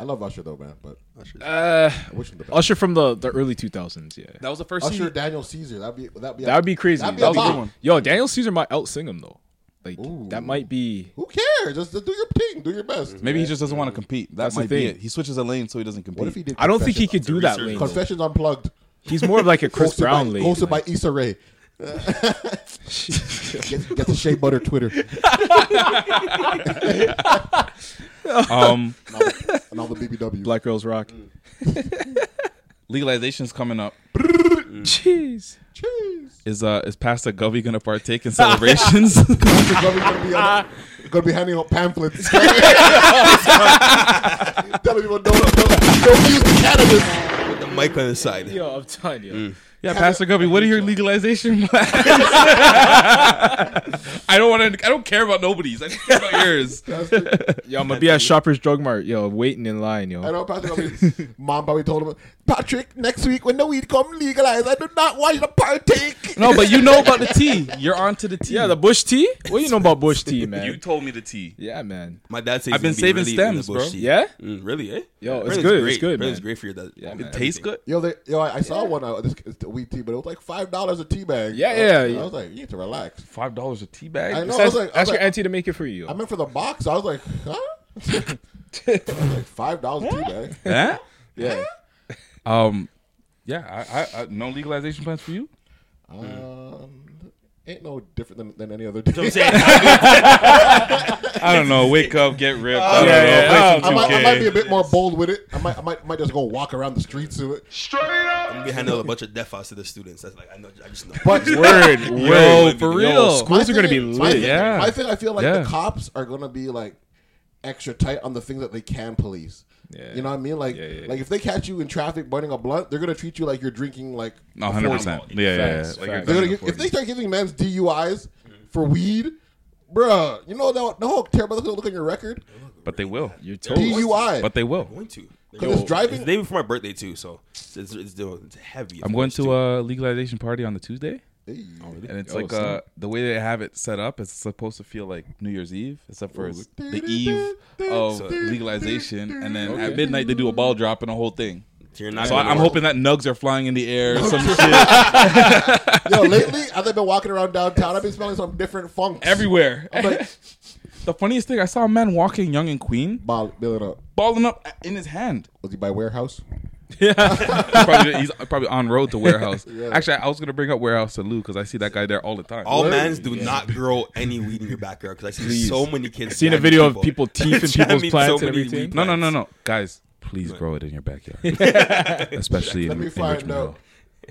Speaker 2: I love Usher though, man. But
Speaker 3: Uh,
Speaker 2: I wish him the best.
Speaker 3: Usher from the, the early 2000s, yeah.
Speaker 1: That was the
Speaker 2: Usher, Daniel Caesar. That'd be that'd be
Speaker 3: That would be crazy.
Speaker 2: That'd be
Speaker 3: that
Speaker 2: a
Speaker 3: would be a
Speaker 2: bop.
Speaker 3: good one. Yo, Daniel Caesar might outsing him, though. Like, that might be.
Speaker 2: Who cares? Just, just do your thing. Do your best.
Speaker 1: Maybe he just doesn't want to compete. That
Speaker 3: That's the
Speaker 1: might be
Speaker 3: thing.
Speaker 1: it. He switches a lane so he doesn't compete.
Speaker 2: What if he did?
Speaker 3: I don't think he
Speaker 2: Confessions-
Speaker 3: could do that lane, though.
Speaker 2: Confessions unplugged.
Speaker 3: He's more of like a Chris
Speaker 2: Hosted
Speaker 3: Brown
Speaker 2: by,
Speaker 3: lane.
Speaker 2: hosted
Speaker 3: like-
Speaker 2: by Issa Rae. get, get the Shea Butter Twitter.
Speaker 1: Um,
Speaker 2: and all the- and all the BBW.
Speaker 3: Black Girls Rock.
Speaker 1: Mm. Legalization's coming up.
Speaker 3: <laughs> Jeez.
Speaker 1: Is uh is Pastor Govey gonna partake <laughs> in celebrations?
Speaker 2: We're gonna be, on, gonna be handing
Speaker 3: <laughs>
Speaker 2: out pamphlets. Telling people don't, don't, don't use cannabis.
Speaker 4: With the mic on the side.
Speaker 3: Yo, I'm telling you.
Speaker 1: yeah, Pastor Govey, what are your legalization plans?
Speaker 3: <laughs>
Speaker 1: I don't want to. I don't care about nobody's. I just care about yours. <laughs>
Speaker 3: Yo, I'm gonna be at Shoppers Drug Mart, yo, waiting in line, yo.
Speaker 2: I know Patrick. Probably, <laughs> Mom probably told him, Patrick, next week when the weed come legalized, I do not want you to partake.
Speaker 3: <laughs>
Speaker 1: No, but you know
Speaker 2: <laughs>
Speaker 1: about the tea. You're on to the tea.
Speaker 3: Yeah, the Bush tea? What do you know about Bush tea,
Speaker 1: <laughs> You
Speaker 3: man?
Speaker 1: told me the tea.
Speaker 3: Yeah, man.
Speaker 4: My dad says
Speaker 1: I've been
Speaker 4: he's
Speaker 1: saving
Speaker 4: really
Speaker 1: stems,
Speaker 4: in the bush
Speaker 1: bro.
Speaker 4: tea.
Speaker 3: Yeah?
Speaker 4: Mm, really? Eh?
Speaker 3: Yo,
Speaker 4: Apparently
Speaker 3: it's good, it's
Speaker 4: Great.
Speaker 3: good,
Speaker 4: Apparently It's
Speaker 3: man.
Speaker 4: great for your dad.
Speaker 3: Yeah,
Speaker 1: It
Speaker 3: man.
Speaker 1: tastes good.
Speaker 2: Yo, they, yo, I, I saw one. Uh, this it's the weed tea, but it was like five dollars a tea bag.
Speaker 3: Yeah,
Speaker 2: I was,
Speaker 3: yeah,
Speaker 2: I
Speaker 3: yeah.
Speaker 2: was like, you need to relax.
Speaker 1: Five dollars a tea bag.
Speaker 2: I know.
Speaker 3: Just
Speaker 2: I
Speaker 3: ask,
Speaker 2: was like, I, was
Speaker 3: ask
Speaker 2: like,
Speaker 3: your auntie to make it for you.
Speaker 2: I
Speaker 3: Yo.
Speaker 2: meant for the box. I was like, huh? <laughs> I was like five dollars a tea bag. <laughs>
Speaker 1: Huh?
Speaker 3: <laughs> Yeah.
Speaker 1: <laughs> Um, yeah. I, I, I no legalization plans for you.
Speaker 2: Um, ain't no different than, than any other day. <laughs>
Speaker 1: I don't know. Wake up, get
Speaker 2: Oh,
Speaker 1: ripped. I don't
Speaker 3: Yeah,
Speaker 1: know.
Speaker 3: yeah,
Speaker 1: play
Speaker 3: um,
Speaker 1: some
Speaker 2: I might, I
Speaker 1: 2K.
Speaker 2: might be a bit more bold with it. I might, I might, might just go walk around the streets to it.
Speaker 4: I'm gonna handle a bunch of defos to the students. That's like I know. I just know. <laughs>
Speaker 2: <laughs> But
Speaker 3: Word,
Speaker 1: Yo,
Speaker 3: word.
Speaker 1: for
Speaker 3: Yo,
Speaker 1: real.
Speaker 2: My
Speaker 3: schools are gonna be
Speaker 2: thing- My
Speaker 3: lit.
Speaker 2: thing,
Speaker 1: Yeah.
Speaker 2: my thing, I feel like
Speaker 1: Yeah.
Speaker 2: the cops are gonna be like extra tight on the things that they can police.
Speaker 3: Yeah.
Speaker 2: You know what I mean? Like, like if they catch you in traffic burning a blunt, they're gonna treat you like you're drinking like
Speaker 1: No,
Speaker 2: a
Speaker 1: 100.
Speaker 2: 40.
Speaker 1: percent Yeah, yeah, yeah.
Speaker 3: Facts,
Speaker 1: Like you're
Speaker 3: facts.
Speaker 1: done
Speaker 2: They're gonna
Speaker 1: in the
Speaker 2: get, if
Speaker 1: 40s.
Speaker 2: they start giving men's DUIs for weed, Bruh, you know that the whole terrible look, look on
Speaker 3: <laughs>
Speaker 2: your record?
Speaker 1: But they will. You're
Speaker 2: toast. DUI.
Speaker 1: But they will.
Speaker 4: I'm going to.
Speaker 2: Because it's driving.
Speaker 4: It's the day before my birthday too, so it's, it's, it's, it's heavy.
Speaker 1: I'm going to a legalization party on the Tuesday.
Speaker 4: Oh, really?
Speaker 1: And it's
Speaker 4: Oh,
Speaker 1: like uh,
Speaker 4: snap.
Speaker 1: the way they have it set up, it's supposed to feel like New Year's Eve, except for it's the eve of legalization. And then at
Speaker 4: Okay.
Speaker 1: midnight, they do a ball drop and a whole thing.
Speaker 4: So you're not
Speaker 1: so
Speaker 4: gonna
Speaker 1: I'm
Speaker 4: work.
Speaker 1: hoping that nugs are flying in the air or some shit. <laughs>
Speaker 2: Yo, lately, as I've been walking around downtown, I've been smelling some different funks.
Speaker 1: Everywhere.
Speaker 2: I'm like,
Speaker 1: The funniest thing, I saw a man walking young and queen.
Speaker 2: Ball, bill it up.
Speaker 1: Balling up in his hand.
Speaker 2: Was he by warehouse?
Speaker 1: Yeah. <laughs> probably, <laughs> he's probably on road to
Speaker 2: <laughs>
Speaker 1: warehouse.
Speaker 4: Yeah.
Speaker 1: Actually, I was going to bring up warehouse to Lou because I see that guy there all the time.
Speaker 4: All mans do not grow any weed in your backyard because I see
Speaker 1: Please.
Speaker 4: so many kids.
Speaker 1: Seen a
Speaker 4: jamming
Speaker 1: video
Speaker 4: <laughs>
Speaker 1: of people teeth in
Speaker 4: Jamming
Speaker 1: people's plants
Speaker 4: so
Speaker 1: and
Speaker 4: many
Speaker 1: everything.
Speaker 4: weed
Speaker 1: No, no, no,
Speaker 4: plants.
Speaker 1: no. Guys, please grow it in your backyard.
Speaker 2: <laughs>
Speaker 1: <laughs> Especially in-
Speaker 2: Let me
Speaker 1: in
Speaker 2: find
Speaker 1: Richmond Hill.
Speaker 2: out.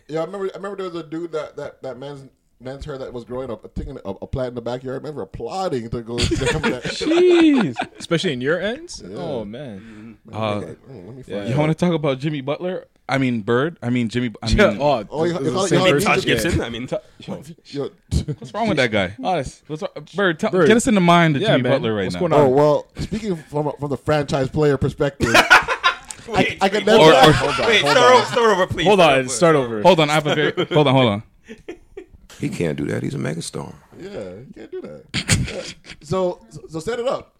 Speaker 2: Yeah, I remember. I remember there was a dude that that that man's man's hair that was growing up, thinking a, a plant in the backyard. I remember applauding to go.
Speaker 1: <laughs>
Speaker 2: Damn that.
Speaker 3: Jeez. Especially in your ends? Oh, man.
Speaker 1: Uh,
Speaker 2: let me
Speaker 1: you want to talk about Jimmy Butler? I mean Bird. I mean Jimmy. I mean,
Speaker 3: Yeah, <laughs> oh, Oh, you- this you is the call- same you call- person.
Speaker 4: Todd
Speaker 1: <laughs>
Speaker 4: Gibson. I mean,
Speaker 1: what's wrong with that guy? Honest, what's wrong- Bird, tell,
Speaker 2: Bird.
Speaker 1: Get us in the mind of
Speaker 2: Yeah,
Speaker 1: Jimmy
Speaker 2: man.
Speaker 1: Butler right
Speaker 2: What's
Speaker 1: now.
Speaker 2: going on? Oh <laughs> well, speaking from from the franchise
Speaker 1: <laughs>
Speaker 2: player perspective, I, I could never.
Speaker 1: Or- or-
Speaker 2: hold on,
Speaker 1: Wait, start
Speaker 2: hold on.
Speaker 1: over, start over, please. Hold on, start over. Hold on, I have a <laughs> very- hold on, hold on.
Speaker 18: He can't do that. He's a megastar.
Speaker 2: Yeah, you can't do that. Yeah. So so set it up.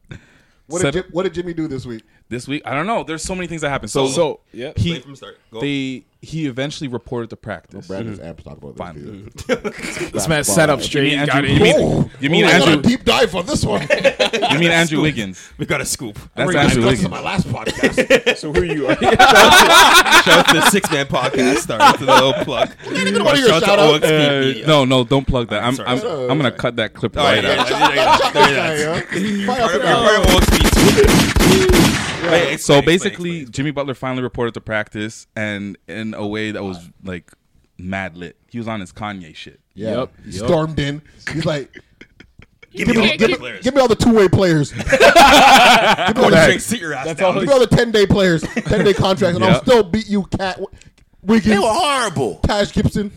Speaker 2: What
Speaker 1: Set
Speaker 2: did Jim, what did Jimmy do this week?
Speaker 1: This week, I don't know. There's so many things that happened. So,
Speaker 2: So-
Speaker 1: so
Speaker 2: Yeah.
Speaker 1: he
Speaker 2: Play from the start. Go.
Speaker 1: they he eventually reported to practice.
Speaker 2: Brandon's abs talk about this
Speaker 1: Finally. <laughs>
Speaker 3: This man set up straight
Speaker 1: You mean
Speaker 3: and
Speaker 1: Andrew?
Speaker 3: got in.
Speaker 1: You mean,
Speaker 3: Whoa.
Speaker 1: you mean
Speaker 3: Oh, I got a
Speaker 1: Andrew?
Speaker 3: deep dive on this
Speaker 1: <laughs>
Speaker 3: one.
Speaker 1: you mean Andrew
Speaker 2: <laughs>
Speaker 3: Scoop.
Speaker 1: Wiggins?
Speaker 4: We got a scoop.
Speaker 1: That's
Speaker 4: Already
Speaker 1: Andrew
Speaker 4: discussed
Speaker 1: Wiggins.
Speaker 4: in my last
Speaker 3: podcast. so
Speaker 6: <laughs>
Speaker 3: who you are?
Speaker 4: Shout out to the Six Man Podcast. Start with a little plug.
Speaker 2: <laughs>
Speaker 4: Shout out to OXP
Speaker 1: <laughs>
Speaker 4: Media.
Speaker 1: Uh, no, no, don't plug that. I'm
Speaker 4: sorry.
Speaker 1: I'm,
Speaker 4: Sorry.
Speaker 1: I'm gonna cut that clip
Speaker 4: All
Speaker 1: right
Speaker 4: right,
Speaker 1: out.
Speaker 4: Oh, yeah, yeah, yeah,
Speaker 2: uh,
Speaker 4: yeah, yeah, yeah. Fire up the Yeah. Wait, explain,
Speaker 1: so
Speaker 4: explain,
Speaker 1: basically, Jimmy Butler finally reported to practice, and in a way that was like mad lit. He was on his Kanye shit.
Speaker 2: Yeah, he stormed in. He's like,
Speaker 1: me all the
Speaker 2: give,
Speaker 1: good
Speaker 2: give me all the two way players. give me all
Speaker 1: Go
Speaker 2: the,
Speaker 1: drink, sit your ass That's down. all
Speaker 2: Give
Speaker 1: he-
Speaker 2: me all the ten day players, ten day contracts, and
Speaker 1: Yeah.
Speaker 2: I'll still beat you, Cat. Wiggins. They were horrible. Taj Gibson,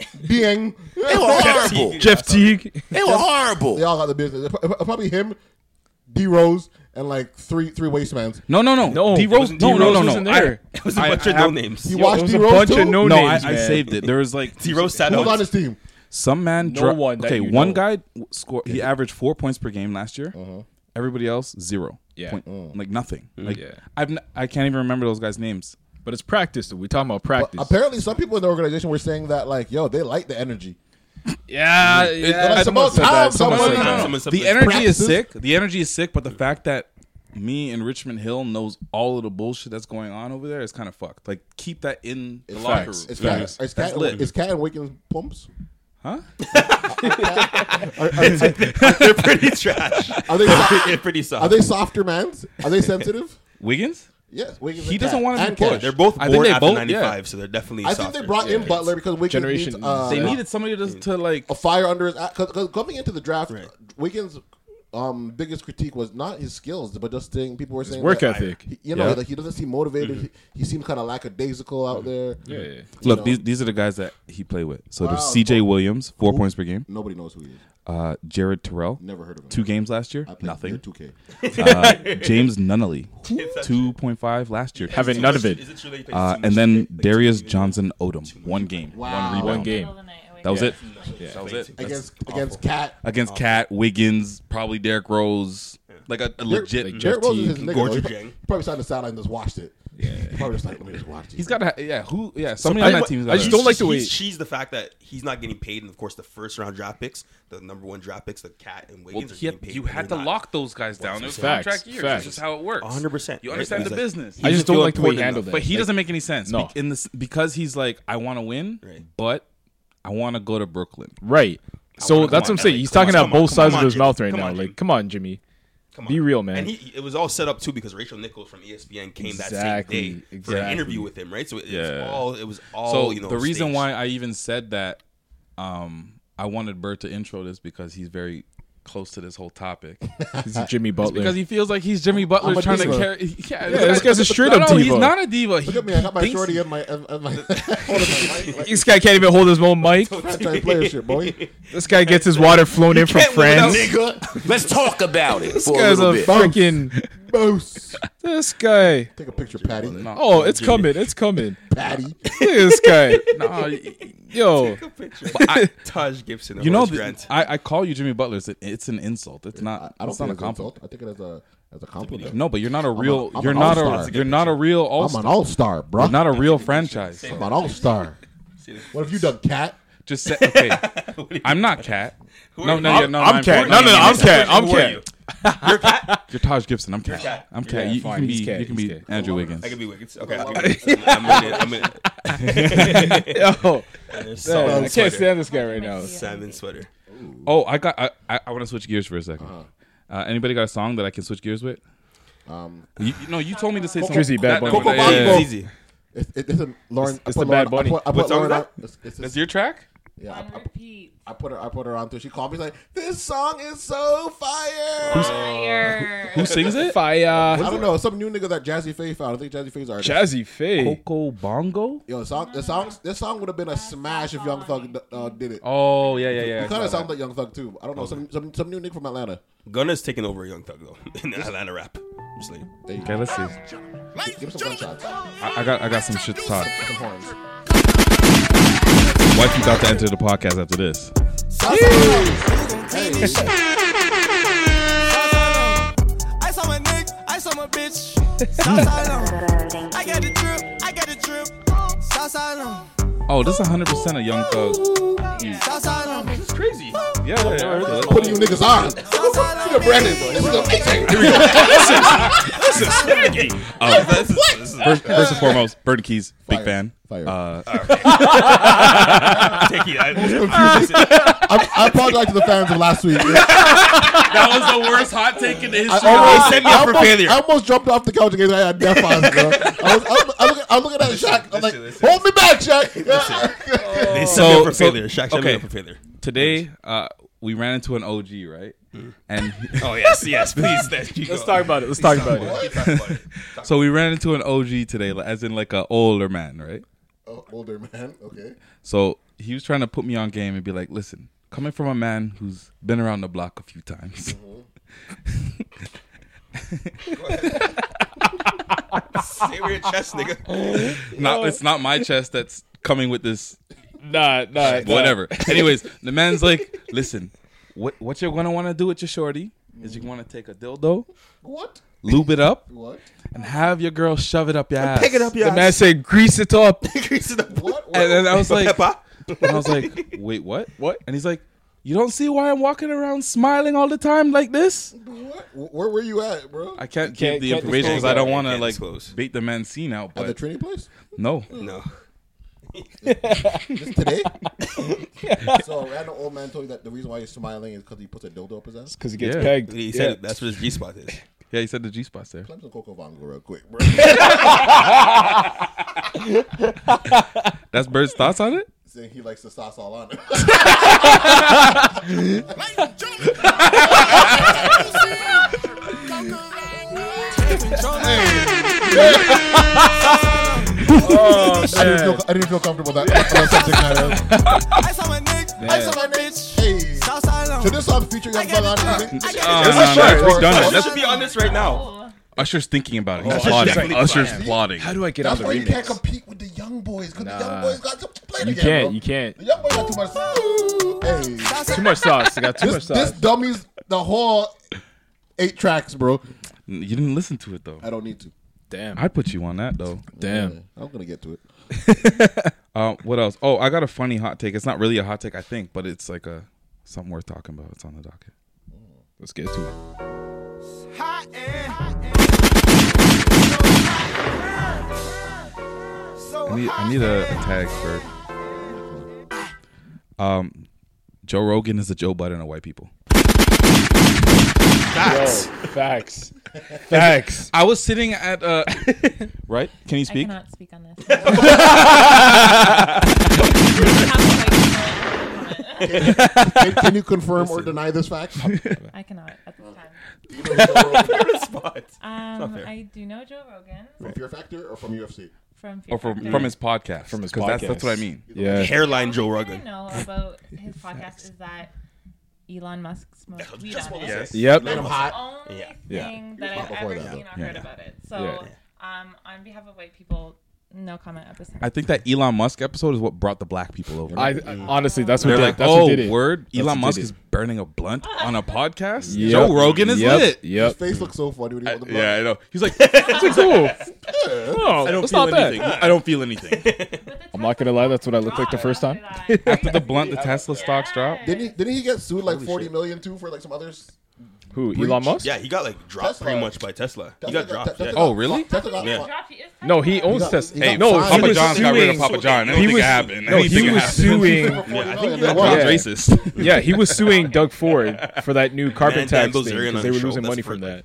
Speaker 2: Dieng. They were
Speaker 18: horrible.
Speaker 3: Jeff Teague.
Speaker 18: They were horrible.
Speaker 2: They all got the business. Pro- Probably him, D Rose, and like three three wastemans.
Speaker 1: No, no, no, no. D Rose, no, no, no, no. I- I- I have-
Speaker 2: You watched D Rose too?
Speaker 1: No, I, I saved it. There was
Speaker 2: <laughs>
Speaker 1: like
Speaker 4: D Rose
Speaker 2: sat Who was out. on his team?
Speaker 1: Some man.
Speaker 2: No
Speaker 1: dro-
Speaker 2: one that
Speaker 1: okay,
Speaker 2: you
Speaker 1: one
Speaker 2: know.
Speaker 1: guy w- score. He averaged four points per game last year. Everybody else zero.
Speaker 3: Yeah.
Speaker 1: Point-
Speaker 3: Mm.
Speaker 1: like nothing.
Speaker 3: Mm.
Speaker 1: Like
Speaker 3: Yeah.
Speaker 1: I've n- I can't even remember those guys' names.
Speaker 3: But it's practice. We talking about practice.
Speaker 2: Apparently, some people in the organization were saying that like, yo, they like the energy.
Speaker 3: yeah, yeah.
Speaker 2: It's about time someone-
Speaker 1: No, no, no, no.
Speaker 2: someone-
Speaker 1: the
Speaker 2: someone-
Speaker 1: energy is
Speaker 2: Practices.
Speaker 1: sick. The energy is sick, but the fact that me and Richmond Hill knows all of the bullshit that's going on over there is kind of fucked. Like keep that in the
Speaker 2: It's
Speaker 1: locker
Speaker 2: facts.
Speaker 1: room.
Speaker 2: It's
Speaker 1: Yeah.
Speaker 2: Cat. Is
Speaker 1: That's
Speaker 2: Cat,
Speaker 1: lit.
Speaker 2: is Cat and Wiggins pumps?
Speaker 1: Huh?
Speaker 2: <laughs> Are- are-
Speaker 1: <laughs> They're pretty trash.
Speaker 2: Are they soft?
Speaker 1: They're pretty soft.
Speaker 2: Are they softer mans? Are they sensitive?
Speaker 1: <laughs> Wiggins?
Speaker 2: Yes, Wiggins
Speaker 1: He
Speaker 2: and
Speaker 1: doesn't
Speaker 2: Cat.
Speaker 1: want to
Speaker 2: And
Speaker 1: be pushed.
Speaker 2: Cash.
Speaker 4: They're both
Speaker 1: I think
Speaker 4: born
Speaker 1: they
Speaker 4: after
Speaker 1: both-
Speaker 4: '95,
Speaker 1: yeah.
Speaker 4: so they're definitely.
Speaker 2: I think they
Speaker 4: softer.
Speaker 2: brought in
Speaker 4: Yeah.
Speaker 2: Butler because Wiggins
Speaker 4: Generation
Speaker 2: needs, uh,
Speaker 1: they needed somebody to, to like
Speaker 2: a fire under his because coming into the draft, Wiggins' um, biggest critique was not his skills, but just saying people were saying
Speaker 3: work
Speaker 2: that,
Speaker 3: ethic.
Speaker 2: he- you know,
Speaker 1: Yeah.
Speaker 2: like he doesn't seem motivated. He, he seems kind of lackadaisical out there.
Speaker 3: Yeah, yeah.
Speaker 1: Mm-hmm. Look,
Speaker 2: You know,
Speaker 1: these these are the guys that he played with. So
Speaker 2: Wow.
Speaker 1: there's C.J. Williams, four
Speaker 2: Who?
Speaker 1: points per game.
Speaker 2: Nobody knows who he is.
Speaker 1: Uh, Jared Terrell,
Speaker 2: Never heard of him.
Speaker 1: Two games last year,
Speaker 2: I played
Speaker 1: nothing.
Speaker 2: near 2K.
Speaker 4: <laughs>
Speaker 1: uh, James Nunnally, two point five last year,
Speaker 3: Having none of it. Is it true that he plays
Speaker 1: Uh,
Speaker 3: too much
Speaker 1: and then Darius Johnson Odom, one game,
Speaker 3: Wow.
Speaker 1: one rebound,
Speaker 3: One game.
Speaker 1: That was
Speaker 3: Yeah.
Speaker 1: it.
Speaker 3: Yeah.
Speaker 1: That was it. That's
Speaker 2: Against-
Speaker 1: awful.
Speaker 2: against Cat.
Speaker 1: Against Cat Wiggins, probably Derrick Rose, like a, a legit.
Speaker 2: Derrick Rose is his nigga. though. He
Speaker 1: Gorgeous.
Speaker 2: pro- he probably signed the sideline and just watched it. Yeah, he probably just like let me just watch it.
Speaker 1: He's got to. Yeah, who? Yeah,
Speaker 4: So
Speaker 1: somebody
Speaker 4: I-
Speaker 1: on that team. has
Speaker 4: I just
Speaker 1: gotta-
Speaker 4: don't like the way she's the fact that he's not getting paid, and of course the first round draft picks, the number one draft picks, the cat and Wiggins
Speaker 1: he
Speaker 4: are
Speaker 1: had-
Speaker 4: getting paid.
Speaker 1: you
Speaker 4: and
Speaker 1: had
Speaker 4: they're
Speaker 1: to
Speaker 4: not.
Speaker 1: lock those guys down. It was
Speaker 3: Facts,
Speaker 1: contract years.
Speaker 3: facts.
Speaker 1: That's just how it works.
Speaker 4: 100%,
Speaker 1: You
Speaker 4: right?
Speaker 1: understand
Speaker 4: He's
Speaker 1: the
Speaker 4: like-
Speaker 1: business.
Speaker 4: I just don't like the way he
Speaker 3: handled
Speaker 1: But
Speaker 3: it.
Speaker 1: he
Speaker 3: Like-
Speaker 1: doesn't make any sense.
Speaker 3: No.
Speaker 1: Be- in this because he's like, I want to win, but I want to go to Brooklyn.
Speaker 3: Right.
Speaker 1: I
Speaker 3: So
Speaker 1: wanna- come
Speaker 3: that's what I'm
Speaker 1: on,
Speaker 3: saying.
Speaker 1: Ellie,
Speaker 3: He's
Speaker 1: come
Speaker 3: talking
Speaker 1: on,
Speaker 3: out
Speaker 1: come on,
Speaker 3: both
Speaker 1: come
Speaker 3: sides
Speaker 1: on,
Speaker 3: of his
Speaker 1: Jimmy.
Speaker 3: mouth right
Speaker 1: Come
Speaker 3: now.
Speaker 1: on,
Speaker 3: Like, come on, Jimmy. Be real, man.
Speaker 4: And he, it was all set up too because Rachel Nichols from E ESPN came that
Speaker 3: Exactly,
Speaker 4: same day for an
Speaker 3: exactly.
Speaker 4: interview with him, right? So it, it
Speaker 1: Yeah.
Speaker 4: was all it was all
Speaker 1: so
Speaker 4: you know.
Speaker 1: the
Speaker 4: <laughs>
Speaker 1: reason <laughs>
Speaker 4: staged.
Speaker 1: why I even said that, um, I wanted Bert to intro this because he's very close to this whole <laughs> topic.
Speaker 3: He's Jimmy
Speaker 1: It's
Speaker 3: Butler.
Speaker 1: because he feels like he's Jimmy Butler
Speaker 3: I'm a
Speaker 1: trying to
Speaker 3: diva.
Speaker 1: carry. <laughs>
Speaker 3: Yeah, this guy's a straight-up
Speaker 1: no, no, He's
Speaker 3: diva.
Speaker 1: not <laughs> a diva.
Speaker 2: Look
Speaker 1: He
Speaker 2: at me. I got my
Speaker 1: thinks-
Speaker 2: shorty and my and, and
Speaker 1: <laughs>
Speaker 2: my. hold on, my mic, like-
Speaker 3: This guy can't even hold his own
Speaker 1: <laughs>
Speaker 3: mic.
Speaker 2: Franchise player shit, boy.
Speaker 3: This guy gets his water flown in from France.
Speaker 9: Nigga, let's talk about it.
Speaker 3: This
Speaker 9: for
Speaker 3: guy's
Speaker 9: little
Speaker 3: a
Speaker 9: bit.
Speaker 1: <laughs>
Speaker 3: freaking
Speaker 2: boss.
Speaker 3: This guy.
Speaker 2: Take a picture, Patty.
Speaker 3: Oh, it's coming. It's coming.
Speaker 2: Patty. Look
Speaker 3: at this guy.
Speaker 1: <laughs> Nah,
Speaker 3: Yo.
Speaker 1: But I-
Speaker 4: Taj Gibson.
Speaker 1: You know,
Speaker 4: Horace
Speaker 1: th-
Speaker 4: Grant.
Speaker 1: I, I call you Jimmy Butler. It's, it's an insult. It's not.
Speaker 2: I don't
Speaker 1: it's not
Speaker 2: think
Speaker 1: a
Speaker 2: it's an
Speaker 1: compliment.
Speaker 2: insult. I take it as a as a compliment.
Speaker 1: No, but you're not a
Speaker 2: I'm a-
Speaker 1: real.
Speaker 2: I'm
Speaker 1: you're
Speaker 2: an
Speaker 1: not
Speaker 2: all-star.
Speaker 1: a. You're not a real all.
Speaker 2: I'm an all star, bro.
Speaker 1: You're not a real franchise.
Speaker 2: I'm an all star. What have you done, cat?
Speaker 1: Just say okay. I'm not cat. No, no, yeah, no,
Speaker 3: I'm
Speaker 1: my-
Speaker 3: Cat. No, no, no, I'm Cat. I'm Cat.
Speaker 1: You're cat. You're Taj Gibson. I'm cat.
Speaker 4: Cat.
Speaker 1: I'm
Speaker 4: Yeah,
Speaker 1: cat. you, you
Speaker 3: fine,
Speaker 1: can
Speaker 3: he's
Speaker 1: be.
Speaker 3: Cat,
Speaker 1: You can
Speaker 3: he's
Speaker 1: be
Speaker 3: Cat.
Speaker 1: Andrew Wiggins.
Speaker 4: I could be Wiggins. Okay,
Speaker 1: <laughs>
Speaker 4: I'll be Wiggins. I'm in it. I'm in it.
Speaker 3: Yo.
Speaker 4: And there's
Speaker 3: Man, I
Speaker 4: salmon
Speaker 3: can't
Speaker 4: sweater.
Speaker 3: stand this guy right now.
Speaker 4: Salmon sweater.
Speaker 1: Oh, I got. I, I, I want to switch gears for a 2nd uh
Speaker 3: Uh-huh.
Speaker 1: anybody got a song that I can switch gears with?
Speaker 2: Um,
Speaker 1: You, you- no, you told me to say
Speaker 2: Coco-
Speaker 1: something.
Speaker 3: Drizzy, Bad
Speaker 1: That-
Speaker 3: Bunny.
Speaker 1: no,
Speaker 3: Coco
Speaker 1: yeah, yeah, yeah.
Speaker 2: Bongo.
Speaker 1: Easy.
Speaker 2: It's, it, it's a Lauren.
Speaker 3: It's- it's
Speaker 2: I put
Speaker 3: the Bad
Speaker 2: Lauren-
Speaker 3: Bunny.
Speaker 2: I put, I put
Speaker 4: What song is
Speaker 2: Lauren
Speaker 4: that?
Speaker 2: on- It's, it's,
Speaker 1: That's your track.
Speaker 2: yeah, I, I,
Speaker 10: Repeat.
Speaker 2: I put her. I put her on too. She called me she's like, "This song is so fire."
Speaker 10: Fire.
Speaker 1: Who sings it?
Speaker 3: Fire.
Speaker 2: I don't know. Some new nigga that Jazzy Faye found. I think Jazzy Faye's artist.
Speaker 3: Jazzy Faye.
Speaker 1: Coco Bongo.
Speaker 2: Yo, the song, the song, this song would have been a smash if Young Thug uh, did it.
Speaker 1: Oh yeah, yeah, yeah. I
Speaker 2: It kind
Speaker 1: saw
Speaker 2: of sounds
Speaker 1: that.
Speaker 2: like Young Thug too. I don't know. Some some some new nigga from Atlanta.
Speaker 4: Gunna's taking over Young Thug though <laughs> in Atlanta rap. Just like
Speaker 2: There you
Speaker 1: Okay,
Speaker 2: go.
Speaker 1: let's see.
Speaker 2: Give him some gunshots.
Speaker 1: I, I got. I got some shit to talk.
Speaker 2: Some horns.
Speaker 1: Wife, you got to enter the podcast after this.
Speaker 12: I saw my nigga, I saw my bitch. Southside on. I got a drip, I got a drip. Southside on.
Speaker 1: Oh, this is 100 percent a Young Thug.
Speaker 12: Southside on.
Speaker 4: crazy.
Speaker 1: Yeah, yeah, yeah. I feel it.
Speaker 2: Putting you niggas on. Look at Brandon,
Speaker 4: <laughs>
Speaker 2: bro. Here we go.
Speaker 1: Here we go. listen, listen, swaggy. Uh, first, first and foremost, Burn Keys, big fan.
Speaker 2: Fire.
Speaker 1: Uh,
Speaker 4: <laughs> Take it.
Speaker 1: <laughs>
Speaker 4: I-
Speaker 2: I, I apologize to the fans of last week.
Speaker 1: that was the worst hot take in the history.
Speaker 2: almost-
Speaker 4: They set me up
Speaker 2: I
Speaker 4: for
Speaker 2: almost-
Speaker 4: failure.
Speaker 2: I almost jumped off the couch again. I had deaf eyes, bro. I was, I was, I was, looking- I was looking at Shaq. I'm like,
Speaker 4: listen.
Speaker 2: hold me back, Shaq. <laughs>
Speaker 4: They set me
Speaker 1: So-
Speaker 4: up for
Speaker 1: so-
Speaker 4: failure. Shaq set me
Speaker 1: okay.
Speaker 4: up for failure.
Speaker 1: Today, uh, we ran into an OG, right? And
Speaker 4: <laughs> Oh yes, yes,
Speaker 3: <laughs>
Speaker 4: please. Let's,
Speaker 3: Let's talk about it. Let's talk about it.
Speaker 4: it.
Speaker 1: so we ran into an OG today, like, as in like an older man, right?
Speaker 2: Oh, older man. <laughs> Okay.
Speaker 1: So he was trying to put me on game and be like, "Listen, coming from a man who's been around the block a few times." Mm-hmm.
Speaker 3: <laughs>
Speaker 4: Say with your chest, nigga.
Speaker 1: <laughs> not it's not my chest that's coming with this
Speaker 3: Nah, nah. <laughs>
Speaker 1: whatever. Anyways, the man's <laughs> like, listen, what what you're gonna want to do with your shorty is you're gonna take a dildo,
Speaker 2: What?
Speaker 1: lube it up,
Speaker 2: What?
Speaker 1: and have your girl shove it up your ass.
Speaker 3: The man said, grease
Speaker 1: <laughs>
Speaker 3: it up.
Speaker 4: Grease it up.
Speaker 2: What?
Speaker 1: And then I was like,
Speaker 4: Peppa.
Speaker 1: and I was like, wait, what?
Speaker 3: What?
Speaker 1: And he's like, you don't see why I'm walking around smiling all the time like this?
Speaker 2: what? Where were you at, bro?
Speaker 1: I can't give
Speaker 3: Can't-
Speaker 1: the
Speaker 3: can't
Speaker 1: information
Speaker 3: disclose
Speaker 1: because I don't
Speaker 4: that.
Speaker 1: want to
Speaker 4: Can't
Speaker 1: like
Speaker 4: disclose.
Speaker 1: bait the man's scene out.
Speaker 2: At the
Speaker 1: But
Speaker 2: Trinity place?
Speaker 1: no,
Speaker 4: No.
Speaker 1: <laughs>
Speaker 2: Just
Speaker 3: <laughs>
Speaker 2: today? so a random old man told you that the reason why he's smiling is because he puts a dildo up his ass?
Speaker 3: Because he gets
Speaker 1: Yeah.
Speaker 3: pegged.
Speaker 4: He
Speaker 3: Yeah.
Speaker 4: said it. that's what his G spot
Speaker 2: <laughs>
Speaker 4: is.
Speaker 1: <laughs> yeah, he said the G spots there.
Speaker 2: Clemson Coco Vongo real quick,
Speaker 1: <laughs>
Speaker 3: <laughs>
Speaker 2: bro.
Speaker 1: That's Bird's thoughts on it.
Speaker 2: Saying he likes the sauce
Speaker 3: <laughs>
Speaker 2: all <laughs> on it.
Speaker 1: Oh,
Speaker 2: I, didn't feel, I didn't feel comfortable that, <laughs> on that subject matter.
Speaker 3: <laughs>
Speaker 12: I saw my nigga, I saw my bitch.
Speaker 2: Hey.
Speaker 12: Southside
Speaker 2: So
Speaker 12: on.
Speaker 2: this song feature Young Thug on it, you think?
Speaker 1: This is
Speaker 2: short.
Speaker 1: We've done it.
Speaker 4: Let's
Speaker 1: That's-
Speaker 4: should be on this right now.
Speaker 1: Usher's thinking about it. He's
Speaker 4: Usher's
Speaker 1: plotting.
Speaker 4: definitely
Speaker 1: Usher's
Speaker 4: plotting.
Speaker 1: plotting.
Speaker 3: How do I get out
Speaker 2: That's
Speaker 3: the
Speaker 2: why you can't
Speaker 3: remix?
Speaker 2: compete with the young boys because the young
Speaker 3: Nah.
Speaker 2: boys got to play
Speaker 3: You
Speaker 2: together.
Speaker 3: can't.
Speaker 2: bro.
Speaker 3: You can't.
Speaker 2: The young boys got too much. Hey.
Speaker 3: Too much sauce. I got too much
Speaker 2: This, this
Speaker 3: sauce.
Speaker 2: dummies the whole eight tracks, bro.
Speaker 1: You didn't listen to it though.
Speaker 2: I don't need to.
Speaker 3: Damn.
Speaker 1: I put you on that though.
Speaker 3: Damn.
Speaker 2: I'm gonna get to it.
Speaker 1: <laughs> Uh, what else? Oh, I got a funny hot take. It's not really a hot take, I think, but it's like a something worth talking about. It's on the docket.
Speaker 3: Let's get to it.
Speaker 1: I need, I need a, a tag for. Um, Joe Rogan is a Joe Budden of white people.
Speaker 3: Facts.
Speaker 2: <laughs>
Speaker 3: facts. Facts.
Speaker 1: I was sitting at
Speaker 3: <laughs>
Speaker 1: uh, right. Can you
Speaker 10: I
Speaker 1: speak? <laughs>
Speaker 10: cannot speak on this.
Speaker 1: <laughs>
Speaker 2: can, can you confirm or deny this <laughs> fact?
Speaker 10: I cannot at this time.
Speaker 2: Do you know Joe Rogan? It's not
Speaker 10: Um,
Speaker 2: fair.
Speaker 10: I do know Joe Rogan.
Speaker 2: From Fear Factor or from UFC?
Speaker 10: From Fear
Speaker 1: Or from
Speaker 10: Factor.
Speaker 1: from his podcast. From
Speaker 4: his
Speaker 1: That's, that's what I
Speaker 4: podcast.
Speaker 1: mean.
Speaker 4: Yeah. Hairline Joe
Speaker 10: What I
Speaker 4: Rogan.
Speaker 10: know about his podcast is that Elon Musk smokes weed
Speaker 4: just
Speaker 10: on
Speaker 4: what
Speaker 10: it.
Speaker 4: I said. Yes.
Speaker 3: Yep.
Speaker 10: That's
Speaker 3: Made him
Speaker 10: the
Speaker 3: hot.
Speaker 10: only
Speaker 3: Yeah. Yeah.
Speaker 10: thing
Speaker 3: He
Speaker 10: that
Speaker 3: was hot
Speaker 10: I've
Speaker 3: before
Speaker 10: ever
Speaker 3: that.
Speaker 10: seen or
Speaker 1: Yeah.
Speaker 10: heard about it. So, um, on behalf of white people, no comment at this time.
Speaker 1: <laughs> I think that Elon Musk episode is what brought the black people over.
Speaker 3: I- I- honestly, that's what
Speaker 1: They're
Speaker 3: did-
Speaker 1: like,
Speaker 3: that's what
Speaker 1: oh,
Speaker 3: did it.
Speaker 1: word,
Speaker 3: That's what
Speaker 1: Elon
Speaker 3: did
Speaker 1: Musk
Speaker 3: it."
Speaker 1: is burning a blunt on a podcast.
Speaker 3: Yep.
Speaker 1: Joe Rogan is
Speaker 3: Yep.
Speaker 1: lit.
Speaker 3: Yep.
Speaker 2: His face looks so funny when he
Speaker 1: I-
Speaker 2: on the block.
Speaker 1: yeah, I know. He's
Speaker 2: <laughs>
Speaker 1: like, Oh, it's like,
Speaker 3: cool.
Speaker 1: I don't
Speaker 3: it's
Speaker 1: feel
Speaker 3: not bad.
Speaker 1: anything. I don't feel
Speaker 3: <laughs>
Speaker 1: anything.
Speaker 3: I'm not gonna lie, that's what I looked like the first time.
Speaker 1: After the blunt, the Tesla stocks drop.
Speaker 2: Didn't he? Didn't he get sued like
Speaker 4: Holy
Speaker 2: forty million too for like some others?
Speaker 3: Who?
Speaker 4: Breach.
Speaker 3: Elon Musk?
Speaker 4: Yeah, he got like dropped
Speaker 2: Tesla.
Speaker 4: pretty much by Tesla.
Speaker 2: Tesla
Speaker 4: he got
Speaker 2: got-
Speaker 4: dropped.
Speaker 2: Tesla
Speaker 4: yeah.
Speaker 2: got- Oh, really? Tesla got
Speaker 4: yeah.
Speaker 2: dropped.
Speaker 3: No, he owns
Speaker 1: got-
Speaker 3: Tesla.
Speaker 1: he got
Speaker 3: no,
Speaker 1: fined.
Speaker 3: he
Speaker 1: Papa
Speaker 3: was
Speaker 1: John got rid of
Speaker 3: suing-
Speaker 1: Papa John.
Speaker 3: He
Speaker 1: Anything
Speaker 3: was,
Speaker 1: happened.
Speaker 3: No, he
Speaker 1: Anything
Speaker 3: was
Speaker 1: happened.
Speaker 3: suing.
Speaker 1: Yeah, I think that John's racist.
Speaker 3: Yeah, he was suing Doug Ford for that
Speaker 1: <laughs>
Speaker 3: new carbon
Speaker 4: Man,
Speaker 3: tax
Speaker 4: Dan
Speaker 3: thing
Speaker 4: Bilzerian on
Speaker 3: because they
Speaker 4: his
Speaker 3: were
Speaker 4: show.
Speaker 3: losing
Speaker 4: That's
Speaker 3: money
Speaker 4: for mm,
Speaker 3: from that.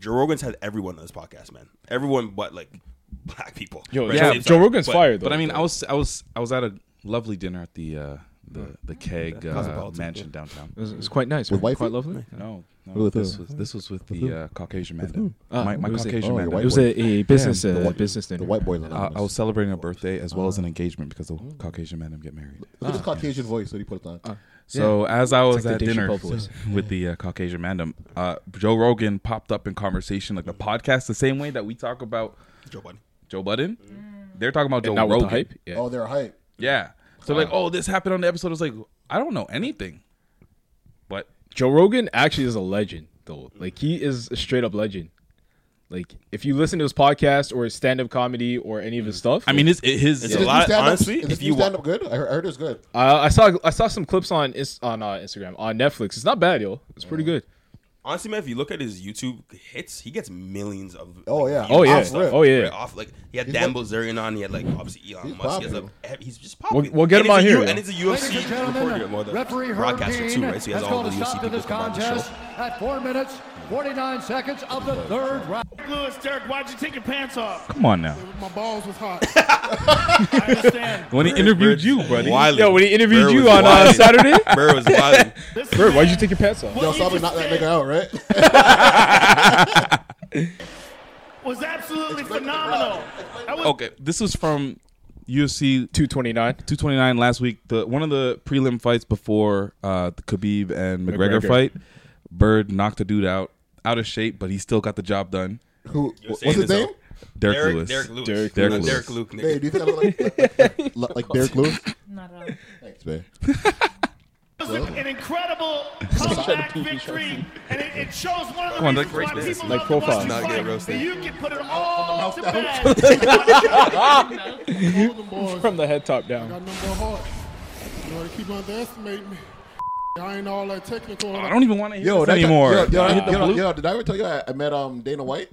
Speaker 4: Joe Rogan's had everyone on his podcast, man. Everyone but like <laughs> black people.
Speaker 3: Yo,
Speaker 4: Right?
Speaker 3: yeah,
Speaker 4: So-
Speaker 3: Joe Rogan's
Speaker 4: but-
Speaker 3: fired though.
Speaker 1: But I mean, I was I was I was at a lovely dinner at the uh, the the keg uh,
Speaker 3: Cosmopolitan,
Speaker 1: mansion downtown.
Speaker 3: It was, it was quite nice. right?
Speaker 1: wifey?
Speaker 3: quite lovely.
Speaker 1: No, no,
Speaker 3: With
Speaker 1: this
Speaker 3: who?
Speaker 1: was this was with
Speaker 3: who?
Speaker 1: the uh, Caucasian man.
Speaker 3: With
Speaker 1: then.
Speaker 3: who?
Speaker 1: my
Speaker 3: Ah,
Speaker 1: my
Speaker 3: it was a-
Speaker 1: Caucasian
Speaker 3: oh,
Speaker 1: man.
Speaker 3: your
Speaker 1: then.
Speaker 3: white It was boy. a- a business, uh,
Speaker 1: the white-
Speaker 3: business dinner.
Speaker 1: The white
Speaker 2: boy.
Speaker 1: Uh, I was celebrating a birthday as well as an engagement because the Caucasian man and get married.
Speaker 2: Look at this Caucasian voice that he put on.
Speaker 1: Uh, So as I
Speaker 3: It's
Speaker 1: was
Speaker 3: like the
Speaker 1: at
Speaker 3: Dave
Speaker 1: dinner
Speaker 3: Chappelle voice.
Speaker 1: with the uh, Caucasian mandem, uh, Joe Rogan popped up in conversation like the podcast, the same way that we talk about
Speaker 4: Joe Budden.
Speaker 1: Joe Budden. They're talking about Joe
Speaker 3: not with the
Speaker 1: Rogan.
Speaker 3: hype? Yeah.
Speaker 2: oh, they're hype.
Speaker 1: Yeah. So like, oh, this happened on the episode. I was like, I don't know anything. But
Speaker 3: Joe Rogan actually is a legend, though. Like he is a straight up legend. Like if you listen to his podcast or his stand up comedy or any of his stuff,
Speaker 1: Mm. I mean, his his
Speaker 2: Is this new stand-up- is this stand up good, I heard, I heard it's good.
Speaker 3: Uh, I saw I saw some clips on Ins- on uh, Instagram on Netflix. It's not bad, yo. It's pretty good.
Speaker 4: Honestly, man, if you look at his YouTube hits, he gets millions of. like,
Speaker 3: Oh, yeah.
Speaker 4: views
Speaker 3: Oh,
Speaker 4: and
Speaker 3: yeah.
Speaker 4: stuff,
Speaker 3: Oh, yeah.
Speaker 4: right off like he had
Speaker 3: He's
Speaker 4: Dan
Speaker 3: like-
Speaker 4: Bilzerian on. He had like obviously Elon
Speaker 3: He's
Speaker 4: Musk. He has,
Speaker 3: popular.
Speaker 4: like, he's just
Speaker 3: We'll,
Speaker 4: popular.
Speaker 3: we'll get
Speaker 4: And
Speaker 3: him on
Speaker 4: he's a
Speaker 3: here.
Speaker 4: U-
Speaker 3: yo.
Speaker 4: And he's a UFC reporter, more than broadcaster too, right? So he has all the UFC people come on the show.
Speaker 19: at four minutes, 49 seconds of the third round. Lewis, Derek, why'd you take your pants off?
Speaker 1: Come on now.
Speaker 19: My balls was hot. <laughs> I understand.
Speaker 1: When he interviewed you, buddy.
Speaker 4: Wilding.
Speaker 3: Yo, when he interviewed
Speaker 4: Bird
Speaker 3: you
Speaker 4: was
Speaker 3: on uh,
Speaker 4: wilding.
Speaker 3: Saturday,
Speaker 4: Bird was
Speaker 2: <laughs>
Speaker 4: wilding.
Speaker 3: Bird, why'd you take your pants off?
Speaker 19: What Yo, you
Speaker 20: <laughs>
Speaker 19: Salvi just knocked that did. nigga
Speaker 2: out, right?
Speaker 1: <laughs>
Speaker 19: Was absolutely phenomenal. That was
Speaker 1: okay, this is from UFC
Speaker 3: 229.
Speaker 1: 229 last week. The one of the prelim fights before uh, the Khabib and McGregor,
Speaker 3: McGregor.
Speaker 1: fight. Bird knocked a dude out, out of shape, but he still got the job done.
Speaker 2: Who?
Speaker 4: You're
Speaker 2: What's
Speaker 4: saying
Speaker 2: his
Speaker 4: this
Speaker 2: name?
Speaker 4: all-
Speaker 1: Derek
Speaker 4: Derek-
Speaker 1: Lewis.
Speaker 4: Derek Lewis.
Speaker 1: Derek
Speaker 4: Derek
Speaker 1: Lewis.
Speaker 4: Derek Lewis.
Speaker 2: Babe, do you think I look like, like,
Speaker 4: <laughs>
Speaker 2: like, like Derek Lewis?
Speaker 10: Not at all.
Speaker 2: Thanks, man.
Speaker 19: It was an
Speaker 1: <laughs>
Speaker 19: incredible comeback victory, and it, it shows one of the
Speaker 1: Come on,
Speaker 19: reasons
Speaker 1: like,
Speaker 19: why
Speaker 1: roast
Speaker 19: people
Speaker 1: this.
Speaker 19: love
Speaker 1: Like,
Speaker 19: to watch
Speaker 1: profile.
Speaker 19: you
Speaker 1: Not
Speaker 19: fight.
Speaker 1: get roasted.
Speaker 19: That You can put it all to bed.
Speaker 3: <laughs> From the head top down.
Speaker 20: got no more heart. You know, they keep underestimating me. I ain't all that technical.
Speaker 1: I don't even want to hear this
Speaker 2: that guy-
Speaker 1: anymore.
Speaker 2: Yo, yo,
Speaker 1: Nah.
Speaker 2: yo, yo, yo, did I ever tell you I, I met um, Dana White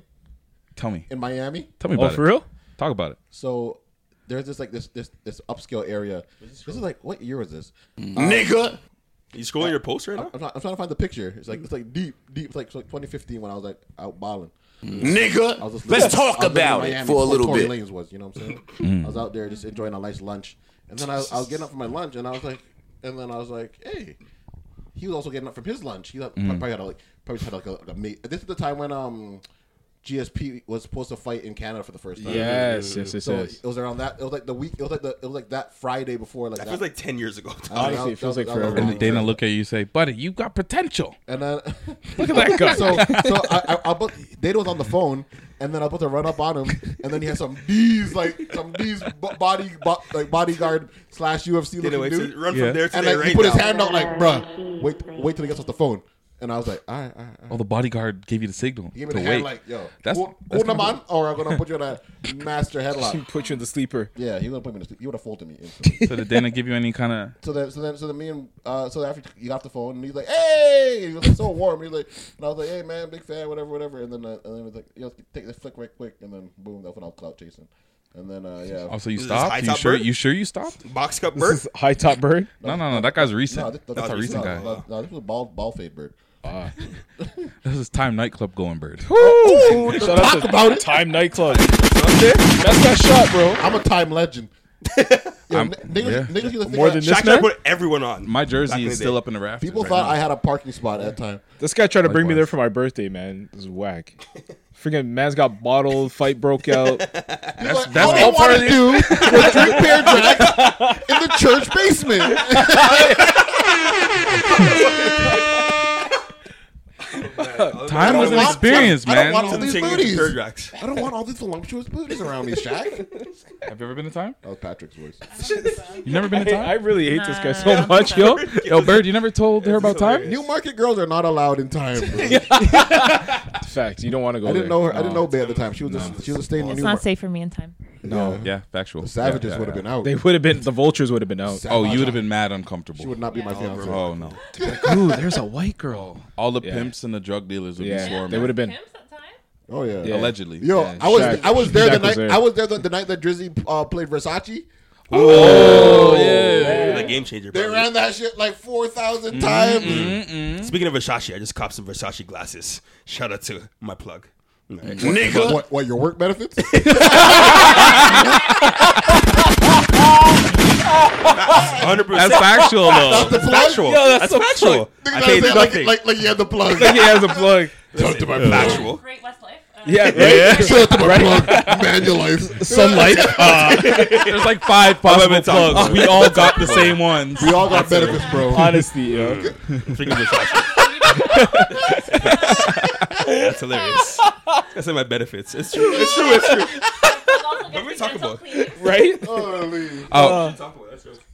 Speaker 1: Tell me.
Speaker 2: in Miami?
Speaker 1: Tell me about it.
Speaker 3: Oh, for real?
Speaker 1: Talk about it.
Speaker 2: So there's this like this this this upscale area. This is like what year was this?
Speaker 9: Mm.
Speaker 2: Uh,
Speaker 4: Nigga! You scrolling your post right now?
Speaker 2: I'm, try- I'm trying to find the picture. It's like it's like deep, deep. It's like, it's like 2015 when I was like out balling.
Speaker 9: Mm. Nigga,
Speaker 2: I was just
Speaker 9: let's
Speaker 2: living-
Speaker 9: talk
Speaker 2: I was living in
Speaker 9: about it
Speaker 2: Miami
Speaker 9: for a
Speaker 2: before
Speaker 9: little
Speaker 2: Tory
Speaker 9: bit.
Speaker 2: Lanez was, you know what I'm saying?
Speaker 9: <laughs> Mm.
Speaker 2: I was out there just enjoying a nice lunch, and then I, I was getting up for my lunch, and I was like, and then I was like, hey, he was also getting up from his lunch. He like,
Speaker 1: Mm.
Speaker 2: probably had a, like probably had like a, like a mate. This is the time when um. GSP was supposed to fight in Canada for the first time.
Speaker 3: Yes,
Speaker 4: Mm-hmm.
Speaker 3: yes, yes,
Speaker 2: So
Speaker 3: yes.
Speaker 2: it was around that. It was like the week. It was like the. It was like that Friday before. Like
Speaker 4: That
Speaker 2: that
Speaker 4: feels like 10 years ago.
Speaker 2: Honestly, it feels like forever.
Speaker 1: And Dana look at you and say, buddy, you got potential.
Speaker 4: <laughs>
Speaker 2: And then
Speaker 1: Look at that guy.
Speaker 2: So, so I, I, I booked, Data was on the phone, and then I was about to run up on him, and then he had some D's like some D's bo- body bo- like bodyguard slash UFC
Speaker 4: Dana
Speaker 2: looking
Speaker 4: White
Speaker 2: dude.
Speaker 4: said, "Run from Yeah. there to
Speaker 2: and
Speaker 4: there
Speaker 2: like, he
Speaker 4: right
Speaker 2: put his
Speaker 4: now."
Speaker 2: hand out like, bruh, wait, wait till he gets off the phone. And I was like, all right, all right, all right.
Speaker 1: Oh, the bodyguard gave you the signal.
Speaker 2: He gave me
Speaker 1: to
Speaker 2: the
Speaker 1: wait.
Speaker 2: hand like, yo,
Speaker 1: that's,
Speaker 2: hold,
Speaker 1: that's
Speaker 2: hold him
Speaker 1: kinda-
Speaker 2: on, or I'm gonna put you in a
Speaker 3: <laughs>
Speaker 2: master headlock.
Speaker 3: Put you in the sleeper.
Speaker 2: Yeah, he was gonna put me in. The, he would have folded me. instantly.
Speaker 1: So did Dana give you any kind of?
Speaker 2: So then, so then, so then, me and uh, so after you got off the phone, and he's like, "Hey," he was so warm. He's like, and I was like, "Hey, man, big fan, whatever, whatever." And then, uh, and then he was like, "Yo, take this flick right quick," and then boom, that's when I was clout chasing. And then, uh, yeah.
Speaker 1: Oh, so you
Speaker 4: Is this high
Speaker 1: stopped? You
Speaker 4: top
Speaker 1: sure?
Speaker 4: bird?
Speaker 1: You sure you stopped?
Speaker 4: Box cup
Speaker 3: This
Speaker 4: bird?
Speaker 3: is high top bird.
Speaker 1: No, no, no. That guy's recent.
Speaker 2: No, this,
Speaker 1: that's a recent guy.
Speaker 2: No, no, this was ball, ball fade bird. <laughs>
Speaker 1: This is time nightclub going bird.
Speaker 3: Shout out to Time Nightclub. That's that shot, bro. <laughs>
Speaker 2: I'm a time legend. Yo,
Speaker 1: I'm-
Speaker 2: n- niggas-
Speaker 1: yeah.
Speaker 2: niggas used to think
Speaker 1: More
Speaker 2: I-
Speaker 1: than this
Speaker 2: Shaq
Speaker 1: man?
Speaker 2: tried to put
Speaker 4: everyone on.
Speaker 1: My jersey
Speaker 4: Back in
Speaker 1: is
Speaker 4: the
Speaker 1: still
Speaker 4: day.
Speaker 1: up in the rafters.
Speaker 2: People
Speaker 1: right
Speaker 2: thought
Speaker 1: now.
Speaker 2: I had a parking spot at that time.
Speaker 3: This guy tried to bring me there for my birthday, man. This is whack. Freaking man's got bottled, fight broke out.
Speaker 2: <laughs> That's- like, that's all I all part wanna of <laughs> the- do was drink beer drags in the church basement.
Speaker 1: <laughs> Time was an experience,
Speaker 2: I
Speaker 1: man.
Speaker 2: don't want all these
Speaker 1: Continue with
Speaker 2: booties.
Speaker 1: beer drags.
Speaker 2: I don't want all these voluptuous booties around me, Shaq.
Speaker 1: Have you ever been to time?
Speaker 2: That was Patrick's voice.
Speaker 1: <laughs> You never been to
Speaker 2: I-
Speaker 1: time?
Speaker 2: I really hate this guy so
Speaker 1: Nah.
Speaker 2: much,
Speaker 10: <laughs>
Speaker 2: <laughs> yo.
Speaker 1: yo, Bird, you never told her about time?
Speaker 2: New market girls are not allowed in time. <laughs> bro.
Speaker 1: <laughs>
Speaker 3: Fact, you don't want to go.
Speaker 2: I didn't
Speaker 3: there.
Speaker 2: know her. I didn't
Speaker 3: No.
Speaker 2: know Bay at the time. She was just, she was staying in
Speaker 10: It's
Speaker 2: New
Speaker 10: not
Speaker 2: Market.
Speaker 10: safe for me in time.
Speaker 1: No.
Speaker 2: Yeah.
Speaker 1: Yeah, factual.
Speaker 2: The Savages
Speaker 1: Yeah, yeah,
Speaker 2: would have
Speaker 1: yeah.
Speaker 2: been out.
Speaker 3: They would have been. The vultures would have been out.
Speaker 1: Oh, you would have been mad uncomfortable.
Speaker 2: She would not be my fiance.
Speaker 1: Oh, no.
Speaker 3: Dude, there's a white girl.
Speaker 1: All the
Speaker 3: Yeah.
Speaker 1: pimps and the drug dealers would
Speaker 3: Yeah,
Speaker 1: be swarming.
Speaker 3: they would have been.
Speaker 2: Oh yeah.
Speaker 1: Yeah. Allegedly.
Speaker 2: Yo,
Speaker 1: Yeah,
Speaker 2: I was
Speaker 1: Shaq-
Speaker 2: I was there
Speaker 1: Shaq
Speaker 2: the
Speaker 1: was
Speaker 2: night
Speaker 1: there.
Speaker 2: I was there the, the night that Drizzy uh, played Versace.
Speaker 4: Oh, yeah. The game changer.
Speaker 2: They
Speaker 4: probably.
Speaker 2: ran that shit like four
Speaker 3: Mm-hmm,
Speaker 2: times.
Speaker 4: Speaking of Versace, I just copped some Versace glasses. Shout out to my plug.
Speaker 2: What- What, what, your work <laughs> benefits? That's
Speaker 4: Hundred percent.
Speaker 1: That's factual, though.
Speaker 2: That's the plug?
Speaker 4: factual.
Speaker 2: Yo,
Speaker 4: that's
Speaker 2: that's the
Speaker 4: factual.
Speaker 2: plug.
Speaker 4: I
Speaker 2: Nigga,
Speaker 4: paid
Speaker 2: like-
Speaker 4: nothing.
Speaker 2: like- like he had the plug.
Speaker 3: Like he has a plug.
Speaker 4: Shout out to my factual.
Speaker 10: Great Westlife.
Speaker 3: Yeah, right?
Speaker 2: Shout out to
Speaker 3: <laughs>
Speaker 2: my plug. Man, your life. <laughs>
Speaker 3: Sunlight.
Speaker 1: <laughs>
Speaker 3: Uh,
Speaker 1: There's like five possible plugs.
Speaker 3: <laughs>
Speaker 1: We all got the same ones.
Speaker 2: We all got benefits, bro.
Speaker 3: Honestly, yo.
Speaker 4: Speaking of
Speaker 1: <laughs>
Speaker 4: Versace. That's hilarious. That's in my benefits. It's true. It's true. It's true. What we talk about?
Speaker 3: Right?
Speaker 2: Holy. Uh,
Speaker 1: Oh.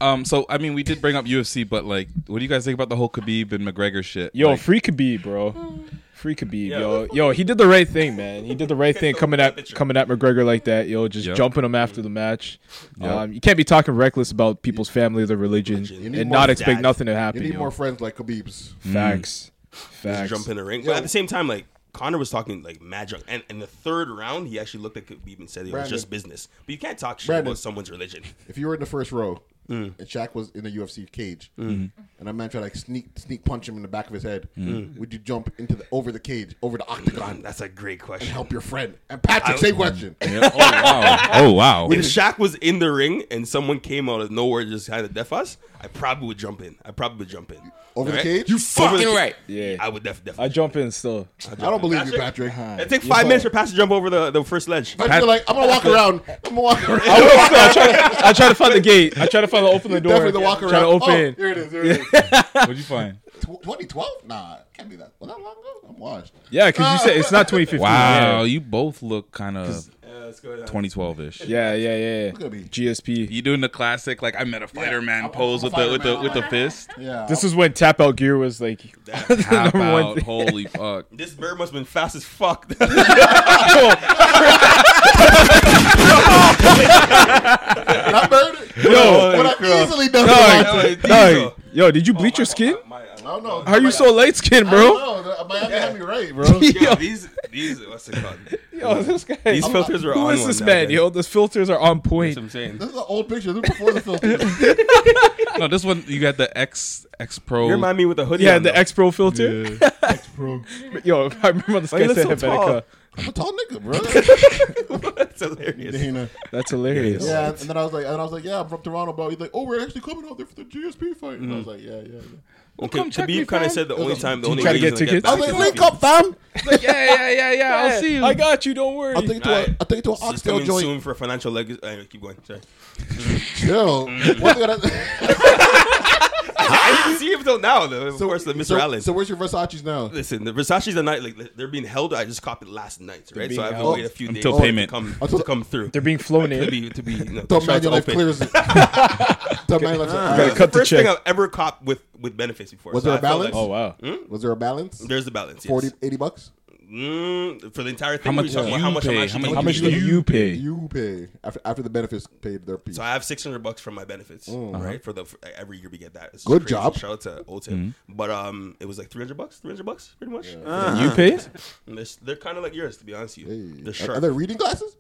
Speaker 1: Um. So I mean, we did bring up UFC, but like, what do you guys think about the whole Khabib and McGregor shit?
Speaker 3: Yo,
Speaker 1: Like,
Speaker 3: free Khabib, bro. Free Khabib, yo, yo, he did the right thing, man. He did the right thing coming at coming at McGregor like that, yo, just
Speaker 1: Yep.
Speaker 3: jumping him after the match.
Speaker 1: Yep.
Speaker 3: Um, you can't be talking reckless about people's family, their religion,
Speaker 2: You need
Speaker 3: and
Speaker 2: more
Speaker 3: not expect
Speaker 2: dads.
Speaker 3: nothing to happen.
Speaker 2: You need
Speaker 3: yo.
Speaker 2: more friends like Khabib's.
Speaker 3: Facts,
Speaker 4: Just
Speaker 3: facts.
Speaker 4: jump in the ring. But at the same time, like Connor was talking like mad junk, and in the third round, he actually looked like Khabib and said it was
Speaker 2: Brandon.
Speaker 4: just business. But you can't talk shit
Speaker 2: Brandon.
Speaker 4: about someone's religion.
Speaker 2: If you were in the first row
Speaker 4: Mm.
Speaker 2: and Shaq was in the UFC cage, and a man tried to like sneak sneak punch him in the back of his head,
Speaker 3: Mm.
Speaker 2: would you jump into the over the cage, over the octagon,
Speaker 4: Mm. That's a great
Speaker 2: and
Speaker 4: question.
Speaker 2: help your friend? And Patrick,
Speaker 4: I-
Speaker 3: <laughs>
Speaker 2: same <laughs> question.
Speaker 1: Oh
Speaker 4: <laughs>
Speaker 1: wow. Oh wow.
Speaker 4: If Shaq was in the ring and someone came out of nowhere and just had to def us, I probably would jump in. I probably would jump in.
Speaker 2: Over the
Speaker 4: Alright?
Speaker 2: cage?
Speaker 4: You fucking
Speaker 9: right.
Speaker 4: Yeah, I would def- definitely.
Speaker 3: I jump in still.
Speaker 2: I don't believe you, Patrick.
Speaker 4: It takes five minutes for Pass to jump over the, the first ledge.
Speaker 2: Patrick, you're like, I'm gonna walk around. I'm gonna walk around.
Speaker 3: <laughs> I, will, so I try to, I try to find the gate. I try to find the open the door.
Speaker 2: Definitely the walk
Speaker 3: Try
Speaker 2: around.
Speaker 3: to
Speaker 2: Oh,
Speaker 3: open.
Speaker 2: here it is.
Speaker 3: <laughs>
Speaker 2: Here it is.
Speaker 1: What'd you find?
Speaker 2: Tw- 2012? Nah, can't be that. Well, that long ago. I'm washed.
Speaker 3: Yeah, because you said it's
Speaker 2: <laughs>
Speaker 3: not 2015.
Speaker 1: Wow.
Speaker 3: Yeah,
Speaker 1: You both look kind of 2012 ish.
Speaker 3: yeah, yeah. yeah, yeah.
Speaker 2: gonna be-
Speaker 3: GSP.
Speaker 1: You doing the classic like I met a fighter man pose
Speaker 2: I'm
Speaker 1: with
Speaker 2: a
Speaker 1: the with
Speaker 2: fighter
Speaker 1: the
Speaker 2: man.
Speaker 1: with the fist.
Speaker 2: Yeah.
Speaker 3: This is when tap out gear was like <laughs> the
Speaker 1: Tap
Speaker 3: number one
Speaker 1: out.
Speaker 3: thing.
Speaker 1: Holy fuck.
Speaker 4: This bird must have been fast as fuck. <laughs>
Speaker 2: that bird.
Speaker 3: Yo,
Speaker 2: What I easily done.
Speaker 3: Dog,
Speaker 2: No,
Speaker 3: dog. yo, did you
Speaker 4: Oh,
Speaker 3: bleach your skin?
Speaker 2: no, no.
Speaker 3: How are you so light skinned, bro?
Speaker 2: No, Miami had me right,
Speaker 3: <laughs>
Speaker 2: bro.
Speaker 4: <laughs> Yo, these, these, what's it called?
Speaker 3: Yo, this guy.
Speaker 4: These filters are
Speaker 3: Who
Speaker 4: on
Speaker 3: is
Speaker 4: one
Speaker 3: this
Speaker 4: now,
Speaker 3: man? Yo, the filters are on
Speaker 4: That's what I'm
Speaker 3: point.
Speaker 4: saying.
Speaker 2: This is an old picture. This is before the filter.
Speaker 3: <laughs>
Speaker 1: No, this one you got the X X Pro.
Speaker 4: You remind me with the hoodie.
Speaker 3: Yeah,
Speaker 4: on,
Speaker 3: the
Speaker 4: though.
Speaker 3: X Pro filter. <laughs> Yo, I remember this
Speaker 4: Why you
Speaker 3: guy
Speaker 4: look
Speaker 3: said
Speaker 4: so tall?
Speaker 3: Helvetica.
Speaker 2: I'm a tall nigga,
Speaker 3: <laughs>
Speaker 2: bro.
Speaker 4: That's hilarious.
Speaker 3: That's hilarious.
Speaker 2: yeah, and then I was like, and I was like, yeah, I'm from Toronto, bro. He's like, oh, we're actually coming out there for the GSP fight. And I
Speaker 3: Mm.
Speaker 2: was like, yeah, yeah. yeah.
Speaker 4: Okay, Khabib kind of said the only time, the
Speaker 3: you
Speaker 4: only
Speaker 3: try
Speaker 4: way
Speaker 3: to
Speaker 4: he's
Speaker 3: get
Speaker 4: gonna get
Speaker 3: tickets?
Speaker 4: back
Speaker 3: I was
Speaker 4: is
Speaker 3: like,
Speaker 4: if
Speaker 2: Link up, fam.
Speaker 1: <laughs> Like, yeah, yeah, yeah, yeah. I'll see you.
Speaker 3: I got you. Don't worry.
Speaker 2: I'll take you to a, I'll take you to an
Speaker 4: he's
Speaker 2: oxtail
Speaker 4: coming
Speaker 2: joint.
Speaker 4: soon for financial legacy. Uh, keep going.
Speaker 2: <laughs>
Speaker 4: Sorry.
Speaker 2: Chill. One thing that
Speaker 4: <laughs> I didn't see him until now, though. Of
Speaker 2: I-
Speaker 4: course, the Mr.
Speaker 2: So-
Speaker 4: Allen.
Speaker 2: So where's your Versace's now?
Speaker 4: Listen, the Versace's a night like they're being held. I just copped it last night, right?
Speaker 3: being
Speaker 4: So I have to
Speaker 3: held.
Speaker 4: wait a few days
Speaker 1: Until
Speaker 4: for it
Speaker 1: payment.
Speaker 4: to come
Speaker 2: Until-
Speaker 4: to come through.
Speaker 3: They're being flown
Speaker 4: to
Speaker 3: in.
Speaker 4: be to be. No,
Speaker 2: Till
Speaker 4: shout out to
Speaker 2: Manulife
Speaker 4: Open. <laughs>
Speaker 2: clears it. <laughs> Till Manulife.
Speaker 3: gotta
Speaker 4: That's
Speaker 3: cut
Speaker 4: the
Speaker 3: the
Speaker 4: first
Speaker 3: check.
Speaker 4: thing I've ever copped with with benefits before.
Speaker 2: Was
Speaker 4: So
Speaker 2: there a
Speaker 4: I felt Hmm?
Speaker 2: balance?
Speaker 3: Oh wow.
Speaker 2: Was there a balance?
Speaker 4: There's the balance. Yes.
Speaker 2: 40, 80 bucks?
Speaker 4: mm, for the entire thing.
Speaker 1: much
Speaker 4: we talking
Speaker 1: do
Speaker 4: about
Speaker 1: you
Speaker 4: how much I'm
Speaker 1: pay?
Speaker 4: actually
Speaker 1: How
Speaker 3: How
Speaker 4: taking.
Speaker 3: much do you pay?
Speaker 2: You pay after, after the benefits paid their piece.
Speaker 4: So I have 600 bucks from my benefits, right? For the for, like, every year we get that. It's
Speaker 2: Oh, Good
Speaker 4: crazy.
Speaker 2: job.
Speaker 4: Shout out to Old
Speaker 1: Mm-hmm.
Speaker 4: But um, it was like 300 bucks, 300 bucks, pretty much.
Speaker 3: You pay?
Speaker 4: And they're, they're kind of like yours, to be honest with you. They're
Speaker 2: Are-
Speaker 4: sharp.
Speaker 2: Are they reading glasses?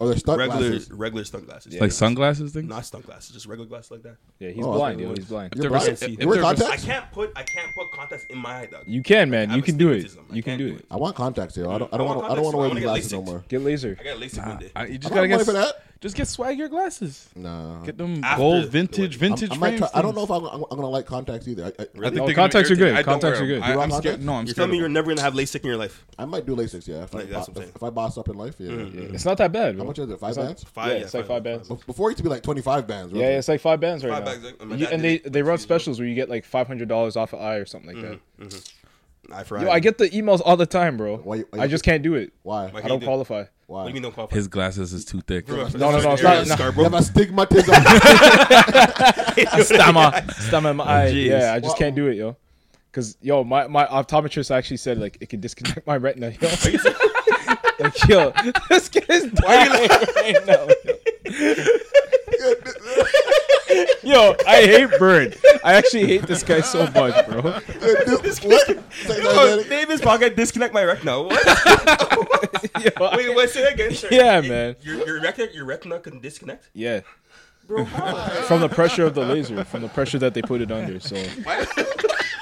Speaker 2: Or they're stunt
Speaker 4: regular
Speaker 2: glasses?
Speaker 4: regular stunt glasses.
Speaker 1: Like sunglasses thing.
Speaker 4: Not stunt glasses, just regular glasses like that.
Speaker 3: Yeah, he's
Speaker 2: Oh, I
Speaker 3: blind.
Speaker 2: thought it
Speaker 3: Yo,
Speaker 2: was-
Speaker 3: he's blind.
Speaker 2: You're
Speaker 1: If
Speaker 2: blind?
Speaker 1: there was- if
Speaker 2: You wear
Speaker 1: there was-
Speaker 4: I
Speaker 2: contacts?
Speaker 4: can't put I can't put contacts in my eye, dog.
Speaker 3: You can, man.
Speaker 4: I
Speaker 3: You
Speaker 4: have
Speaker 3: can do it.
Speaker 4: astigmatism. I
Speaker 3: You can
Speaker 4: can't
Speaker 3: do
Speaker 4: do
Speaker 3: it.
Speaker 2: I want contacts here. I don't. I
Speaker 4: I
Speaker 2: don't want.
Speaker 4: want
Speaker 2: I don't want to wear
Speaker 4: contacts. I wanna
Speaker 2: these glasses
Speaker 4: get
Speaker 2: no
Speaker 4: LASIK.
Speaker 2: more.
Speaker 3: Get laser. Ah,
Speaker 4: I got LASIK one day.
Speaker 1: I- you
Speaker 2: I
Speaker 1: just
Speaker 2: don't
Speaker 1: gotta
Speaker 2: have money
Speaker 1: get
Speaker 2: for that.
Speaker 1: Just get swagger glasses.
Speaker 2: Nah.
Speaker 1: Get them gold vintage, vintage.
Speaker 2: I, might
Speaker 1: frames
Speaker 2: try- I don't know
Speaker 1: things.
Speaker 2: if I'm, I'm, I'm gonna like contacts either. I, I,
Speaker 1: think No, they're gonna Oh, contacts are irritate- good. I don't Contacts wear are them. good. I-
Speaker 2: You rock
Speaker 1: I'm scared-
Speaker 2: contacts?
Speaker 1: no, I'm
Speaker 4: You're telling me you're never gonna have LASIK in your life?
Speaker 2: I might do LASIK, yeah. If,
Speaker 4: Like, that's
Speaker 2: I, bo-
Speaker 4: what I'm saying.
Speaker 2: if, if I boss up in life, yeah.
Speaker 4: Mhm.
Speaker 1: Mm-hmm.
Speaker 2: yeah.
Speaker 4: It's
Speaker 3: not that bad,
Speaker 2: How
Speaker 3: bro.
Speaker 2: much is it? Five
Speaker 3: It's like
Speaker 2: bands?
Speaker 3: five, Yeah, yeah, it's like five five bands.
Speaker 2: Be- Before it used to be like twenty five bands.
Speaker 3: Yeah, it's like five bands right
Speaker 4: Five
Speaker 3: now.
Speaker 4: bags, like, my
Speaker 3: You-
Speaker 4: dad
Speaker 3: and
Speaker 4: did
Speaker 3: they, they run specials where you get like five hundred dollars off an eye or something like that.
Speaker 4: I Mm-hmm, for
Speaker 3: Yo, I get the emails all the time, bro.
Speaker 4: why
Speaker 3: I
Speaker 4: you-
Speaker 3: just can't do it.
Speaker 2: Why?
Speaker 4: Why
Speaker 3: I
Speaker 4: can't you
Speaker 3: don't
Speaker 4: do it?
Speaker 3: qualify.
Speaker 4: What do you mean don't qualify?
Speaker 1: His glasses is too thick.
Speaker 4: Bro,
Speaker 3: No, no, no.
Speaker 4: It's
Speaker 3: It's not,
Speaker 4: like
Speaker 3: no.
Speaker 4: Scarborough. You have
Speaker 3: <laughs>
Speaker 2: astigmatism.
Speaker 3: stammer. Stammer in my eye.
Speaker 2: Oh, jeez.
Speaker 3: yeah, I just
Speaker 2: Wow.
Speaker 3: can't do it, yo. Because, yo, my, my optometrist actually said, like, it could disconnect my retina, yo. <laughs> like, yo, this kid is dying right now. Yo. Yo, I hate <laughs> Bird. I actually hate this guy so much, bro.
Speaker 4: Yo, name is pocket. Disconnect my retina.
Speaker 3: <laughs>
Speaker 4: What? Wait, wait, say that again, sir.
Speaker 3: Yeah, man.
Speaker 4: Your, your retina, your retina can disconnect.
Speaker 3: Yeah.
Speaker 4: Bro,
Speaker 3: from the pressure of the laser, from the pressure that they put it under. So,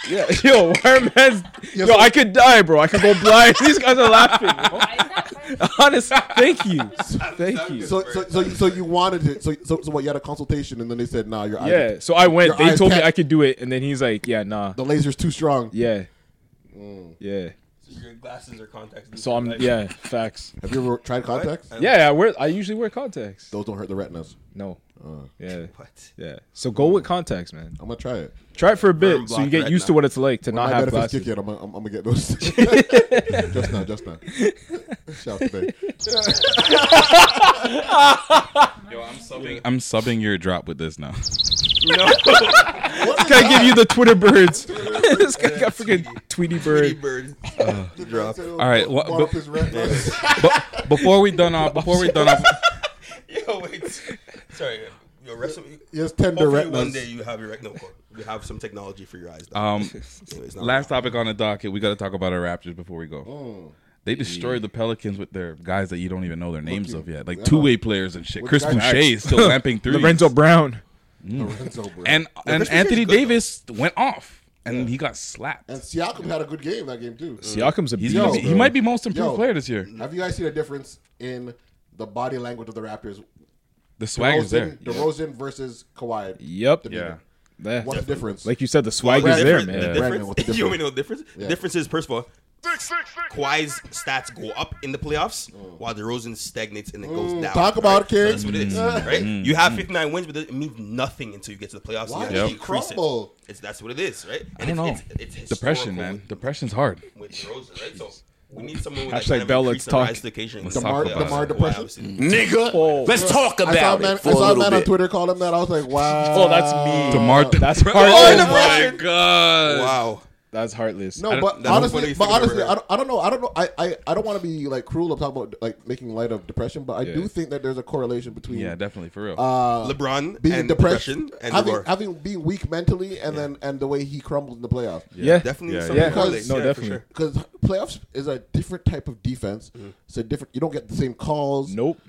Speaker 3: yeah, yo, Wireman's, yo, I could die, bro. I could go blind. <laughs> These guys are laughing. Bro.
Speaker 1: <laughs>
Speaker 3: Honestly, thank you, <laughs> thank you.
Speaker 2: So, so, so, you- so you wanted it. So, so, so what? You had a consultation, and then they said, "Nah, your eyes."
Speaker 3: yeah, so I
Speaker 2: your
Speaker 3: went. They
Speaker 2: eyes
Speaker 3: told me
Speaker 2: can't-
Speaker 3: I could do it, and then he's like, "Yeah, nah,
Speaker 2: the laser's too strong." Mm.
Speaker 3: Yeah, yeah.
Speaker 4: Your glasses or contacts.
Speaker 3: So I'm yeah, facts.
Speaker 2: Have you ever tried contacts?
Speaker 3: Yeah, I wear. I usually wear contacts.
Speaker 2: Those don't hurt the retinas. Uh.
Speaker 3: No. Yeah.
Speaker 4: <laughs> What?
Speaker 3: Yeah. So go with contacts, man.
Speaker 2: I'm gonna try it.
Speaker 3: Try it for a bit, so you get used to what it's like to
Speaker 2: When
Speaker 3: not
Speaker 2: my
Speaker 3: have glasses.
Speaker 2: benefits kick in, I'm, gonna- I'm, I'm gonna get those.
Speaker 3: <laughs>
Speaker 2: just now, just
Speaker 1: <laughs>
Speaker 2: now. Shout out today.
Speaker 1: Yo, I'm subbing. I'm subbing your drop with this now.
Speaker 4: <laughs>
Speaker 1: <laughs>
Speaker 4: No.
Speaker 3: <laughs> this guy give you the Twitter birds. <laughs> this guy got freaking Tweety bird. Uh.
Speaker 4: Drop.
Speaker 1: All right. What,
Speaker 2: Warm up his rep.
Speaker 1: <laughs> but before we done off, before we done off,
Speaker 4: <laughs> Yo, wait. Sorry. Yo, rest of
Speaker 2: Yes, tender
Speaker 4: Hopefully
Speaker 2: retinas.
Speaker 4: One day you have your retinal cord. We have some technology for your eyes. though. <laughs>
Speaker 1: um,
Speaker 4: Anyways, not-
Speaker 1: last topic on the docket, we got to talk about our Raptors before we go.
Speaker 2: Oh.
Speaker 1: They destroyed the Pelicans with their guys that you don't even know their names
Speaker 2: you.
Speaker 1: of yet, like
Speaker 2: Yeah.
Speaker 1: two way players and shit.
Speaker 2: With
Speaker 1: Chris
Speaker 2: guys-
Speaker 1: Boucher is
Speaker 2: <laughs>
Speaker 1: still lamping Mm. through
Speaker 3: <laughs> Lorenzo Brown. Mm.
Speaker 2: Lorenzo
Speaker 1: and
Speaker 2: Brown. Well,
Speaker 1: and
Speaker 2: Chris Boucher's
Speaker 1: Anthony
Speaker 2: good, though.
Speaker 1: Davis went off and he got slapped.
Speaker 2: And Siakam had a good game that game too.
Speaker 3: Mm. Siakam's a
Speaker 1: He's
Speaker 3: beast.
Speaker 1: gonna be-
Speaker 3: bro.
Speaker 1: he might be most improved player this year.
Speaker 2: Have you guys seen a difference in the body language of the Raptors?
Speaker 1: The swagger's
Speaker 2: DeRozan,
Speaker 1: there.
Speaker 2: DeRozan versus Kawhi.
Speaker 3: Yep.
Speaker 2: Demeanor.
Speaker 3: Yeah.
Speaker 2: What's the difference?
Speaker 3: Like you said, the swag
Speaker 2: Well,
Speaker 3: is
Speaker 2: the
Speaker 3: there,
Speaker 2: difference-
Speaker 3: man.
Speaker 2: the
Speaker 3: Yeah.
Speaker 2: Brandon, what's
Speaker 1: <laughs>
Speaker 2: the
Speaker 4: <laughs> you want me to know
Speaker 2: difference?
Speaker 4: the difference? The
Speaker 2: Yeah.
Speaker 4: difference is first of all, Kawhi's stats go up in the playoffs, while DeRozan stagnates and then goes
Speaker 2: Mm,
Speaker 4: down.
Speaker 2: talk
Speaker 4: right?
Speaker 2: about it,
Speaker 4: So
Speaker 2: kid.
Speaker 4: that's what it is,
Speaker 2: Mm,
Speaker 4: right?
Speaker 2: mm,
Speaker 4: you have 59 wins, but it means nothing until you get to the playoffs.
Speaker 2: Why
Speaker 4: you
Speaker 2: did
Speaker 4: have
Speaker 2: he
Speaker 4: to increase it.
Speaker 2: crumble?
Speaker 4: It's, that's what it is, right?
Speaker 1: I don't know.
Speaker 4: it's, It's, it's
Speaker 1: Depression,
Speaker 4: historical
Speaker 1: man. Depression's hard.
Speaker 4: With DeRozan, right? So we need someone with
Speaker 1: Hashtag
Speaker 4: that kind of
Speaker 1: Bell,
Speaker 4: increase
Speaker 1: let's
Speaker 4: in rise
Speaker 1: talk.
Speaker 4: to occasion.
Speaker 1: Let's Demar- talk about
Speaker 2: Demar
Speaker 4: Kawhi,
Speaker 2: depression?
Speaker 4: obviously.
Speaker 21: Nigga, let's talk
Speaker 2: I saw a
Speaker 21: about
Speaker 2: man,
Speaker 21: it for
Speaker 2: I
Speaker 21: a
Speaker 2: saw a
Speaker 21: little
Speaker 2: man on
Speaker 21: bit.
Speaker 2: Twitter call him that. I was like, wow.
Speaker 3: Oh, that's me.
Speaker 1: Demar,
Speaker 3: That's
Speaker 1: Bro,
Speaker 3: heartless.
Speaker 1: oh my god!
Speaker 4: Wow.
Speaker 3: That's heartless.
Speaker 2: No, but
Speaker 4: that's funny
Speaker 2: honestly, but
Speaker 4: thing I've
Speaker 2: honestly,
Speaker 4: ever
Speaker 2: I don't, I don't know. I don't know. I, I, I don't want to be like cruel of talking about like making light of depression, but I
Speaker 1: Yeah.
Speaker 2: do think that there's a correlation between
Speaker 1: Yeah, definitely for real.
Speaker 2: uh,
Speaker 4: LeBron
Speaker 2: being
Speaker 4: and
Speaker 2: depressed,
Speaker 4: depression and
Speaker 2: having,
Speaker 4: Demar.
Speaker 2: having being weak mentally, and then and the way he crumbled in the playoffs.
Speaker 3: Yeah.
Speaker 4: Definitely
Speaker 3: Yeah,
Speaker 4: something
Speaker 3: yeah.
Speaker 4: correlates,
Speaker 3: No,
Speaker 4: yeah, for
Speaker 3: definitely.
Speaker 4: sure. Mm-hmm.
Speaker 2: because playoffs is a different type of defense. It's a different. You don't get the same calls.
Speaker 3: Nope.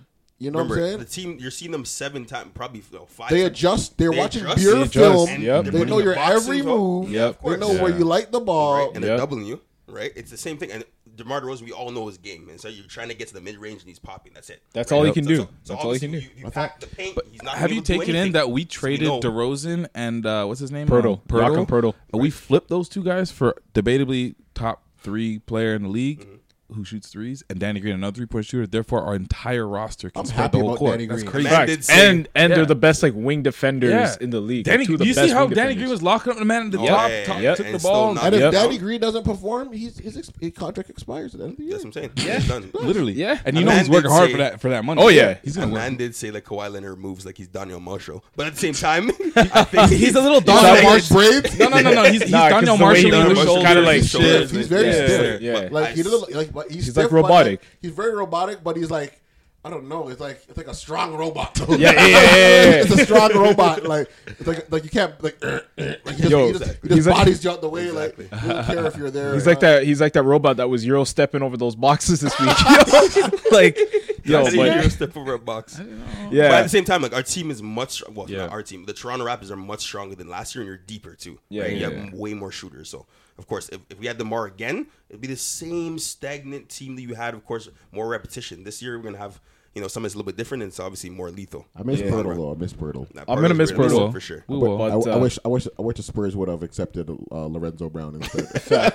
Speaker 2: You know
Speaker 4: Remember,
Speaker 2: what I'm
Speaker 4: the
Speaker 2: saying?
Speaker 4: team you're seeing them seven times, probably no, five.
Speaker 2: They
Speaker 4: times.
Speaker 2: adjust. They're
Speaker 4: They
Speaker 2: watching
Speaker 4: adjust.
Speaker 2: your
Speaker 4: They adjust.
Speaker 2: film.
Speaker 4: And
Speaker 3: Yep.
Speaker 4: they're
Speaker 2: They
Speaker 4: putting
Speaker 2: know your
Speaker 4: boxes
Speaker 2: every
Speaker 4: on.
Speaker 2: move.
Speaker 3: Yep.
Speaker 2: They know
Speaker 1: Yeah.
Speaker 2: where you light the ball.
Speaker 4: right? And they're
Speaker 3: Yep.
Speaker 4: doubling you, right? It's the same thing. And DeMar DeRozan, we all know his game, and so you're trying to get to the mid range, and he's popping. That's it.
Speaker 3: That's
Speaker 4: Right?
Speaker 3: all he can
Speaker 4: So-
Speaker 3: do.
Speaker 4: so- so
Speaker 3: That's all he can do.
Speaker 4: obviously You, you pack the paint. he's not
Speaker 1: Have
Speaker 4: able
Speaker 1: you
Speaker 4: to do
Speaker 1: taken in
Speaker 4: anything.
Speaker 1: that we traded
Speaker 4: know.
Speaker 1: DeRozan and uh, what's his name?
Speaker 3: Poeltl.
Speaker 1: Uh, Poeltl.
Speaker 3: Jakob Poeltl.
Speaker 1: And we flipped those two guys for debatably top three player in the league
Speaker 4: Mm-hmm.
Speaker 1: who shoots threes, and Danny Green, another three point shooter. Therefore, our entire roster can
Speaker 2: I'm
Speaker 1: spread
Speaker 2: happy
Speaker 1: the whole
Speaker 2: about
Speaker 1: court.
Speaker 2: Danny
Speaker 1: That's
Speaker 2: Green.
Speaker 1: crazy.
Speaker 4: Man
Speaker 3: Facts.
Speaker 4: did say-
Speaker 3: And and
Speaker 1: Yeah.
Speaker 3: they're the best like wing defenders
Speaker 1: Yeah.
Speaker 3: in the league.
Speaker 1: Danny,
Speaker 3: Two of the
Speaker 1: you
Speaker 3: best
Speaker 1: see how
Speaker 3: wing
Speaker 1: Danny
Speaker 3: defenders.
Speaker 1: Green was locking up the man in the
Speaker 4: Yeah.
Speaker 1: top,
Speaker 4: Oh, Yeah.
Speaker 1: top
Speaker 3: Yeah.
Speaker 1: took
Speaker 4: And
Speaker 1: the
Speaker 4: still
Speaker 1: ball.
Speaker 4: not-
Speaker 2: And if
Speaker 3: Yep.
Speaker 2: Danny Green doesn't perform, he's, his, ex- his contract expires at the end of the year.
Speaker 4: That's what I'm saying. Yeah. Done.
Speaker 1: Literally,
Speaker 3: Yeah.
Speaker 1: and you
Speaker 4: A
Speaker 1: know
Speaker 4: man
Speaker 1: he's working
Speaker 4: did
Speaker 1: hard
Speaker 4: say-
Speaker 1: for that for that money.
Speaker 3: Oh, yeah.
Speaker 1: he's
Speaker 4: A
Speaker 1: gonna
Speaker 4: man
Speaker 1: win.
Speaker 4: did say like Kawhi Leonard moves like he's Daniel Marshall, but at the same time, <laughs> I think
Speaker 1: He's a little
Speaker 2: Does
Speaker 1: dog.
Speaker 2: that Mark Braids?
Speaker 1: No, no, no, no. He's, he's
Speaker 3: Nah, 'cause
Speaker 1: Daniel
Speaker 3: the way he
Speaker 1: Marshall on
Speaker 3: moves
Speaker 1: his
Speaker 3: is
Speaker 1: shoulders.
Speaker 3: kinda
Speaker 1: and
Speaker 3: like-
Speaker 1: shit.
Speaker 2: He's very
Speaker 3: Yeah.
Speaker 2: stiff.
Speaker 3: Yeah.
Speaker 2: Like he
Speaker 4: I-
Speaker 2: doesn't like but he's,
Speaker 3: He's, like,
Speaker 2: stiff, but,
Speaker 3: robotic.
Speaker 2: he's very robotic, but he's like I don't know. It's like it's like a strong robot.
Speaker 3: yeah, yeah,
Speaker 2: <laughs>
Speaker 3: yeah, yeah.
Speaker 2: it's a strong robot. Like it's like like you can't like, <clears throat> uh, uh, like he just,
Speaker 3: Yo,
Speaker 2: he just, he
Speaker 3: he's
Speaker 2: just
Speaker 3: like-
Speaker 2: bodies you out the way. Like you don't care if you're there.
Speaker 3: He's like that. He's like that robot that was Euro stepping over those boxes this week. <laughs>
Speaker 1: <laughs>
Speaker 3: Yo, like, yo,
Speaker 4: Yo,
Speaker 3: but
Speaker 4: step over a box. But at
Speaker 3: yeah,
Speaker 4: the same time, like our team is much well,
Speaker 1: Yeah.
Speaker 4: not our team. The Toronto Raptors are much stronger than last year, and you're deeper too.
Speaker 3: Yeah,
Speaker 4: right?
Speaker 3: yeah,
Speaker 4: you have
Speaker 3: yeah.
Speaker 4: way more shooters. So of course, if, if we had Demar again, it'd be the same stagnant team that you had. Of course, more repetition. This year, we're gonna have you know, some is a little bit different, and it's obviously more lethal.
Speaker 2: I miss
Speaker 4: Yeah.
Speaker 2: Pirtle though. I miss Pirtle.
Speaker 4: Nah, I'm gonna Pirtle's miss really Pirtle. good for sure. We
Speaker 2: I-
Speaker 4: will.
Speaker 2: I,
Speaker 4: But,
Speaker 2: I
Speaker 4: uh,
Speaker 2: wish. I wish. I wish the Spurs would have accepted uh, Lorenzo
Speaker 4: <laughs>
Speaker 2: Brown instead.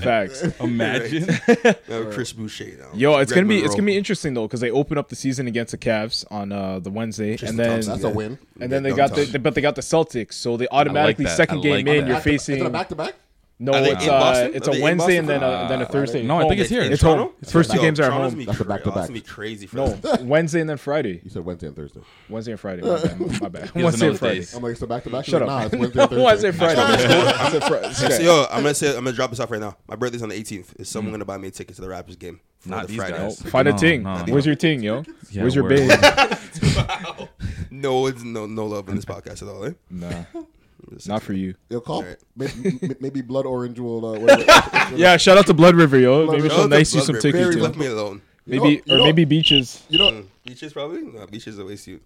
Speaker 3: Facts.
Speaker 1: Imagine.
Speaker 2: <laughs>
Speaker 4: No, Chris Boucher, no.
Speaker 3: Yo, it's gonna
Speaker 4: Greg
Speaker 3: be it's
Speaker 4: Monroe.
Speaker 3: gonna be interesting though because they open up the season against the Cavs on uh, the Wednesday,
Speaker 2: Tristan
Speaker 3: and then
Speaker 2: Thompson, That's a yeah. win.
Speaker 3: And then
Speaker 2: Yeah,
Speaker 3: they got the,
Speaker 2: Thompson.
Speaker 3: but they got the Celtics, so they automatically
Speaker 1: that.
Speaker 3: second
Speaker 1: I
Speaker 3: game
Speaker 1: like
Speaker 3: in.
Speaker 1: that.
Speaker 3: You're
Speaker 1: Is it a
Speaker 3: facing
Speaker 2: back-to-back?
Speaker 3: No,
Speaker 1: Are they
Speaker 3: it's
Speaker 1: in
Speaker 3: uh,
Speaker 1: Boston?
Speaker 3: it's
Speaker 1: Are
Speaker 3: a
Speaker 1: they in
Speaker 3: Wednesday
Speaker 1: Boston
Speaker 3: and then
Speaker 1: for-
Speaker 3: a, then a
Speaker 1: Ah,
Speaker 3: Thursday.
Speaker 1: no, I
Speaker 3: Home.
Speaker 1: think it's here.
Speaker 3: It's
Speaker 1: In
Speaker 3: home.
Speaker 1: Toronto?
Speaker 3: It's first two
Speaker 1: Yo,
Speaker 3: games are at
Speaker 1: Toronto's
Speaker 3: home.
Speaker 1: gonna be That's a crazy.
Speaker 4: back-to-back. That's gonna be crazy for
Speaker 3: no, Wednesday and then Friday.
Speaker 2: You said Wednesday and Thursday.
Speaker 3: Wednesday and Friday. My bad. My bad. Wednesday
Speaker 2: He doesn't know
Speaker 3: and
Speaker 2: the
Speaker 3: Friday.
Speaker 2: days. I'm like, so back-to-back?
Speaker 3: Shut
Speaker 2: He's like,
Speaker 3: up. <laughs>
Speaker 2: nah, it's Wednesday and Thursday.
Speaker 3: Wednesday and Friday. I said Fri-
Speaker 4: I'm
Speaker 3: okay.
Speaker 4: yo, I'm gonna say I'm gonna drop this off right now. My birthday's on the 18th. Is
Speaker 3: Hmm.
Speaker 4: someone gonna buy me a ticket to the Raptors game? for
Speaker 1: Not
Speaker 4: the
Speaker 1: these
Speaker 4: Friday?
Speaker 1: guys.
Speaker 3: Find a ting. Where's your ting,
Speaker 4: <laughs>
Speaker 3: yo?
Speaker 1: Yeah,
Speaker 3: Where's your
Speaker 1: word.
Speaker 3: babe?
Speaker 4: Wow. no, it's no no love in this podcast at all. Eh?
Speaker 3: Nah. Not for you.
Speaker 2: Yo, call
Speaker 4: All right.
Speaker 2: may- m- maybe, Blood
Speaker 4: <laughs>
Speaker 2: Orange will. Uh, whatever-
Speaker 3: Yeah, shout out to Blood River, yo.
Speaker 2: Blood
Speaker 3: Maybe
Speaker 2: River.
Speaker 3: she'll nice you some
Speaker 4: Blood River.
Speaker 3: tickets.
Speaker 4: Barry
Speaker 3: yo.
Speaker 4: left me alone.
Speaker 3: Maybe
Speaker 2: You know-
Speaker 3: or
Speaker 2: you
Speaker 3: maybe
Speaker 2: know-
Speaker 3: beaches.
Speaker 2: You know,
Speaker 4: Mm, beaches probably. No, beaches a waste. You.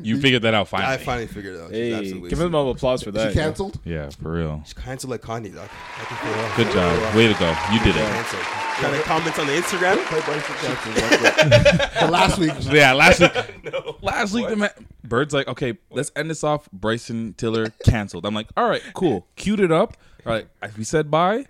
Speaker 1: You figured that out finally.
Speaker 4: I finally figured it out. She's
Speaker 3: Hey,
Speaker 4: absolutely
Speaker 3: give him a applause for that.
Speaker 2: she canceled.
Speaker 1: Yeah, for real.
Speaker 4: She's canceled like Kanye. Doc. I can feel it.
Speaker 1: Good job. Way to go. You did it.
Speaker 4: Cancel. Trying to comment on the Instagram. <laughs>
Speaker 2: The last week.
Speaker 3: <laughs>
Speaker 1: Yeah,
Speaker 2: <laughs>
Speaker 1: last week. Last week, the ma- Bird's like, okay, let's end this off. Bryson Tiller canceled. I'm like, all right,
Speaker 2: <laughs>
Speaker 1: cool. Cued it up. All right, we said bye.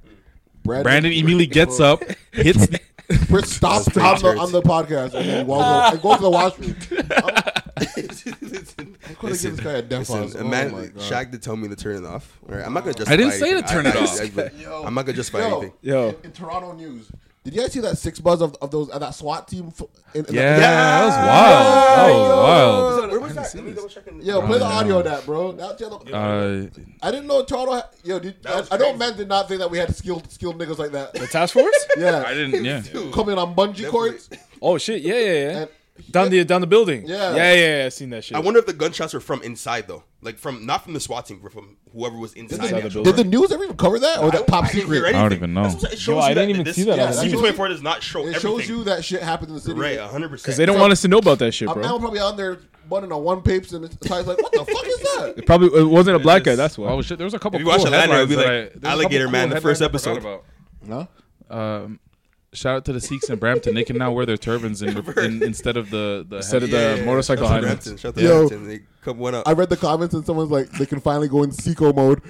Speaker 2: Brandon-
Speaker 1: Brandon, immediately gets up,
Speaker 2: <laughs>
Speaker 1: hits. the-
Speaker 2: Chris stops
Speaker 4: pretty
Speaker 2: on the,
Speaker 4: church.
Speaker 2: on the podcast and then walks
Speaker 4: Uh.
Speaker 2: over- and goes to the
Speaker 4: <laughs>
Speaker 2: washroom. I'm gonna
Speaker 4: Listen,
Speaker 2: give this guy a death
Speaker 4: listen,
Speaker 2: on. Oh
Speaker 4: man,
Speaker 2: my God.
Speaker 4: Shaq did tell me to turn it off. All right, I'm not gonna justify.
Speaker 1: I didn't say to
Speaker 4: anything.
Speaker 1: turn it off.
Speaker 4: I, am not gonna justify
Speaker 2: Yo,
Speaker 4: anything.
Speaker 3: Yo.
Speaker 2: In, in Toronto news, did you guys see that six buzz of, of those of that SWAT team? fo- In, in
Speaker 1: Yeah,
Speaker 2: the,
Speaker 1: that was wild. That was wild.
Speaker 4: Where was that? Let me double check. and-
Speaker 2: Yo, play the audio of that, bro. That yellow-
Speaker 1: Uh,
Speaker 2: I didn't know Toronto. Had, yo, did, I, I know men did not think that we had skilled skilled niggas like that.
Speaker 3: The task force?
Speaker 2: <laughs> Yeah,
Speaker 1: I didn't.
Speaker 2: <laughs>
Speaker 1: Yeah,
Speaker 2: coming on bungee cords.
Speaker 3: Oh shit! Yeah, yeah, yeah.
Speaker 2: And-
Speaker 3: Down the down the building.
Speaker 2: Yeah.
Speaker 3: yeah, yeah. yeah, I seen that shit.
Speaker 4: I wonder if the gunshots were from inside though, like from not from the SWAT team, but from whoever was inside.
Speaker 3: Inside the
Speaker 4: actual-
Speaker 3: building.
Speaker 2: Did the news ever even cover that or that top
Speaker 4: I didn't hear
Speaker 2: secret?
Speaker 1: I don't
Speaker 4: anything.
Speaker 1: even know.
Speaker 4: That's what I'm saying. It
Speaker 3: Yo,
Speaker 4: shows
Speaker 3: I
Speaker 4: you
Speaker 3: didn't
Speaker 4: that
Speaker 3: even
Speaker 4: this-
Speaker 3: see that
Speaker 2: on the news.
Speaker 4: CP24 does not show
Speaker 2: It
Speaker 4: everything.
Speaker 2: shows you that shit happened in the city.
Speaker 4: right, 100. percent
Speaker 3: Because they don't want us to know about that shit,
Speaker 2: I'm
Speaker 3: bro.
Speaker 2: now probably on there butting on one papes and it's it's like, what the fuck is
Speaker 1: <laughs>
Speaker 2: that?
Speaker 3: It probably it wasn't a black guy. That's why.
Speaker 1: oh shit, there was a couple.
Speaker 4: If you
Speaker 1: cool
Speaker 4: watch Atlanta, it'll be
Speaker 1: headlines
Speaker 4: like,
Speaker 1: that I- there was a couple
Speaker 4: Alligator Man, the
Speaker 1: headlines
Speaker 4: first
Speaker 1: I forgot
Speaker 4: episode.
Speaker 1: about.
Speaker 2: No.
Speaker 1: Um, shout out to the Sikhs in Brampton. They can now wear their turbans
Speaker 4: <laughs>
Speaker 1: in, in, instead of the, the
Speaker 3: Instead of the- motorcycle
Speaker 4: Shut
Speaker 3: helmets.
Speaker 4: Brampton. Shut the
Speaker 2: Yo.
Speaker 4: Brampton. They come one up.
Speaker 2: I read the comments and someone's like, they can finally go in
Speaker 4: <laughs>
Speaker 2: Seco mode.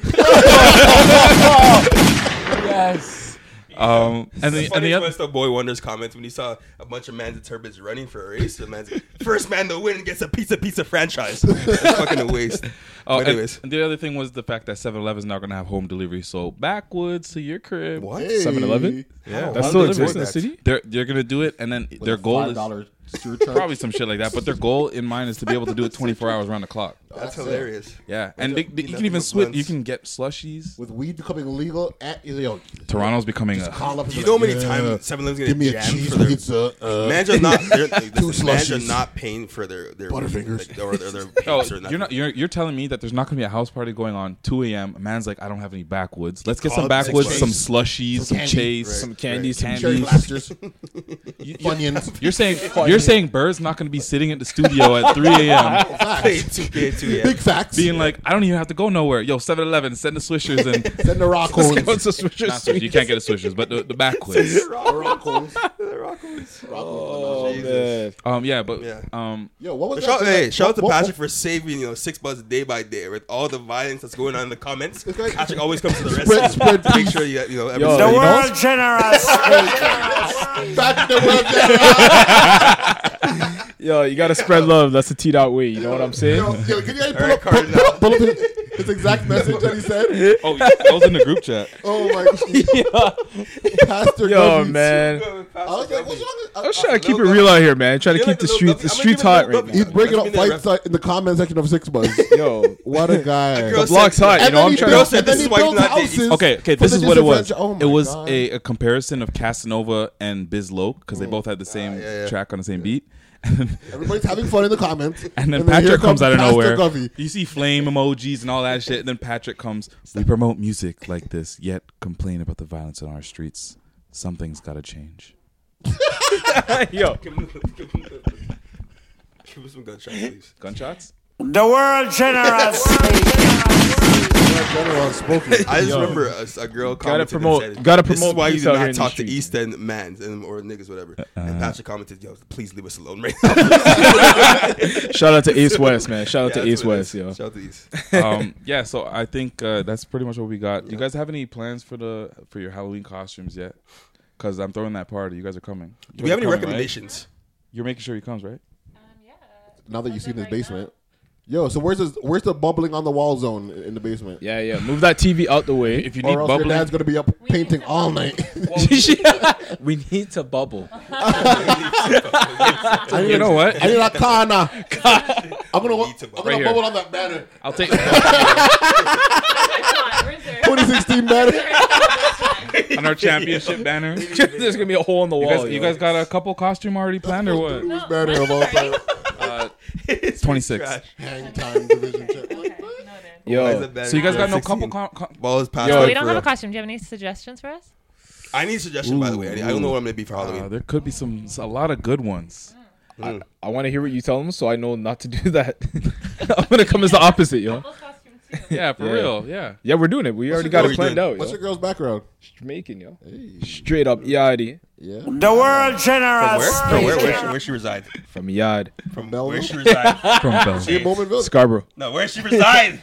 Speaker 1: um, and the, and the other
Speaker 4: the boy wonders comments when he saw a bunch of mans in turbans running for a race. The man's first man to win gets a piece of pizza franchise. That's fucking a
Speaker 1: <laughs>
Speaker 4: waste.
Speaker 1: Oh,
Speaker 4: Oh,
Speaker 1: and,
Speaker 4: anyways,
Speaker 1: and the other thing was the fact that 7-Eleven is not going to have home delivery, so backwards to your crib.
Speaker 4: what?
Speaker 3: 7-Eleven?
Speaker 4: Yeah,
Speaker 3: That
Speaker 4: How do
Speaker 3: still
Speaker 4: they
Speaker 3: exists in
Speaker 4: avoid
Speaker 3: the
Speaker 4: that?
Speaker 3: city.
Speaker 1: They're they're going to do it, and then their goal is
Speaker 2: $5 surcharge.
Speaker 1: probably some shit like that. But their goal in mind is to be able to do it twenty four hours around the clock.
Speaker 4: That's hilarious.
Speaker 1: Yeah, and they, they, you
Speaker 4: peanut
Speaker 1: can even
Speaker 4: butter
Speaker 1: switch.
Speaker 4: buns.
Speaker 1: You can get slushies.
Speaker 2: With weed becoming illegal, at, yo,
Speaker 1: Toronto's becoming a
Speaker 2: call up. and
Speaker 4: You
Speaker 2: be
Speaker 4: know how
Speaker 2: like,
Speaker 4: many
Speaker 2: yeah,
Speaker 4: times Seven Eleven's gonna
Speaker 2: Give me a
Speaker 4: jam
Speaker 2: cheese
Speaker 4: for their,
Speaker 2: pizza. Uh,
Speaker 4: Mans are not.
Speaker 2: <laughs>
Speaker 4: they're- Listen, mans are
Speaker 2: slushies.
Speaker 4: not paying for their their
Speaker 2: Butterfingers.
Speaker 4: like, or their, their
Speaker 1: <laughs> Oh,
Speaker 4: papers or
Speaker 1: you're not.
Speaker 4: nothing.
Speaker 1: You're, you're telling me that there's not going to be a house party going on 2 a.m. A man's like, I don't have any backwoods. Let's get some
Speaker 4: Oh,
Speaker 1: backwoods,
Speaker 4: some
Speaker 1: some
Speaker 4: Chase.
Speaker 1: slushies, some
Speaker 2: candy.
Speaker 1: chase,
Speaker 3: Some candies, some
Speaker 1: candies.
Speaker 2: cherry
Speaker 1: <laughs>
Speaker 2: blasters, bunions.
Speaker 1: You're
Speaker 2: <laughs>
Speaker 1: saying you're saying Bird's not going to be sitting at the studio at 3 a.m.
Speaker 4: Pay two, pay two, yeah.
Speaker 2: Big facts.
Speaker 1: being like, I don't even have to go nowhere. Yo, 7 Eleven, send the swishers
Speaker 2: <laughs>
Speaker 1: and.
Speaker 2: Send the rock
Speaker 3: Let's go
Speaker 2: holes.
Speaker 3: to Swisher
Speaker 1: Not swishers, you
Speaker 3: Sweet.
Speaker 1: can't get the swishers, but <laughs> the, the back
Speaker 2: <laughs>
Speaker 1: quiz.
Speaker 2: rock holes.
Speaker 4: The Rock was-
Speaker 3: Oh man.
Speaker 1: Um, yeah, but
Speaker 4: Yeah.
Speaker 1: um,
Speaker 2: Yo, what was
Speaker 4: Shout,
Speaker 2: that?
Speaker 4: hey, shout out to
Speaker 2: What- what-
Speaker 4: Patrick for saving you know six bucks day by day with all the violence that's going on in the comments.
Speaker 2: guy-
Speaker 4: Patrick always comes to the
Speaker 2: Spread-
Speaker 4: rescue.
Speaker 2: spread
Speaker 4: Make
Speaker 2: peace.
Speaker 4: sure you you know.
Speaker 3: Yo,
Speaker 4: everything-
Speaker 3: you know-
Speaker 1: <laughs>
Speaker 13: generous.
Speaker 2: Back to
Speaker 4: <laughs>
Speaker 2: the world, yeah.
Speaker 3: <laughs>
Speaker 2: <laughs>
Speaker 3: Yo, you gotta spread love. That's the teed out way. You know what I'm
Speaker 2: Yo,
Speaker 3: saying?
Speaker 2: yo, can you guys pull
Speaker 4: Eric
Speaker 2: up, pull,
Speaker 4: Cardinal.
Speaker 2: pull up, pull up his, his exact message that he said?
Speaker 1: oh, I was in the group chat.
Speaker 2: Oh my god. Pastor
Speaker 3: Yo,
Speaker 2: Gubby's-
Speaker 3: man.
Speaker 2: I was like, what's wrong with
Speaker 3: I'm trying to keep it
Speaker 4: Lil
Speaker 3: real out here, man. Trying to
Speaker 4: You're
Speaker 3: keep
Speaker 4: like
Speaker 3: the
Speaker 4: the Lil
Speaker 3: streets the
Speaker 4: Duffy. I'm
Speaker 3: streets
Speaker 4: gonna
Speaker 3: hot
Speaker 4: give him
Speaker 3: right
Speaker 4: Lil
Speaker 3: now.
Speaker 2: He's
Speaker 4: That's
Speaker 2: breaking
Speaker 4: what
Speaker 2: up
Speaker 4: I mean,
Speaker 2: fights uh, in the comment section of Six Bucks.
Speaker 3: Yo,
Speaker 2: What <laughs> a guy.
Speaker 4: Girl
Speaker 3: the block's hot. You
Speaker 2: And
Speaker 3: know
Speaker 2: then
Speaker 3: I'm
Speaker 2: he
Speaker 3: trying
Speaker 2: built-
Speaker 3: to.
Speaker 4: said
Speaker 2: and then
Speaker 4: this is
Speaker 2: he
Speaker 4: why he's
Speaker 2: built
Speaker 4: not the-
Speaker 2: houses
Speaker 1: Okay, okay,
Speaker 2: for
Speaker 1: this
Speaker 2: the
Speaker 1: is what it was.
Speaker 2: disadvantaged- Oh my
Speaker 1: it was
Speaker 2: God. Mm.
Speaker 1: a, a comparison of Casanova and Biz Loke because they both had the same track on the same beat. And <laughs>
Speaker 2: Everybody's having fun in the
Speaker 3: <laughs>
Speaker 2: comments.
Speaker 1: then
Speaker 2: here
Speaker 1: Patrick comes out of
Speaker 2: Pastor
Speaker 1: nowhere.
Speaker 2: Gubby.
Speaker 1: You see flame emojis and all that shit. And then Patrick comes. We promote music like this, yet complain about the violence on our streets. Something's got to change. <laughs>
Speaker 3: Yo,
Speaker 4: Give us some gunshots, please.
Speaker 1: Gunshots?
Speaker 13: The world generous.
Speaker 4: <laughs> I just
Speaker 2: Yo.
Speaker 4: remember uh, a, a girl
Speaker 2: Gotta
Speaker 4: commented
Speaker 2: promote-
Speaker 4: and said,
Speaker 2: gotta
Speaker 4: This is
Speaker 2: promote
Speaker 4: why you
Speaker 2: peace
Speaker 4: do
Speaker 2: out here
Speaker 4: not
Speaker 2: in the
Speaker 4: talk to
Speaker 2: street."
Speaker 4: East End men and or niggas, whatever. and Patrick commented, "Yo, please leave us alone right now."
Speaker 3: Shout out to East West, man. Shout out to
Speaker 4: that's
Speaker 3: East
Speaker 4: what it is.
Speaker 3: West, yo.
Speaker 4: Shout out to East.
Speaker 1: um, yeah, so I think uh, that's pretty much what we got. You guys have any plans for the for your Halloween costumes yet? Because I'm throwing that party. You guys are coming.
Speaker 4: Do we have any
Speaker 1: Coming, right?
Speaker 4: recommendations?
Speaker 1: You're making sure he comes, right?
Speaker 2: Now that you see in his basement. Yo, so where's this, where's the bubbling on the wall zone in the basement?
Speaker 3: Yeah, yeah. Move that TV out the way. If you
Speaker 2: Or
Speaker 3: need
Speaker 2: else
Speaker 3: bubbling, <laughs>
Speaker 2: your dad's gonna be up painting all night.
Speaker 3: we need to
Speaker 2: <laughs>
Speaker 3: bubble.
Speaker 2: I need-
Speaker 3: you know what?
Speaker 2: I
Speaker 3: <laughs>
Speaker 2: need a kana. I'm gonna, wa- I'm gonna
Speaker 3: Right here.
Speaker 2: bubble on that banner.
Speaker 1: I'll
Speaker 2: <laughs>
Speaker 1: take.
Speaker 2: 2016 banner.
Speaker 1: On <laughs> our championship banner.
Speaker 3: There's gonna be a hole in the
Speaker 1: You
Speaker 3: wall.
Speaker 1: guys, you
Speaker 3: yo.
Speaker 1: guys got a couple costume already planned or what?
Speaker 2: banner of all time.
Speaker 1: Uh, 26.
Speaker 2: Hang time division check.
Speaker 1: Yo, so you guys got no couple.
Speaker 4: co-
Speaker 1: Com-
Speaker 4: co- Ball is passed.
Speaker 10: So
Speaker 4: out
Speaker 10: we don't
Speaker 4: for
Speaker 10: have a
Speaker 4: us.
Speaker 10: costume. Do you have any suggestions for us?
Speaker 4: <laughs> I need suggestions, by the way. I, need- I don't know what I'm gonna be for Halloween. Mm.
Speaker 1: Uh, there could be some a lot of good ones.
Speaker 3: I, I want to hear what you tell them, so I know not to do <laughs> that. I'm gonna come as the opposite, yo.
Speaker 1: Yeah, for real, yeah.
Speaker 3: Yeah, we're doing it. We already got it planned out.
Speaker 2: What's
Speaker 3: yo.
Speaker 2: your girl's background?
Speaker 3: Jamaican, yo. Straight up Yadi.
Speaker 2: Yeah.
Speaker 3: The world
Speaker 4: generous. From where? From where? Where she- where she reside?
Speaker 3: From Yad.
Speaker 4: From Where she reside?
Speaker 3: <laughs> From Belleville.
Speaker 4: She in Bowmanville?
Speaker 3: Scarborough.
Speaker 4: No, where she reside?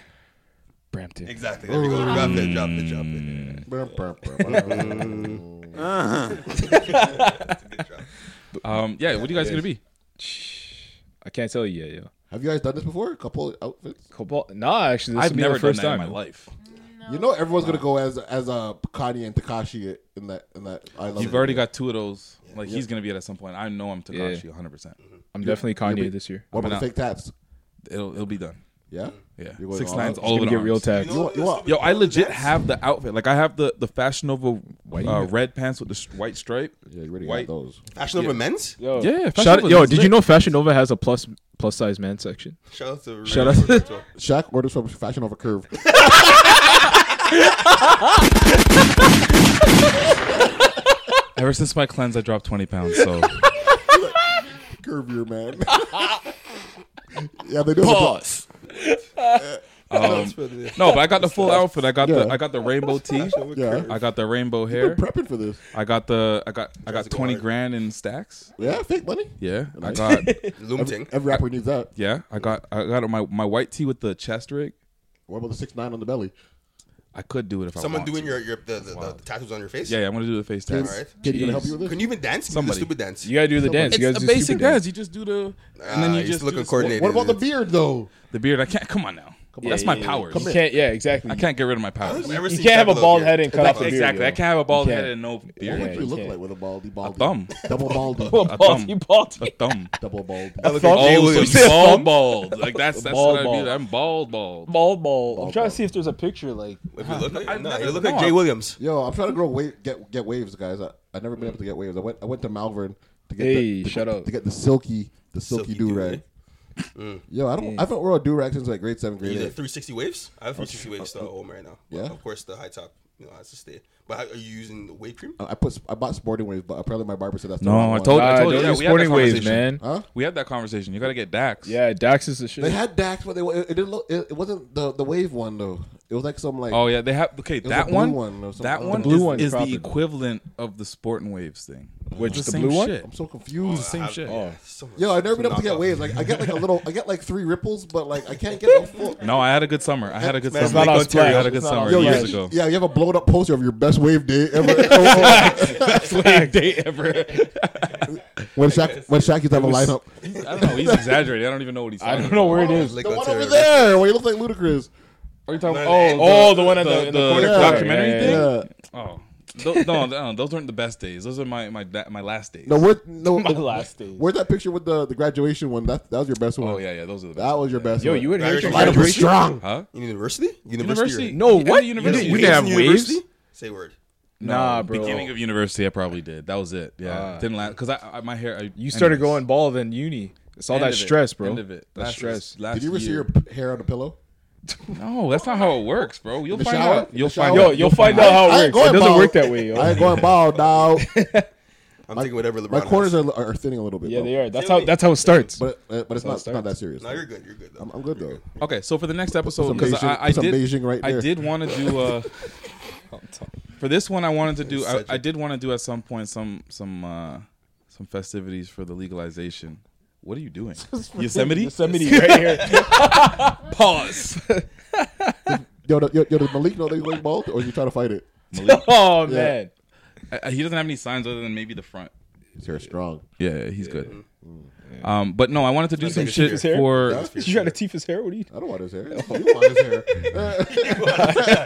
Speaker 3: Brampton.
Speaker 4: Exactly. There we go. Drop it. Drop it. Drop it.
Speaker 1: <laughs> Um, yeah, what are you guys gonna be?
Speaker 3: I can't tell you yet, yo.
Speaker 2: Have you guys done this before? Couple uh, outfits.
Speaker 3: Couple. Nah, actually, this
Speaker 1: I've
Speaker 3: will be
Speaker 1: never
Speaker 3: the first
Speaker 1: done that in
Speaker 3: time
Speaker 1: my
Speaker 3: yo.
Speaker 1: life.
Speaker 2: You know everyone's gonna go as as uh, Kanye and Takashi in that in that. I love
Speaker 1: You've
Speaker 2: It.
Speaker 1: already got two of those. Like he's gonna be at at some point. I know I'm Takashi 100. percent
Speaker 2: Mm-hmm.
Speaker 3: I'm definitely Kanye this year.
Speaker 2: What
Speaker 1: I'm
Speaker 2: about the
Speaker 1: not-
Speaker 2: fake tats?
Speaker 1: It'll it'll be done.
Speaker 2: Yeah?
Speaker 1: yeah.
Speaker 2: You're going
Speaker 1: Six
Speaker 2: all
Speaker 1: nines,
Speaker 2: out?
Speaker 1: all
Speaker 2: Just
Speaker 1: of
Speaker 2: gonna
Speaker 1: it.
Speaker 2: get real
Speaker 1: arms.
Speaker 2: tats. You want- you want-
Speaker 1: Yo, I legit have the outfit. Like I have the the Fashion Nova uh, red pants with the s- white stripe.
Speaker 2: Yeah, you already
Speaker 1: got White.
Speaker 2: those.
Speaker 4: Fashion Nova men's?
Speaker 1: Yo.
Speaker 4: Yeah,
Speaker 1: Yeah,
Speaker 4: Fashion
Speaker 3: Shout-
Speaker 4: Nova
Speaker 3: yo,
Speaker 4: is
Speaker 3: did you
Speaker 4: lit.
Speaker 3: know Fashion Nova has a plus plus size man section?
Speaker 4: Shout out to
Speaker 3: shout
Speaker 4: Ray
Speaker 3: out.
Speaker 4: Orton.
Speaker 2: <laughs> Shaq orders from Fashion Over Curve.
Speaker 4: <laughs>
Speaker 1: Ever since my cleanse, I dropped 20 pounds. <laughs> So
Speaker 2: Curvier
Speaker 1: <laughs>
Speaker 2: man. yeah, they do.
Speaker 1: Pause. <laughs> um, no, but I got the full outfit. I got the
Speaker 2: Yeah.
Speaker 1: I got the rainbow tee.
Speaker 2: Yeah.
Speaker 1: I got the rainbow hair.
Speaker 2: prepping for this.
Speaker 1: I got the I got I got 20 grand in stacks.
Speaker 2: Yeah, fake money.
Speaker 1: Yeah, I
Speaker 2: Nice. <laughs>
Speaker 1: got
Speaker 2: every, every rapper needs that.
Speaker 1: yeah. I got I got my my white tee with the chest rig.
Speaker 2: What about the six nine on the belly?
Speaker 1: I could do it if I
Speaker 4: Someone
Speaker 1: want
Speaker 4: doing
Speaker 1: to.
Speaker 4: your, your the, the, the tattoos on your face?
Speaker 1: Yeah, yeah, I'm gonna do the face
Speaker 4: All
Speaker 1: tats.
Speaker 4: right.
Speaker 1: Kid, you gonna help you
Speaker 2: with this?
Speaker 4: Can you even dance? You can do the
Speaker 1: Somebody.
Speaker 4: stupid dance.
Speaker 1: You gotta do the
Speaker 4: Somebody.
Speaker 1: dance. You guys do stupid dance. You just do the and then
Speaker 4: Ah,
Speaker 1: you
Speaker 4: he's
Speaker 1: just
Speaker 4: looking
Speaker 1: do the-
Speaker 4: coordinated.
Speaker 2: What about the beard though?
Speaker 1: The beard, I can't. Come on now.
Speaker 2: on.
Speaker 1: That's
Speaker 2: Yeah,
Speaker 1: my
Speaker 2: yeah, yeah.
Speaker 1: powers.
Speaker 2: Come
Speaker 1: You
Speaker 2: here.
Speaker 1: can't.
Speaker 3: Yeah, exactly.
Speaker 1: I can't get rid of my powers.
Speaker 4: I've never
Speaker 3: You
Speaker 4: seen
Speaker 3: can't have a
Speaker 4: Tableau
Speaker 3: bald
Speaker 4: here.
Speaker 3: head and cut off a beard.
Speaker 1: Exactly.
Speaker 3: yo.
Speaker 1: I can't have a bald
Speaker 3: You
Speaker 1: head
Speaker 3: can't.
Speaker 1: and no
Speaker 2: What
Speaker 1: beard.
Speaker 2: would
Speaker 3: Yeah,
Speaker 2: you
Speaker 3: you
Speaker 2: look
Speaker 3: can't.
Speaker 2: like with a baldy baldy?
Speaker 1: Thumb.
Speaker 2: <laughs> Double baldy.
Speaker 1: A thumb. A thumb.
Speaker 2: <laughs> Double bald.
Speaker 1: I look
Speaker 3: thumb?
Speaker 1: like Jay
Speaker 3: You <laughs>
Speaker 1: Williams.
Speaker 3: said
Speaker 1: Bald,
Speaker 3: thumb?
Speaker 1: bald. Like that's that's
Speaker 3: Bald,
Speaker 1: what I
Speaker 3: bald.
Speaker 1: mean. I'm bald, bald.
Speaker 3: Ball, ball. I'm trying to see if there's a picture. Like,
Speaker 4: If
Speaker 3: <laughs>
Speaker 4: you look like, no,
Speaker 1: never-
Speaker 4: you look like
Speaker 1: no,
Speaker 4: Jay
Speaker 1: I'm-
Speaker 4: Williams.
Speaker 2: Yo, I'm trying to grow weight, get get waves, guys. I I never been able to get waves. I went I went to Malvern to get
Speaker 3: Hey,
Speaker 2: the, to,
Speaker 3: shut up.
Speaker 2: to get the silky the silky, do rag.
Speaker 1: eh?
Speaker 2: Yo, I don't I haven't worn a do rag since like grade seven,
Speaker 4: You
Speaker 2: grade
Speaker 4: did
Speaker 2: eight.
Speaker 4: 360 waves? I have 360 waves still at home right now.
Speaker 2: Yeah?
Speaker 4: Of course, the high top, you know, has to stay. But how- are you using the wave cream?
Speaker 2: I I put I bought sporting waves, but apparently my barber said that's the wrong
Speaker 1: No, I
Speaker 2: one.
Speaker 1: told,
Speaker 3: Nah,
Speaker 1: I told you.
Speaker 3: don't
Speaker 1: Yeah,
Speaker 3: use
Speaker 1: we had that
Speaker 3: sporting waves,
Speaker 1: conversation.
Speaker 3: man.
Speaker 2: Huh?
Speaker 1: We had that conversation. You gotta get Dax.
Speaker 3: yeah, Dax is the shit.
Speaker 2: They had Dax, but they wa- it, it didn't look. It, it wasn't the the wave one though. It was like some like.
Speaker 1: Oh yeah, they have okay.
Speaker 2: it was
Speaker 1: That
Speaker 2: a blue
Speaker 1: one,
Speaker 2: one or something.
Speaker 1: that
Speaker 2: The
Speaker 1: one,
Speaker 3: blue
Speaker 1: is,
Speaker 3: one
Speaker 1: is the
Speaker 3: probably.
Speaker 1: equivalent of the Sporting Waves thing.
Speaker 3: Which,
Speaker 1: It's
Speaker 3: the
Speaker 1: same
Speaker 3: blue one?
Speaker 1: shit.
Speaker 2: I'm so confused.
Speaker 1: Same shit.
Speaker 2: Yo, I've never been able to get waves. Like I get like a little, I get like three ripples, but like
Speaker 1: <laughs>
Speaker 2: I can't get the full.
Speaker 1: No, I had a good summer. I had a good
Speaker 4: Man,
Speaker 1: summer.
Speaker 4: it's not on
Speaker 1: I had
Speaker 4: Splash.
Speaker 1: a good
Speaker 4: It's not
Speaker 1: summer
Speaker 2: Yo,
Speaker 1: years
Speaker 2: you-
Speaker 1: ago.
Speaker 2: Yeah, you have a blown up poster of your best wave day
Speaker 3: <laughs>
Speaker 2: ever.
Speaker 1: Best wave day ever.
Speaker 2: <laughs> when Shaq, when Shaq used to have a lineup.
Speaker 1: I don't know. He's exaggerating. I don't even know what he's.
Speaker 3: I don't know where it is.
Speaker 2: The one over there where he looks like Ludacris.
Speaker 1: Are you talking?
Speaker 3: No,
Speaker 1: Oh,
Speaker 3: oh, the one in the- in the corner
Speaker 1: the
Speaker 3: corner.
Speaker 1: documentary
Speaker 3: Yeah,
Speaker 2: yeah,
Speaker 1: thing. Oh, Tho- no, no, those weren't the best days. Those are my my da- my last days.
Speaker 2: No, where,
Speaker 1: <laughs>
Speaker 2: no,
Speaker 3: <laughs> My
Speaker 2: the-
Speaker 3: last days.
Speaker 2: Where's that picture with the, the graduation one? That that was your best one.
Speaker 1: Oh yeah, yeah, those are the best.
Speaker 2: That was your best.
Speaker 3: Yo,
Speaker 2: one.
Speaker 3: you would hurt your
Speaker 2: Lineup was
Speaker 3: graduation?
Speaker 2: strong.
Speaker 1: Huh?
Speaker 4: University?
Speaker 1: University?
Speaker 4: right?
Speaker 3: No,
Speaker 1: Yeah,
Speaker 3: what?
Speaker 1: university.
Speaker 3: You,
Speaker 1: You
Speaker 3: you didn't have
Speaker 4: University?
Speaker 3: waves?
Speaker 4: Say word.
Speaker 3: Nah, bro.
Speaker 1: Beginning of university, I probably did. That was it. Yeah,
Speaker 3: Ah.
Speaker 1: didn't last because I, I my hair. I,
Speaker 3: You started
Speaker 1: anyways.
Speaker 3: going bald in uni. It's all
Speaker 1: End of
Speaker 3: that
Speaker 1: it.
Speaker 3: stress, bro.
Speaker 1: End of it.
Speaker 3: That
Speaker 1: Last-
Speaker 3: stress.
Speaker 1: last
Speaker 2: Did you ever see
Speaker 1: year.
Speaker 2: your p- hair on a pillow?
Speaker 1: <laughs> No, that's not how it works, bro. You'll
Speaker 2: The
Speaker 1: find
Speaker 2: shower?
Speaker 1: out. You'll
Speaker 2: The
Speaker 1: find
Speaker 2: shower?
Speaker 1: out.
Speaker 3: Yo, you'll find out how it
Speaker 2: I ain't
Speaker 3: works. It <laughs>
Speaker 2: going
Speaker 3: doesn't
Speaker 2: bald.
Speaker 1: <laughs>
Speaker 3: work that way, yo.
Speaker 2: I ain't going bald, dog.
Speaker 4: I'm I'm taking whatever LeBron.
Speaker 2: My corners
Speaker 4: has.
Speaker 2: are, are thinning a little bit.
Speaker 22: Yeah,
Speaker 2: bro.
Speaker 22: they are. That's how- that's how it starts.
Speaker 2: But uh, but
Speaker 22: That's
Speaker 2: it's
Speaker 22: how
Speaker 2: not
Speaker 22: it
Speaker 2: it's not
Speaker 22: starts.
Speaker 2: that serious.
Speaker 4: No, you're good. You're good.
Speaker 2: I'm, I'm good though.
Speaker 1: Okay, so for the next episode,
Speaker 2: some
Speaker 1: because
Speaker 2: Beijing-
Speaker 1: I, I
Speaker 2: put some
Speaker 1: did,
Speaker 2: Beijing right
Speaker 1: I
Speaker 2: there.
Speaker 1: did want to do
Speaker 2: <laughs>
Speaker 1: uh
Speaker 3: <laughs>
Speaker 1: for this one. I wanted to do. I, I did want to do at some point some some uh some festivities for the legalization. What are you
Speaker 22: <laughs>
Speaker 1: doing, <laughs> Yosemite? <laughs>
Speaker 22: Yosemite, right here. <laughs>
Speaker 1: Pause.
Speaker 2: <laughs> Yo, the- yo, yo, does Malik know that he's going bald, or you trying to fight it?
Speaker 1: <laughs>
Speaker 22: Oh
Speaker 2: Yeah.
Speaker 22: man.
Speaker 1: I- I- he doesn't have any signs other than maybe the front.
Speaker 2: His hair's strong.
Speaker 1: Yeah, he's good. Um, but no, I wanted to do some shit for.
Speaker 22: you trying to teeth his hair? What are you?
Speaker 2: I don't want
Speaker 3: <laughs>
Speaker 2: his hair. You want his hair? <laughs>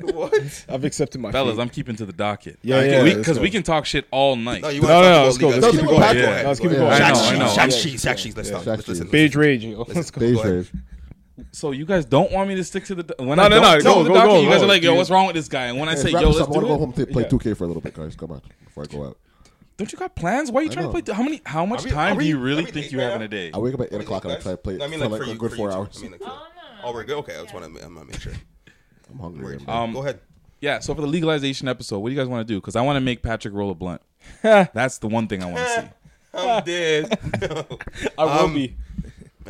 Speaker 22: what? I've accepted my
Speaker 1: Fellas,
Speaker 22: fate.
Speaker 1: I'm keeping to the docket.
Speaker 22: Yeah,
Speaker 1: I can-
Speaker 22: yeah,
Speaker 1: we-
Speaker 22: let's go.
Speaker 1: we can talk shit all night.
Speaker 22: No, you wanna No, talk no, about let's go, let's
Speaker 1: Let's
Speaker 22: keep it
Speaker 1: go
Speaker 22: going.
Speaker 1: ahead.
Speaker 22: Yeah, let's keep it going.
Speaker 1: I know,
Speaker 22: Shaq
Speaker 1: I know.
Speaker 22: Shaq
Speaker 4: Shaq Shaq Shaq, let's stop. Let's listen.
Speaker 22: Beige rage. yo. Let's
Speaker 4: Listen.
Speaker 22: go.
Speaker 4: Beige
Speaker 22: Go ahead.
Speaker 4: rage.
Speaker 1: So you guys don't want me to stick to the when
Speaker 22: No, no,
Speaker 1: I don't
Speaker 22: no,
Speaker 1: stick
Speaker 22: go,
Speaker 1: to the
Speaker 22: go,
Speaker 1: docket,
Speaker 22: go,
Speaker 1: you guys
Speaker 22: go.
Speaker 1: are like, yo,
Speaker 22: Dude.
Speaker 1: what's wrong with this guy? And when I
Speaker 2: Hey,
Speaker 1: say,
Speaker 2: wrap
Speaker 1: yo,
Speaker 2: this
Speaker 1: let's
Speaker 2: up. I want
Speaker 1: do
Speaker 2: to
Speaker 1: it.
Speaker 2: go home to play
Speaker 1: Yeah.
Speaker 2: 2K for a little bit, guys. Come on, before I go out.
Speaker 1: Don't you got plans? Why are you
Speaker 2: I
Speaker 1: trying to
Speaker 2: know.
Speaker 1: play? How many? How much
Speaker 4: Are we-
Speaker 1: time
Speaker 4: are
Speaker 1: do
Speaker 4: we-
Speaker 1: you
Speaker 4: are
Speaker 1: really
Speaker 4: we
Speaker 1: think
Speaker 4: late
Speaker 1: you
Speaker 4: right
Speaker 1: have
Speaker 4: now?
Speaker 1: in a day?
Speaker 2: I wake up at eight o'clock and I
Speaker 4: guys?
Speaker 2: try to play
Speaker 4: I mean,
Speaker 2: for
Speaker 4: like,
Speaker 2: like
Speaker 4: for
Speaker 2: a
Speaker 4: you-
Speaker 2: good
Speaker 4: for
Speaker 2: four
Speaker 4: you two.
Speaker 2: hours.
Speaker 4: I mean, like, Oh, we're good. Okay, I just want to. I'm gonna make sure.
Speaker 2: I'm hungry.
Speaker 4: Worried.
Speaker 2: man.
Speaker 4: Go ahead.
Speaker 1: Um, Yeah. So for the legalization episode, what do you guys want to do? Because I want to make Patrick roll a blunt. That's the one thing I want to see.
Speaker 4: I'm dead.
Speaker 2: <laughs>
Speaker 22: I will
Speaker 4: Um,
Speaker 22: be.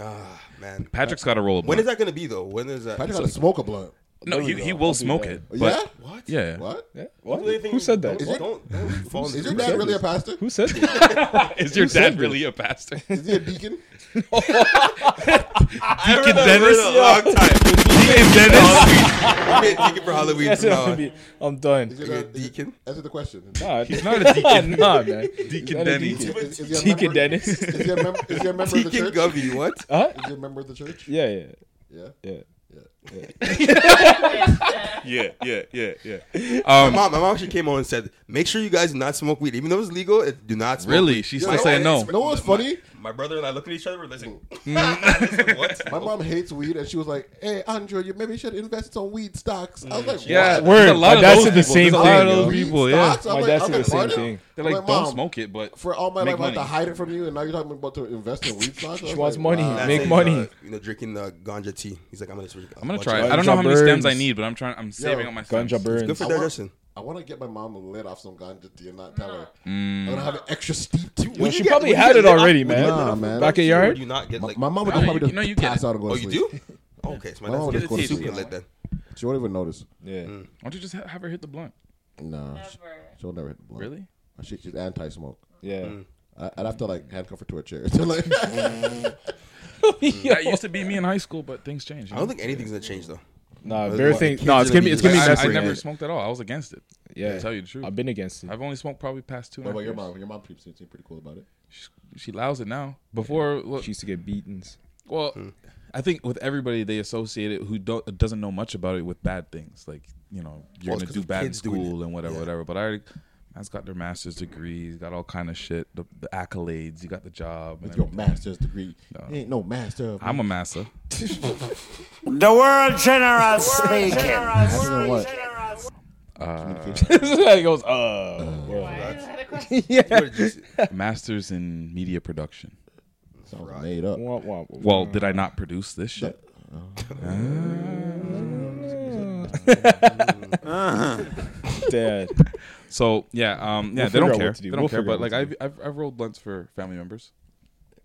Speaker 4: Ah, man.
Speaker 1: Patrick's got to roll a blunt.
Speaker 4: When is that gonna be though? When is that?
Speaker 2: Patrick got to smoke a blunt.
Speaker 1: No,
Speaker 22: There we
Speaker 1: he,
Speaker 22: go.
Speaker 1: he
Speaker 22: I'll
Speaker 1: will
Speaker 22: do
Speaker 1: smoke
Speaker 22: that.
Speaker 1: it.
Speaker 2: Oh,
Speaker 1: but-
Speaker 2: yeah?
Speaker 4: What?
Speaker 1: Yeah.
Speaker 2: What?
Speaker 22: Yeah, What?
Speaker 4: What do they think-
Speaker 22: Who said that?
Speaker 2: Is your-
Speaker 4: Don't, don't fall
Speaker 2: Is your
Speaker 4: asleep.
Speaker 2: dad
Speaker 22: said
Speaker 2: really a
Speaker 22: this?
Speaker 2: pastor?
Speaker 22: Who said
Speaker 3: <laughs>
Speaker 22: that?
Speaker 1: Is your
Speaker 22: Who said
Speaker 1: dad
Speaker 22: this?
Speaker 1: really a pastor?
Speaker 2: Is
Speaker 1: <laughs>
Speaker 2: he a deacon?
Speaker 1: Deacon Dennis?
Speaker 4: a long time.
Speaker 1: Deacon Dennis?
Speaker 4: I'm being deacon for Halloween.
Speaker 22: Yes,
Speaker 4: from now
Speaker 22: I'm,
Speaker 4: on.
Speaker 22: be, I'm
Speaker 2: Is
Speaker 22: done.
Speaker 2: he
Speaker 4: You're a
Speaker 2: not- is-
Speaker 4: deacon?
Speaker 2: Answer the question.
Speaker 22: Nah,
Speaker 1: He's not a
Speaker 22: <laughs>
Speaker 1: deacon.
Speaker 22: nah, man. He's
Speaker 1: Deacon
Speaker 22: not a
Speaker 1: Dennis.
Speaker 22: deacon.
Speaker 2: Is, is he a
Speaker 22: Deacon
Speaker 2: member-
Speaker 22: Dennis.
Speaker 2: Is he a, mem- is he a member of the
Speaker 4: Deacon
Speaker 2: church?
Speaker 4: Govey. What?
Speaker 22: Huh?
Speaker 2: Is he a member of the church?
Speaker 22: Yeah, yeah,
Speaker 2: Yeah.
Speaker 22: yeah.
Speaker 1: Yeah, yeah, yeah, yeah.
Speaker 4: my mom. My mom actually came on and said, "Make sure you guys do not smoke weed, even though it's legal. It, do not smoke
Speaker 1: Really?
Speaker 4: weed."
Speaker 1: She
Speaker 4: You
Speaker 1: still
Speaker 4: know
Speaker 1: saying
Speaker 4: what?
Speaker 1: no.
Speaker 2: You know what's
Speaker 4: My-
Speaker 2: funny?
Speaker 4: My brother and I looked at each other. We're like,
Speaker 22: <laughs>
Speaker 1: Mm.
Speaker 4: like, what?
Speaker 2: My mom hates weed, and she was like, "Hey, Andrew, you maybe should invest on weed stocks." I was like,
Speaker 1: Mm, Yeah,
Speaker 2: "What?"
Speaker 1: there's
Speaker 22: Word.
Speaker 1: A lot
Speaker 22: My
Speaker 1: of
Speaker 22: dad
Speaker 1: those
Speaker 22: said the
Speaker 1: people.
Speaker 22: same
Speaker 1: There's A lot
Speaker 22: thing,
Speaker 1: of those
Speaker 22: yo.
Speaker 2: Weed
Speaker 1: people, yeah.
Speaker 2: stocks? I'm
Speaker 22: My
Speaker 2: like,
Speaker 22: dad
Speaker 2: I'm
Speaker 22: said the
Speaker 2: like,
Speaker 22: same
Speaker 2: "Pardon?"
Speaker 22: thing.
Speaker 1: They're
Speaker 2: I'm
Speaker 1: like, don't
Speaker 2: "Mom,
Speaker 1: smoke it, but
Speaker 2: For all my
Speaker 1: make
Speaker 2: life, I had to
Speaker 1: money."
Speaker 2: hide it from you, and now you're talking about to invest in weed stocks.
Speaker 22: She wants money.
Speaker 1: <laughs>
Speaker 22: Make
Speaker 4: He's,
Speaker 22: money.
Speaker 4: uh, you know, drinking the ganja tea. He's like, I'm gonna. Drink
Speaker 1: I'm gonna try it.
Speaker 22: Ganja
Speaker 1: I don't know how many stems I
Speaker 22: burns.
Speaker 1: need, but I'm trying. I'm saving up my stems.
Speaker 22: Ganja burns.
Speaker 4: Good for
Speaker 2: I want-
Speaker 4: digestion.
Speaker 2: I want to get my mom lit off some ganja tea and not tell her. I'm gonna
Speaker 1: Mm.
Speaker 2: have an extra steep too.
Speaker 22: Yo, she probably had it already, man.
Speaker 2: Nah, man.
Speaker 22: Back at
Speaker 4: Or
Speaker 22: yard.
Speaker 4: do you not get
Speaker 2: my,
Speaker 4: like
Speaker 2: my mom would
Speaker 1: No,
Speaker 2: probably
Speaker 1: you-
Speaker 2: just
Speaker 1: no, you get
Speaker 2: pass
Speaker 1: it.
Speaker 2: out and go
Speaker 4: Oh,
Speaker 2: to
Speaker 4: you
Speaker 2: sleep.
Speaker 4: do?
Speaker 2: <laughs>
Speaker 4: Oh, okay, so my
Speaker 2: My
Speaker 4: dad's
Speaker 2: mom would just go to
Speaker 1: Get
Speaker 2: sleep.
Speaker 4: super lit then.
Speaker 2: She won't even notice.
Speaker 22: Yeah.
Speaker 2: Mm.
Speaker 1: Why don't you just ha- have her hit the blunt?
Speaker 2: Nah, she- she'll never hit the blunt.
Speaker 1: Really?
Speaker 2: She, she's anti-smoke.
Speaker 22: Yeah.
Speaker 2: Mm. I, I'd have to like handcuff her to a chair. <laughs> So, like,
Speaker 22: Mm.
Speaker 1: <laughs>
Speaker 2: <laughs>
Speaker 1: That used to be me in high school, but things changed. you
Speaker 4: I don't
Speaker 1: know?
Speaker 4: think anything's gonna change though.
Speaker 22: Nah,
Speaker 4: But
Speaker 22: bare
Speaker 4: what,
Speaker 22: thing.
Speaker 4: kids
Speaker 22: Nah,
Speaker 4: are
Speaker 22: it's gonna be. It's gonna be
Speaker 4: gonna
Speaker 1: I, I
Speaker 22: messy.
Speaker 1: never smoked at all. I was against it.
Speaker 22: Yeah.
Speaker 1: to tell you the truth.
Speaker 22: I've been against it.
Speaker 1: I've only smoked probably past two. and a
Speaker 2: what about
Speaker 1: half
Speaker 2: your
Speaker 1: years.
Speaker 2: mom? Your mom seems seems pretty cool about it.
Speaker 1: She allows it now. Before, well,
Speaker 22: She used to get beatons.
Speaker 1: well,
Speaker 4: Hmm.
Speaker 1: I think with everybody they associate it who don't, doesn't know much about it with bad things. Like you know, you're
Speaker 4: Well, it's
Speaker 1: gonna
Speaker 4: 'cause
Speaker 1: do
Speaker 4: of
Speaker 1: bad in
Speaker 4: kids doing
Speaker 1: school
Speaker 4: it.
Speaker 1: and whatever,
Speaker 4: Yeah.
Speaker 1: whatever. But I already, man's got their master's degrees, got all kind of shit, the, the accolades, you got the job. And
Speaker 2: Your
Speaker 1: everything.
Speaker 2: master's degree. You ain't no master. Of
Speaker 1: I'm
Speaker 22: <laughs>
Speaker 1: a master.
Speaker 12: The world
Speaker 18: <laughs>
Speaker 12: general speaking.
Speaker 2: You know what?
Speaker 22: this guy goes, uh, bro. Uh,
Speaker 4: Or just-
Speaker 1: <laughs> master's in media production.
Speaker 2: Sounds made up.
Speaker 22: Womp, womp, womp.
Speaker 1: Well, did I not produce this shit?
Speaker 22: Uh-huh. <laughs> Dad.
Speaker 1: <laughs> So yeah, um, yeah,
Speaker 22: We'll
Speaker 1: they
Speaker 22: figure
Speaker 1: don't
Speaker 22: out
Speaker 1: care.
Speaker 22: what to do.
Speaker 1: They don't
Speaker 22: We'll
Speaker 1: care.
Speaker 22: figure out
Speaker 1: But
Speaker 22: what
Speaker 1: like
Speaker 22: to
Speaker 1: I've, I've I've rolled blunts for family members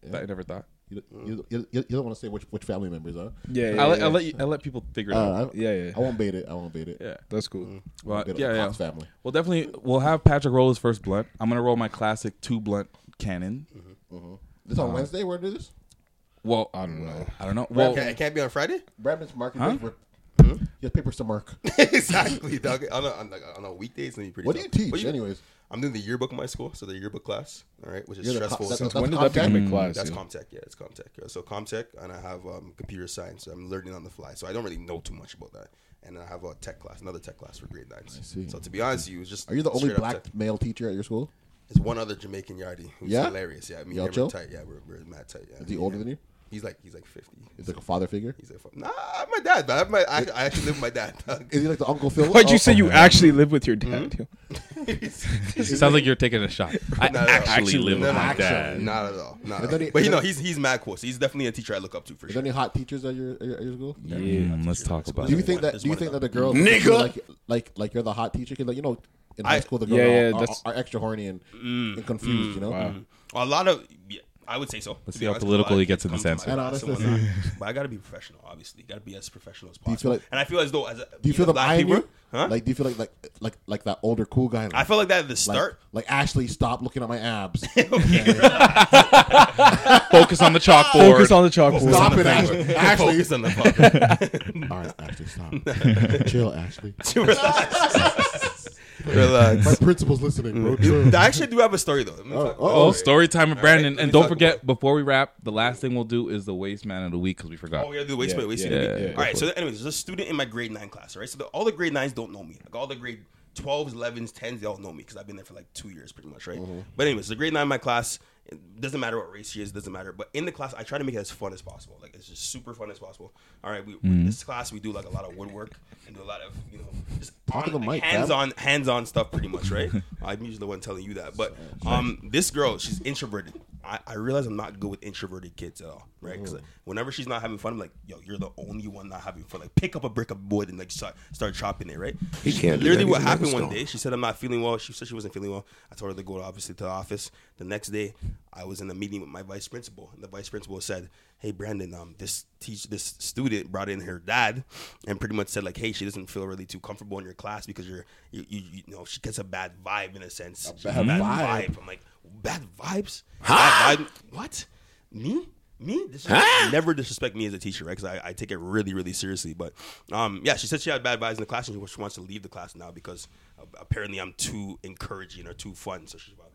Speaker 1: that I never thought.
Speaker 2: You, you, you, you don't want to say which which family members, huh?
Speaker 22: Yeah, yeah,
Speaker 1: I'll, let-
Speaker 22: yeah.
Speaker 1: I'll let you, I'll let people figure it out.
Speaker 2: Uh, I,
Speaker 22: Yeah, yeah.
Speaker 2: I won't bait it. I won't bait it.
Speaker 1: Yeah,
Speaker 22: That's cool.
Speaker 1: Mm-hmm. well,
Speaker 2: bit of
Speaker 1: yeah,
Speaker 2: the
Speaker 1: yeah.
Speaker 2: Cox family.
Speaker 1: Well, definitely, we'll have Patrick roll his first blunt. I'm gonna roll my classic two blunt cannon.
Speaker 2: Mm-hmm.
Speaker 1: Uh,
Speaker 2: This
Speaker 1: Uh-huh.
Speaker 2: on Wednesday. Where did this?
Speaker 1: Well, I don't know. I don't know. Well,
Speaker 4: Okay, it can't be on Friday.
Speaker 2: Brandon's marking
Speaker 1: Huh?
Speaker 2: paper.
Speaker 1: Hmm?
Speaker 2: Your papers to mark.
Speaker 4: <laughs> exactly, dog. On a, on, like, on a weekday, it's gonna be pretty.
Speaker 2: What do you
Speaker 4: tough.
Speaker 2: teach, anyways?
Speaker 4: I'm doing the yearbook of my school, so the yearbook class. All right, which is
Speaker 2: You're the
Speaker 4: stressful.
Speaker 2: co- that-
Speaker 4: So-
Speaker 2: that's
Speaker 22: When did that become a
Speaker 2: Comtech?
Speaker 22: class?
Speaker 4: That's
Speaker 22: yo?
Speaker 4: Comtech, yeah, it's Comtech. Yeah, So Comtech, and I have um, computer science. So I'm learning on the fly, so I don't really know too much about that. And then I have a tech class, another tech class for grade nines.
Speaker 2: see.
Speaker 4: So to be honest, with you it was just
Speaker 2: Are you the only
Speaker 4: straight up
Speaker 2: black
Speaker 4: tech.
Speaker 2: male teacher at your school?
Speaker 4: There's one other Jamaican yardie who's
Speaker 2: Yeah?
Speaker 4: hilarious. Yeah, I mean,
Speaker 2: Y'all
Speaker 4: yeah, we're
Speaker 2: chill?
Speaker 4: tight. Yeah, we're, we're mad tight. Yeah.
Speaker 2: Is he older
Speaker 4: Yeah.
Speaker 2: than you?
Speaker 4: He's like he's like 50.
Speaker 2: Is like a father figure?
Speaker 4: He's like fu- nah, my dad. But I, my, I, I actually live with my dad. Dog.
Speaker 2: Is he like
Speaker 22: <laughs>
Speaker 2: the Uncle Phil?
Speaker 22: Why'd you
Speaker 2: Oh,
Speaker 22: say you actually live with your dad? yo?
Speaker 1: sounds like you're taking a shot.
Speaker 4: <laughs>
Speaker 1: I
Speaker 4: Not at all.
Speaker 1: actually live
Speaker 4: No,
Speaker 1: with
Speaker 4: no,
Speaker 1: my
Speaker 4: actually,
Speaker 1: dad.
Speaker 4: Not at all. Not
Speaker 2: Is
Speaker 4: at
Speaker 2: there
Speaker 4: all.
Speaker 2: any-
Speaker 4: but
Speaker 2: is
Speaker 4: you know,
Speaker 2: there-
Speaker 4: he's he's mad cool. So he's definitely a teacher I look up to for
Speaker 2: Is
Speaker 4: sure.
Speaker 2: there any hot teachers at your at your, at your school?
Speaker 1: Mm, let's talk about
Speaker 2: Do you
Speaker 1: it.
Speaker 2: think that?
Speaker 4: There's
Speaker 2: Do you
Speaker 4: one of
Speaker 2: think
Speaker 4: them.
Speaker 2: that the girls
Speaker 18: Nigga!
Speaker 2: like like like you're the hot teacher? 'Cause, like you know, in high
Speaker 4: I-
Speaker 2: school, the
Speaker 4: Yeah,
Speaker 2: girls
Speaker 4: yeah,
Speaker 2: are,
Speaker 4: that's-
Speaker 2: are, are extra horny and,
Speaker 4: Mm,
Speaker 2: and confused.
Speaker 4: mm,
Speaker 2: you know,
Speaker 4: mm. Well, a lot of, yeah, I would say so.
Speaker 1: Let's
Speaker 4: to
Speaker 1: see
Speaker 4: be
Speaker 1: how
Speaker 4: honest, 'cause a
Speaker 1: political
Speaker 4: lot of
Speaker 1: he gets
Speaker 4: kids
Speaker 1: in this
Speaker 4: come to my
Speaker 2: answer.
Speaker 4: class
Speaker 2: And
Speaker 4: and
Speaker 2: honestly-
Speaker 4: whatnot. but I gotta be professional, obviously. Gotta be as professional as
Speaker 2: you feel
Speaker 4: possible.
Speaker 2: like-
Speaker 4: and I feel as though as a,
Speaker 2: Do you feel them
Speaker 4: black
Speaker 2: eyeing
Speaker 4: people-
Speaker 2: you?
Speaker 4: Huh?
Speaker 2: Like, do you feel like like like like that older cool guy?
Speaker 4: I felt like that at the start.
Speaker 2: Like, Ashley, stop looking at
Speaker 4: <laughs>
Speaker 2: my abs.
Speaker 1: <laughs> Focus on the chalkboard. Focus on the chalkboard.
Speaker 2: Stop
Speaker 1: Focus
Speaker 2: it,
Speaker 1: on the
Speaker 2: Ashley.
Speaker 1: paper.
Speaker 2: Ashley.
Speaker 1: Focus <laughs> on the <laughs> fucking-
Speaker 2: All right, Ashley,
Speaker 1: <laughs>
Speaker 2: stop. Chill, Ashley.
Speaker 4: Relax. <laughs> Relax.
Speaker 2: My principal's listening, bro.
Speaker 4: You-
Speaker 2: Chill.
Speaker 4: Mm. I actually do have a story though. Let me talk-
Speaker 1: Oh, story time with
Speaker 4: All right,
Speaker 1: Brandon.
Speaker 4: let me
Speaker 1: and don't
Speaker 4: talk
Speaker 1: forget, before we wrap, the last thing we'll do is the waste man of the week because we forgot.
Speaker 4: Oh, we gotta do the waste yeah, waste
Speaker 1: Yeah,
Speaker 4: yeah,
Speaker 1: yeah,
Speaker 4: All right.
Speaker 1: go
Speaker 4: So,
Speaker 1: for it.
Speaker 4: anyways, there's a student in my grade nine class. All right. So the, all the grade nines don't know me. Like all the grade 12s, 11s, 10s, they all know me because I've been there for like two years, pretty much. Right.
Speaker 1: Mm-hmm.
Speaker 4: But anyways, the grade nine in my class it doesn't matter what race she is, doesn't matter. But in the class, I try to make it as fun as possible. Like it's just super fun as possible. All right. We
Speaker 1: Mhm.
Speaker 4: this class we do like a lot of woodwork and do a lot of you know just
Speaker 2: Talk to the mic,
Speaker 4: hands
Speaker 2: Gab.
Speaker 4: on hands on stuff pretty
Speaker 18: <laughs>
Speaker 4: much. Right. I'm usually the one telling you that. But um, this girl, she's introverted. I, I realize I'm not good with introverted kids at all, right? 'Cause, like,
Speaker 18: Mm.
Speaker 4: whenever she's not having fun, I'm like, yo, you're the only one not having fun. Like, pick up a brick of wood and like start, start chopping it, right?
Speaker 18: He
Speaker 4: She-
Speaker 18: can't do
Speaker 4: Literally,
Speaker 18: that.
Speaker 4: what
Speaker 18: He's a
Speaker 4: happened one
Speaker 18: megastar.
Speaker 4: day, she said, I'm not feeling well. She said she wasn't feeling well. I told her to go to obviously to the office. The next day, I was in a meeting with my vice principal, and the vice principal said, Hey, Brandon, um, this teach this student brought in her dad, and pretty much said like, Hey, she doesn't feel really too comfortable in your class because you're you you, you know she gets a bad vibe in a sense. She has A
Speaker 2: bad vibe.
Speaker 4: I'm like, bad vibes? Bad vibe? What? Me? Me? This Never disrespect me as a teacher, right? Because I, I take it really, really seriously. But um, yeah, she said she had bad vibes in the class and she wants to leave the class now because uh, apparently I'm too encouraging or too fun. So she's about.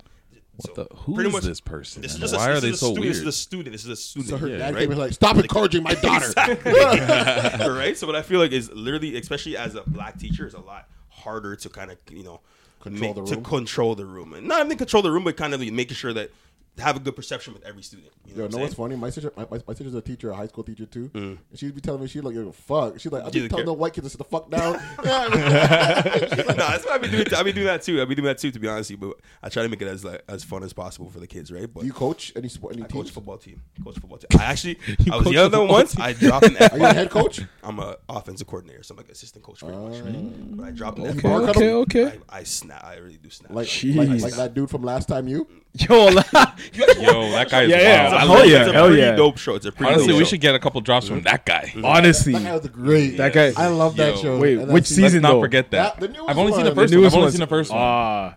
Speaker 1: What the, who is this person?
Speaker 4: This is
Speaker 1: and
Speaker 4: just a-
Speaker 1: Why are
Speaker 4: this
Speaker 1: they
Speaker 4: is a
Speaker 1: so
Speaker 4: student, This is a
Speaker 1: weird?
Speaker 4: student. This is a student.
Speaker 2: So her
Speaker 4: yeah,
Speaker 2: dad
Speaker 4: right?
Speaker 2: came in like, "Stop encouraging my daughter."
Speaker 4: Exactly. <laughs> right. So what I feel like is literally, especially as a black teacher, is a lot harder to kind of you know
Speaker 2: Control the
Speaker 4: to
Speaker 2: room?
Speaker 4: control the room, and not even control the room, but kind of making sure that have a good perception with every student. You know,
Speaker 2: Yo,
Speaker 4: what I'm
Speaker 2: know
Speaker 4: saying?
Speaker 2: what's funny? My sister, my, my, my sister's a teacher, a high school teacher too. And she'd be telling me, she's like, "Yo, fuck." She's like, "I
Speaker 4: She doesn't
Speaker 2: just tell
Speaker 4: care.
Speaker 2: the white kids to sit the
Speaker 4: <laughs>
Speaker 2: fuck down." <laughs>
Speaker 4: no, that's what I've been doing. I've been doing that too. I've been doing that too, to be honest with you. But I try to make it as like, as fun as possible for the kids, right? But
Speaker 2: Do you coach any sport? Any
Speaker 4: I
Speaker 2: teams?
Speaker 4: coach football team. Coach football team. I
Speaker 2: <laughs>
Speaker 4: actually, I was
Speaker 2: coach
Speaker 4: younger
Speaker 2: the
Speaker 4: than
Speaker 2: football
Speaker 4: once.
Speaker 2: team?
Speaker 4: I dropped an
Speaker 2: <laughs> Are you a head coach?
Speaker 4: I'm a offensive coordinator, so I'm like assistant coach pretty much, right? But I dropped an
Speaker 2: Mm. Oh, Okay,
Speaker 4: F bomb.
Speaker 2: okay,
Speaker 22: okay.
Speaker 4: I, I snap. I really do snap.
Speaker 2: Like,
Speaker 4: Jeez.
Speaker 2: like, like that dude from last time, you.
Speaker 22: <laughs> Yo, <laughs>
Speaker 1: Yo, that guy is
Speaker 22: Yeah, yeah.
Speaker 1: wild. I
Speaker 22: Hell
Speaker 1: love it.
Speaker 22: yeah,
Speaker 1: It's a
Speaker 22: hell
Speaker 1: pretty
Speaker 22: yeah.
Speaker 1: dope show. It's a pretty Honestly,
Speaker 22: dope
Speaker 1: we
Speaker 22: show.
Speaker 1: should get a couple drops from that guy.
Speaker 22: Honestly.
Speaker 2: that guy was great.
Speaker 22: That guy-
Speaker 2: I love that
Speaker 1: Yo.
Speaker 2: show.
Speaker 22: Wait,
Speaker 2: And
Speaker 22: which
Speaker 1: Let's
Speaker 2: that
Speaker 22: season
Speaker 1: not
Speaker 22: though?
Speaker 1: forget that.
Speaker 2: That- the newest
Speaker 1: I've only seen
Speaker 2: one.
Speaker 1: the first
Speaker 22: The
Speaker 1: one.
Speaker 22: newest
Speaker 1: I've only
Speaker 22: ones.
Speaker 1: seen the first one.
Speaker 22: Ah.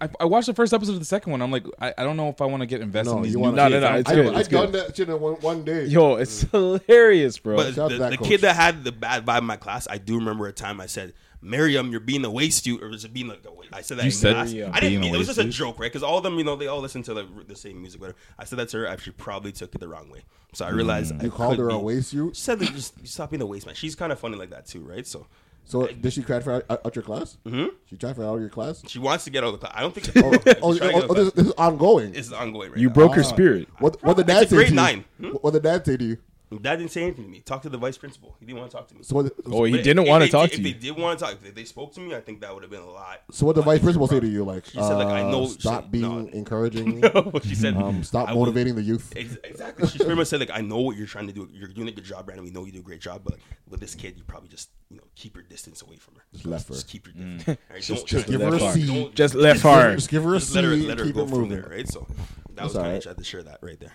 Speaker 1: I, I watched the first episode of the second one. I'm like, I, I don't know if I want to get invested
Speaker 2: No,
Speaker 1: in these
Speaker 2: you
Speaker 1: new
Speaker 2: wanna-
Speaker 1: kids.
Speaker 22: No, no, no,
Speaker 1: I don't
Speaker 22: it's
Speaker 1: care.
Speaker 22: good.
Speaker 2: I've done that shit in one, one day.
Speaker 22: Yo, it's hilarious, bro.
Speaker 4: But
Speaker 2: Shout out
Speaker 4: the,
Speaker 2: to that
Speaker 4: the
Speaker 2: coach.
Speaker 4: kid that had the bad vibe in my class, I do remember a time I said, "Miriam, you're being a waste dude," or was it being like a waste? I said that
Speaker 1: You
Speaker 4: in
Speaker 1: said
Speaker 4: class.
Speaker 1: you're
Speaker 4: I
Speaker 1: being a
Speaker 4: didn't mean it was just a
Speaker 1: waste dude?
Speaker 4: joke, right? Because all of them, you know, they all listen to the, the same music, whatever. I said that to her. I- She probably took it the wrong way, so I realized I
Speaker 2: You called
Speaker 4: could
Speaker 2: her a
Speaker 4: be-
Speaker 2: waste you?
Speaker 4: She said, that "Just stop being a waste man." She's kind of funny like that too, right? So
Speaker 2: So did she transfer out, out your class? Mm-hmm. She transferred out of your class.
Speaker 4: she wants to get out of the class. I don't think.
Speaker 2: oh,
Speaker 4: <laughs>
Speaker 2: oh, oh, oh, this, this is ongoing. Ah.
Speaker 4: It's ongoing right
Speaker 22: You
Speaker 4: now.
Speaker 22: broke her spirit.
Speaker 2: What, what the
Speaker 4: It's a Hmm?
Speaker 2: dad say
Speaker 4: grade
Speaker 2: to you?
Speaker 4: nine.
Speaker 1: Hmm?
Speaker 2: What the dad say to you?
Speaker 4: Dad didn't say anything to me. Talk to the vice principal. He didn't want to talk to me.
Speaker 2: So what-
Speaker 22: Oh, he
Speaker 4: But if-
Speaker 22: didn't
Speaker 4: if
Speaker 22: wanna
Speaker 4: they
Speaker 22: talk
Speaker 4: did-
Speaker 22: to
Speaker 4: If
Speaker 22: you.
Speaker 4: they did want to talk, if they spoke to me, I think that would have been a lot.
Speaker 2: So what the
Speaker 4: lot
Speaker 2: vice
Speaker 4: easier
Speaker 2: principal say to
Speaker 4: process.
Speaker 2: you? Like,
Speaker 4: she said, like I know.
Speaker 2: uh, stop
Speaker 4: she-
Speaker 2: being
Speaker 4: no, <laughs>
Speaker 2: encouraging.
Speaker 4: No, she said,
Speaker 2: um, stop
Speaker 4: I would-
Speaker 2: motivating the youth.
Speaker 4: Ex- Exactly. She pretty much said, like, I know what you're trying to do. You're doing a good job, Brandon. We know you do a great job, but like, with this kid, you probably just, you know, keep your distance away from her.
Speaker 2: Just left her.
Speaker 4: Just keep your distance. All right,
Speaker 2: Just-
Speaker 4: don't-
Speaker 2: just
Speaker 4: don't-
Speaker 2: give her a
Speaker 4: don't-
Speaker 2: C.
Speaker 4: don't-
Speaker 2: Just let her. Just give her a
Speaker 4: let her,
Speaker 2: C
Speaker 4: let her
Speaker 2: and keep
Speaker 4: go
Speaker 2: it
Speaker 4: from
Speaker 2: moving.
Speaker 4: there, right? So that
Speaker 2: That's
Speaker 4: was
Speaker 2: all
Speaker 4: kind
Speaker 2: right.
Speaker 4: of I had to share that right there.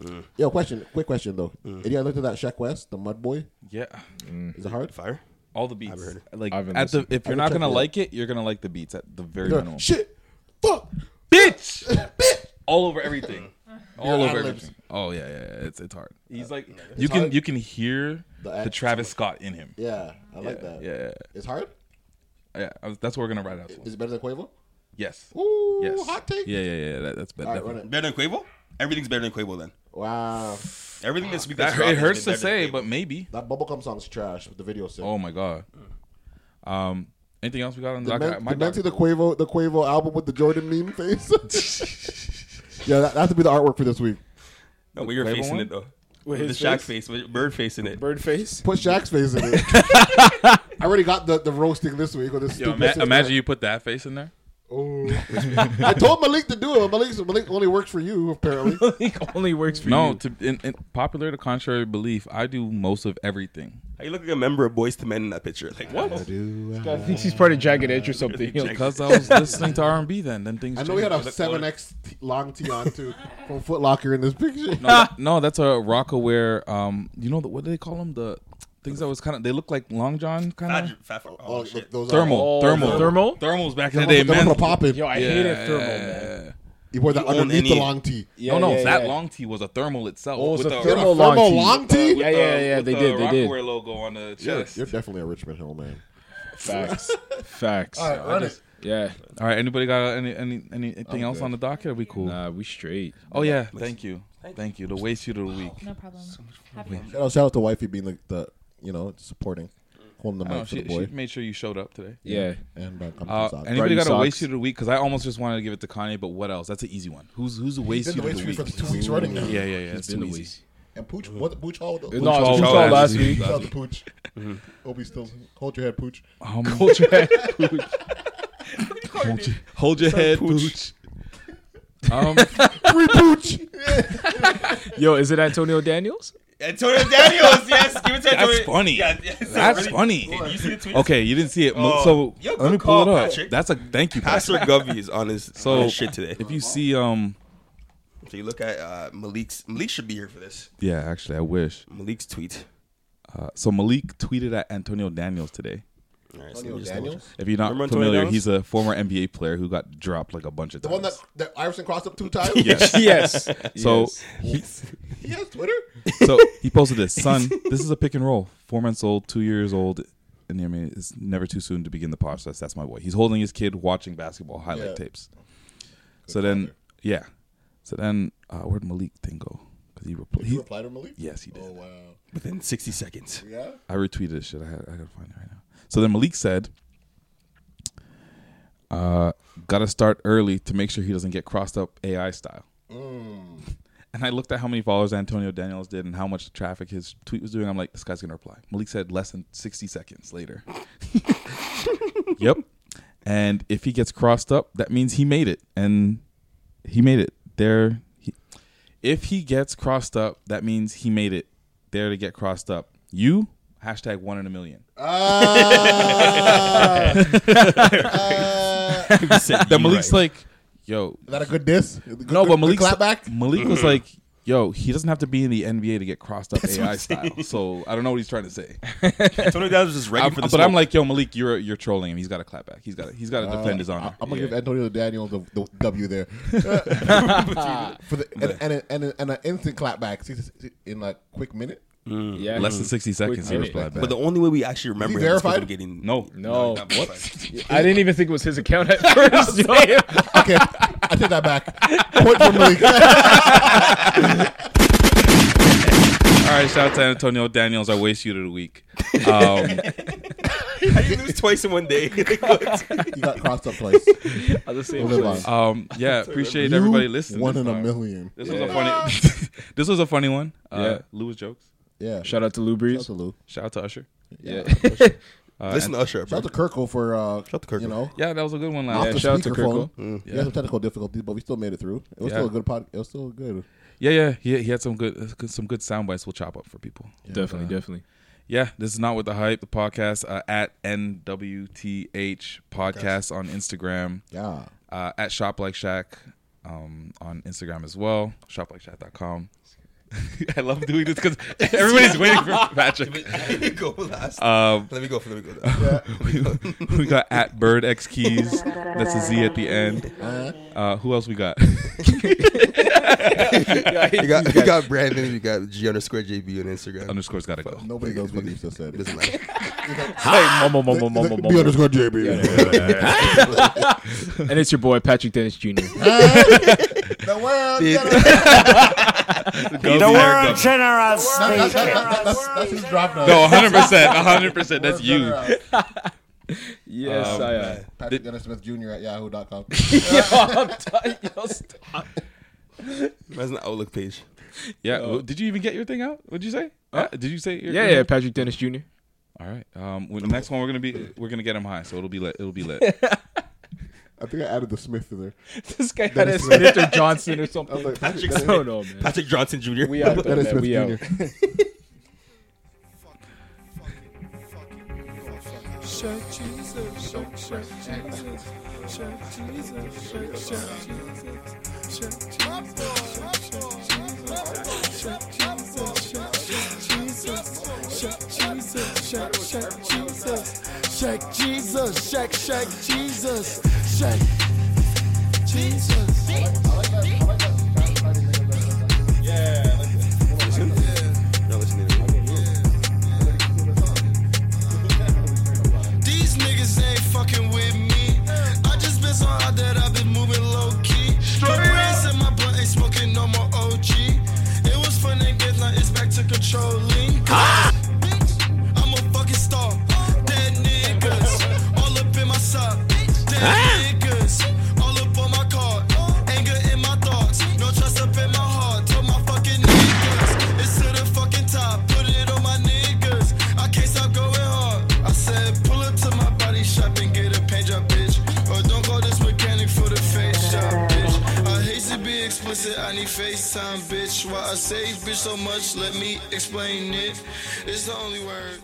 Speaker 4: Mm.
Speaker 2: Yo, question. Quick question though. Any other to that Shaq West, the Mud Boy?
Speaker 1: Yeah.
Speaker 4: Mm.
Speaker 2: Is it hard?
Speaker 4: Fire.
Speaker 1: All the beats. Like
Speaker 22: I haven't
Speaker 1: at the,
Speaker 22: listened.
Speaker 1: if
Speaker 2: I
Speaker 1: you're
Speaker 2: can
Speaker 1: not
Speaker 2: check
Speaker 1: gonna
Speaker 2: it out.
Speaker 1: like it, you're gonna like the beats at the very
Speaker 2: They're-
Speaker 1: minimum.
Speaker 2: Shit. Fuck.
Speaker 4: Mm.
Speaker 1: bitch, all over
Speaker 2: <laughs>
Speaker 1: everything, all
Speaker 2: Your
Speaker 1: over
Speaker 2: ad-libs.
Speaker 1: everything. Oh yeah, yeah, yeah, it's it's hard. He's like
Speaker 2: It's
Speaker 1: you can
Speaker 2: hard.
Speaker 1: you can hear
Speaker 2: The
Speaker 1: the,
Speaker 2: ad-
Speaker 1: Travis Scott in him.
Speaker 2: Yeah, I like
Speaker 1: Yeah,
Speaker 2: that.
Speaker 1: Yeah,
Speaker 2: It's hard.
Speaker 1: yeah, yeah. I was- That's what we're gonna write out.
Speaker 2: Is it better than Quavo?
Speaker 1: Yes.
Speaker 2: Ooh,
Speaker 1: yes.
Speaker 2: hot take.
Speaker 1: Yeah, yeah, yeah. That, that's better.
Speaker 2: All right, run it.
Speaker 4: Better than Quavo? Everything's better than Quavo then.
Speaker 2: Wow.
Speaker 4: Everything this week
Speaker 1: That-
Speaker 4: that's dropped
Speaker 1: it
Speaker 4: has
Speaker 1: hurts
Speaker 4: been
Speaker 1: to
Speaker 4: better than
Speaker 1: say,
Speaker 4: Quavo.
Speaker 1: but maybe.
Speaker 2: That bubblegum song's trash, but the video sick.
Speaker 1: Oh my god. Um, anything else we got on the
Speaker 2: Did
Speaker 1: docket?
Speaker 2: men,
Speaker 1: My
Speaker 2: did men see
Speaker 1: docket-
Speaker 2: the Quavo the Quavo album with the Jordan meme face? yeah, that, that has to be the artwork for this week.
Speaker 4: No, we were
Speaker 1: Quavo
Speaker 4: facing
Speaker 1: one?
Speaker 4: it though.
Speaker 22: With
Speaker 4: With
Speaker 22: his
Speaker 4: the Shaq face, with bird facing it.
Speaker 22: Bird face.
Speaker 2: Put Shaq's face in it. I already got the, the roasting this week with this
Speaker 1: Yo,
Speaker 2: stupid.
Speaker 1: ima-
Speaker 2: shit.
Speaker 1: imagine you put that face in there. <laughs>
Speaker 2: Oh. I told Malik to do it. Malik, Malik only works for you, apparently.
Speaker 3: Malik only works for
Speaker 1: no,
Speaker 3: you.
Speaker 1: to in, in popular to contrary belief, I do most of everything.
Speaker 4: How you look like a member of Boys to Men in that picture? Like what?
Speaker 3: I think he's part of Jagged Edge
Speaker 1: <laughs>
Speaker 3: or something.
Speaker 1: Because I was listening to R and B then, then things.
Speaker 2: I know we had a
Speaker 1: changed.
Speaker 2: 7X t- long tee on, too, from Foot <laughs> Locker in this picture.
Speaker 1: No,
Speaker 2: <laughs>
Speaker 1: that- no, that's a rock aware. Um, you know the, what do they call them? The things that was kind of they look like long john kind of
Speaker 4: Fat, oh, oh shit.
Speaker 2: Those
Speaker 1: thermal,
Speaker 2: are-
Speaker 1: thermal,
Speaker 3: thermal?
Speaker 1: thermals back in the
Speaker 2: Thermal-
Speaker 1: day, man.
Speaker 2: thermal popping. Yo, I hated
Speaker 1: Yeah.
Speaker 2: thermal, man. You wore that
Speaker 1: own
Speaker 2: underneath the
Speaker 1: any-
Speaker 2: long tee.
Speaker 1: no, no,
Speaker 2: Yeah, yeah,
Speaker 1: that
Speaker 2: yeah.
Speaker 1: long tee was a thermal itself.
Speaker 2: Oh, it was
Speaker 1: with
Speaker 2: a
Speaker 1: the-
Speaker 2: thermal Thermal long tee. long tee?
Speaker 1: with
Speaker 2: Yeah, yeah,
Speaker 1: the-
Speaker 2: yeah,
Speaker 1: with
Speaker 2: they
Speaker 1: the
Speaker 2: did, they did.
Speaker 1: Rockaware logo on the
Speaker 2: You're,
Speaker 1: chest.
Speaker 2: you're definitely a Richmond Hill man.
Speaker 3: <laughs> Facts. Facts.
Speaker 2: All right,
Speaker 3: I
Speaker 2: run
Speaker 3: just-
Speaker 2: it.
Speaker 3: Yeah.
Speaker 1: All right. Anybody got any any anything
Speaker 3: I'm
Speaker 1: else
Speaker 3: good.
Speaker 1: on the docket? Are we cool?
Speaker 3: Nah, we straight.
Speaker 1: Oh yeah.
Speaker 3: Nice.
Speaker 1: Thank you. Thank you. The waste you of the week.
Speaker 10: No problem. Happy
Speaker 1: Wait.
Speaker 10: to-
Speaker 2: Shout out, shout out to wifey being like the, you know, supporting, holding the
Speaker 1: I know,
Speaker 2: mic for
Speaker 1: she,
Speaker 2: the boy.
Speaker 1: she made sure you showed up today.
Speaker 3: Yeah.
Speaker 2: And uh, I'm
Speaker 1: Uh,
Speaker 2: socks.
Speaker 1: anybody
Speaker 3: Brought
Speaker 1: got
Speaker 3: you
Speaker 1: a waste
Speaker 3: socks.
Speaker 1: you of the week? Because I alalmost just wanted to give it to Kanye, but what else? That's an easy one. Who's who's the
Speaker 2: He's
Speaker 1: waste
Speaker 2: been
Speaker 1: you
Speaker 2: the
Speaker 1: of the
Speaker 2: waste
Speaker 1: week?
Speaker 2: for the two weeks running now.
Speaker 1: Yeah, yeah, yeah.
Speaker 2: He's
Speaker 1: It's
Speaker 2: been
Speaker 1: too
Speaker 2: the
Speaker 1: easy.
Speaker 2: And Pooch, what Pooch Hall?
Speaker 1: No, it was Pooch Hall last week.
Speaker 2: Shout out to Pooch. Hope he's still hold your head, Pooch.
Speaker 1: Um, Hold your head, Pooch. Hold your, hold your
Speaker 2: Sorry,
Speaker 1: head,
Speaker 2: Pooch.
Speaker 1: pooch. Um,
Speaker 2: Free Pooch.
Speaker 3: <laughs> Yo, is it Antonio Daniels?
Speaker 4: Antonio Daniels, yes, give it to Antonio.
Speaker 1: That's funny.
Speaker 4: Yeah, yeah, it's
Speaker 1: That's
Speaker 4: really-
Speaker 1: funny.
Speaker 4: Did you see the tweet?
Speaker 1: Okay, you didn't see it. Mo-
Speaker 4: Oh.
Speaker 1: so
Speaker 4: Yo, good
Speaker 1: let me
Speaker 4: call,
Speaker 1: pull it up.
Speaker 4: Patrick.
Speaker 1: That's a thank you,
Speaker 4: Pastor
Speaker 1: Patrick.
Speaker 4: Govey is on his-
Speaker 1: <laughs> so
Speaker 4: on his shit today.
Speaker 1: If you see, um,
Speaker 4: So you look at uh, Malik's. Malik should be here for this.
Speaker 1: yeah, actually, I wish
Speaker 4: Malik's tweet.
Speaker 1: Uh, so Malik tweeted at Antonio Daniels today.
Speaker 4: All right,
Speaker 2: Antonio
Speaker 4: let me just-
Speaker 2: Daniels?
Speaker 1: If you're not
Speaker 4: Remember Antonio
Speaker 1: familiar,
Speaker 4: Daniels?
Speaker 1: he's a former NBA player who got dropped like a bunch of
Speaker 2: The
Speaker 1: times.
Speaker 2: one that, that Iverson crossed up two times?
Speaker 1: <laughs> Yes. Yes. So Yes.
Speaker 2: he, he has Twitter?
Speaker 1: <laughs> so he posted this son this is a pick and roll four months old two years old and i mean it's never too soon to begin the process that's my boy he's holding his kid watching basketball highlight
Speaker 2: Yeah.
Speaker 1: tapes so then yeah so then uh, where'd malik thing go because he, repl-
Speaker 2: Did
Speaker 1: he
Speaker 2: you reply to Malik?
Speaker 1: yes he did
Speaker 2: Oh, wow.
Speaker 4: Within 60 seconds.
Speaker 2: Yeah?
Speaker 1: i retweeted this shit i, had, I gotta find it right now so then malik said uh, gotta start early to make sure he doesn't get crossed up ai style and I looked at how many followers Antonio Daniels did and how much traffic his tweet was doing. I'm like, this guy's gonna reply. Malik said less than 60 seconds later. yep. And if he gets crossed up, that means he made it, and he made it there. He, if he gets crossed up, that means he made it there to get crossed up. You hashtag one in a million.
Speaker 2: Ah. <laughs>
Speaker 1: <laughs>
Speaker 2: Ah.
Speaker 1: That Malik's like, yo,
Speaker 2: Is that a good diss? Good-
Speaker 1: no, but
Speaker 2: good- good
Speaker 1: Malik's,
Speaker 2: clap back?
Speaker 1: Malik was like, yo, he doesn't have to be in the NBA to get crossed up
Speaker 4: what
Speaker 1: AI
Speaker 4: I'm saying.
Speaker 1: style. So I don't know what he's trying to say.
Speaker 4: Antonio Daniels is ready
Speaker 1: I'm-
Speaker 4: for the
Speaker 1: But I'm like, yo, Malik, you're you're trolling him. He's got to clap back. He's got he's got to defend his honor.
Speaker 2: Uh, I'm gonna give Antonio Daniels the, the W there <laughs> for the and and and, and, an instant clap back See, see, in like quick minute.
Speaker 3: Yeah.
Speaker 1: Less than 60 seconds.
Speaker 3: Quick
Speaker 1: he
Speaker 3: minute.
Speaker 1: replied back.
Speaker 4: Mm. But the <laughs> only way we actually remember
Speaker 2: Is he
Speaker 4: him is 'cause
Speaker 2: verified?
Speaker 4: I'm getting
Speaker 1: no,
Speaker 3: No.
Speaker 4: not
Speaker 3: What?
Speaker 2: <laughs>
Speaker 4: verified.
Speaker 3: I didn't even think it was his account at first. yo.
Speaker 2: Okay, I take that back. Point for Malik.
Speaker 1: All right, shout out to Antonio Daniels. I waste you to the week. Um,
Speaker 4: How do <laughs> you lose twice in one
Speaker 2: <laughs>
Speaker 4: day?
Speaker 2: he got crossed up twice.
Speaker 4: <laughs>
Speaker 3: I was
Speaker 2: We'll
Speaker 3: saying,
Speaker 2: live on.
Speaker 1: um, yeah, appreciate
Speaker 2: You
Speaker 1: everybody listening.
Speaker 2: One
Speaker 1: this
Speaker 2: in a
Speaker 1: time.
Speaker 2: million.
Speaker 1: This was a funny. <laughs> this was a funny one. Uh,
Speaker 3: Yeah.
Speaker 1: Lou was jokes.
Speaker 2: Yeah.
Speaker 3: <laughs>
Speaker 2: Shout
Speaker 3: shout out to Lou
Speaker 2: out
Speaker 3: Brees.
Speaker 2: to Lou.
Speaker 1: Shout out to Usher.
Speaker 3: Yeah.
Speaker 1: Uh,
Speaker 4: Listen to
Speaker 1: and-
Speaker 4: Usher.
Speaker 2: Shout
Speaker 4: Bro.
Speaker 2: out to Kirkle for uh,
Speaker 4: Shout out to Kirkle.
Speaker 2: you know
Speaker 1: yeah, that was a good one
Speaker 2: off
Speaker 1: last.
Speaker 2: the
Speaker 3: shout out to
Speaker 2: speakerphone.
Speaker 3: Kirkle.
Speaker 2: We had some technical difficulties, but we still made it through. It was
Speaker 1: Yeah.
Speaker 2: still a good pod. It was still good.
Speaker 1: Yeah, yeah, he, he had some good some good sound bites. We'll chop up for people.
Speaker 3: Definitely,
Speaker 4: uh,
Speaker 3: definitely.
Speaker 1: Yeah, this is not with the hype. The podcast uh, at NWTH podcast on Instagram.
Speaker 2: Yeah.
Speaker 1: uh, at Shop Like Shack um, on Instagram as well.
Speaker 4: <laughs>
Speaker 1: ShopLikeShack.com. <laughs> I love doing this because <laughs> everybody's
Speaker 4: <laughs>
Speaker 1: waiting for Patrick.
Speaker 4: Let me go last.
Speaker 1: Um,
Speaker 4: let me go. Let me go. Yeah.
Speaker 1: we, <laughs> we got at Bird X Keys. That's a Z at the end. Uh, who else we got?
Speaker 4: You got, you got Brandon. You got G underscore JB on Instagram.
Speaker 1: Underscore's got to go.
Speaker 2: Nobody knows what you just said.
Speaker 4: It doesn't matter.
Speaker 3: Hey, mama, mama, mama,
Speaker 2: B
Speaker 3: mama.
Speaker 2: underscore JB. <laughs>
Speaker 3: And it's your boy, Patrick Dennis
Speaker 2: <laughs>
Speaker 3: Jr.
Speaker 2: The
Speaker 1: <laughs>
Speaker 3: <laughs>
Speaker 2: world.
Speaker 1: Go
Speaker 19: The
Speaker 1: Bear,
Speaker 19: world
Speaker 1: go.
Speaker 19: general
Speaker 2: That's,
Speaker 19: speaks.
Speaker 2: that's, that's, that's his drop now. <laughs>
Speaker 1: No, 100%. 100%. That's you.
Speaker 22: <laughs>
Speaker 3: yes,
Speaker 1: Um,
Speaker 3: I uh, am.
Speaker 2: Patrick Dennis Smith Jr. at yahoo.com.
Speaker 3: Yo, I'm done. Yo, stop.
Speaker 4: That's an Outlook page.
Speaker 1: Yeah. well, Did you even get your thing out? What'd you say? Uh, did you say? Your,
Speaker 3: Yeah,
Speaker 1: your-
Speaker 3: yeah, Patrick Dennis Jr. <laughs>
Speaker 1: All right. Um, when the next one we're gonna be we're gonna get him high, so it'll be lit. It'll be lit.
Speaker 2: I think I added the Smith in there.
Speaker 22: This guy
Speaker 2: Dennis
Speaker 22: had a Smith or Johnson or something.
Speaker 2: <laughs> I was like,
Speaker 22: Patrick
Speaker 2: Dennis-
Speaker 22: Smith. I don't know, man.
Speaker 4: Patrick Johnson Jr.
Speaker 22: We
Speaker 2: <laughs>
Speaker 22: out,
Speaker 2: Dennis
Speaker 22: man.
Speaker 2: Smith
Speaker 22: We out.
Speaker 2: Jr.
Speaker 22: <laughs>
Speaker 2: <laughs>
Speaker 12: Shut Jesus, shut, shut Jesus, shut Jesus, shut, shut Jesus, shut Jesus, shut Jesus, shut Jesus, shut Jesus, shut shut Jesus, shake Jesus, shake shake Jesus, shake Jesus.
Speaker 4: Not listening to me.
Speaker 12: These niggas ain't fucking with me. I just been so hard that I've been moving low key. Straight in my blunt ain't smoking no more OG. It was fun and good, now it's back to controlling. Bitch, I'm a fucking star. Dead niggas all up in my side. Dead niggas all up on my card. Anger in my thoughts, no trust up in my heart. Told my fucking niggas, it's to the fucking top. Put it on my niggas. I can't stop going hard. I said, pull up to my body shop and get a paint job, bitch. Or don't call this mechanic for the face job, bitch. I hate to be explicit, I need FaceTime, bitch. Why I say bitch so much, let me explain it. It's the only word.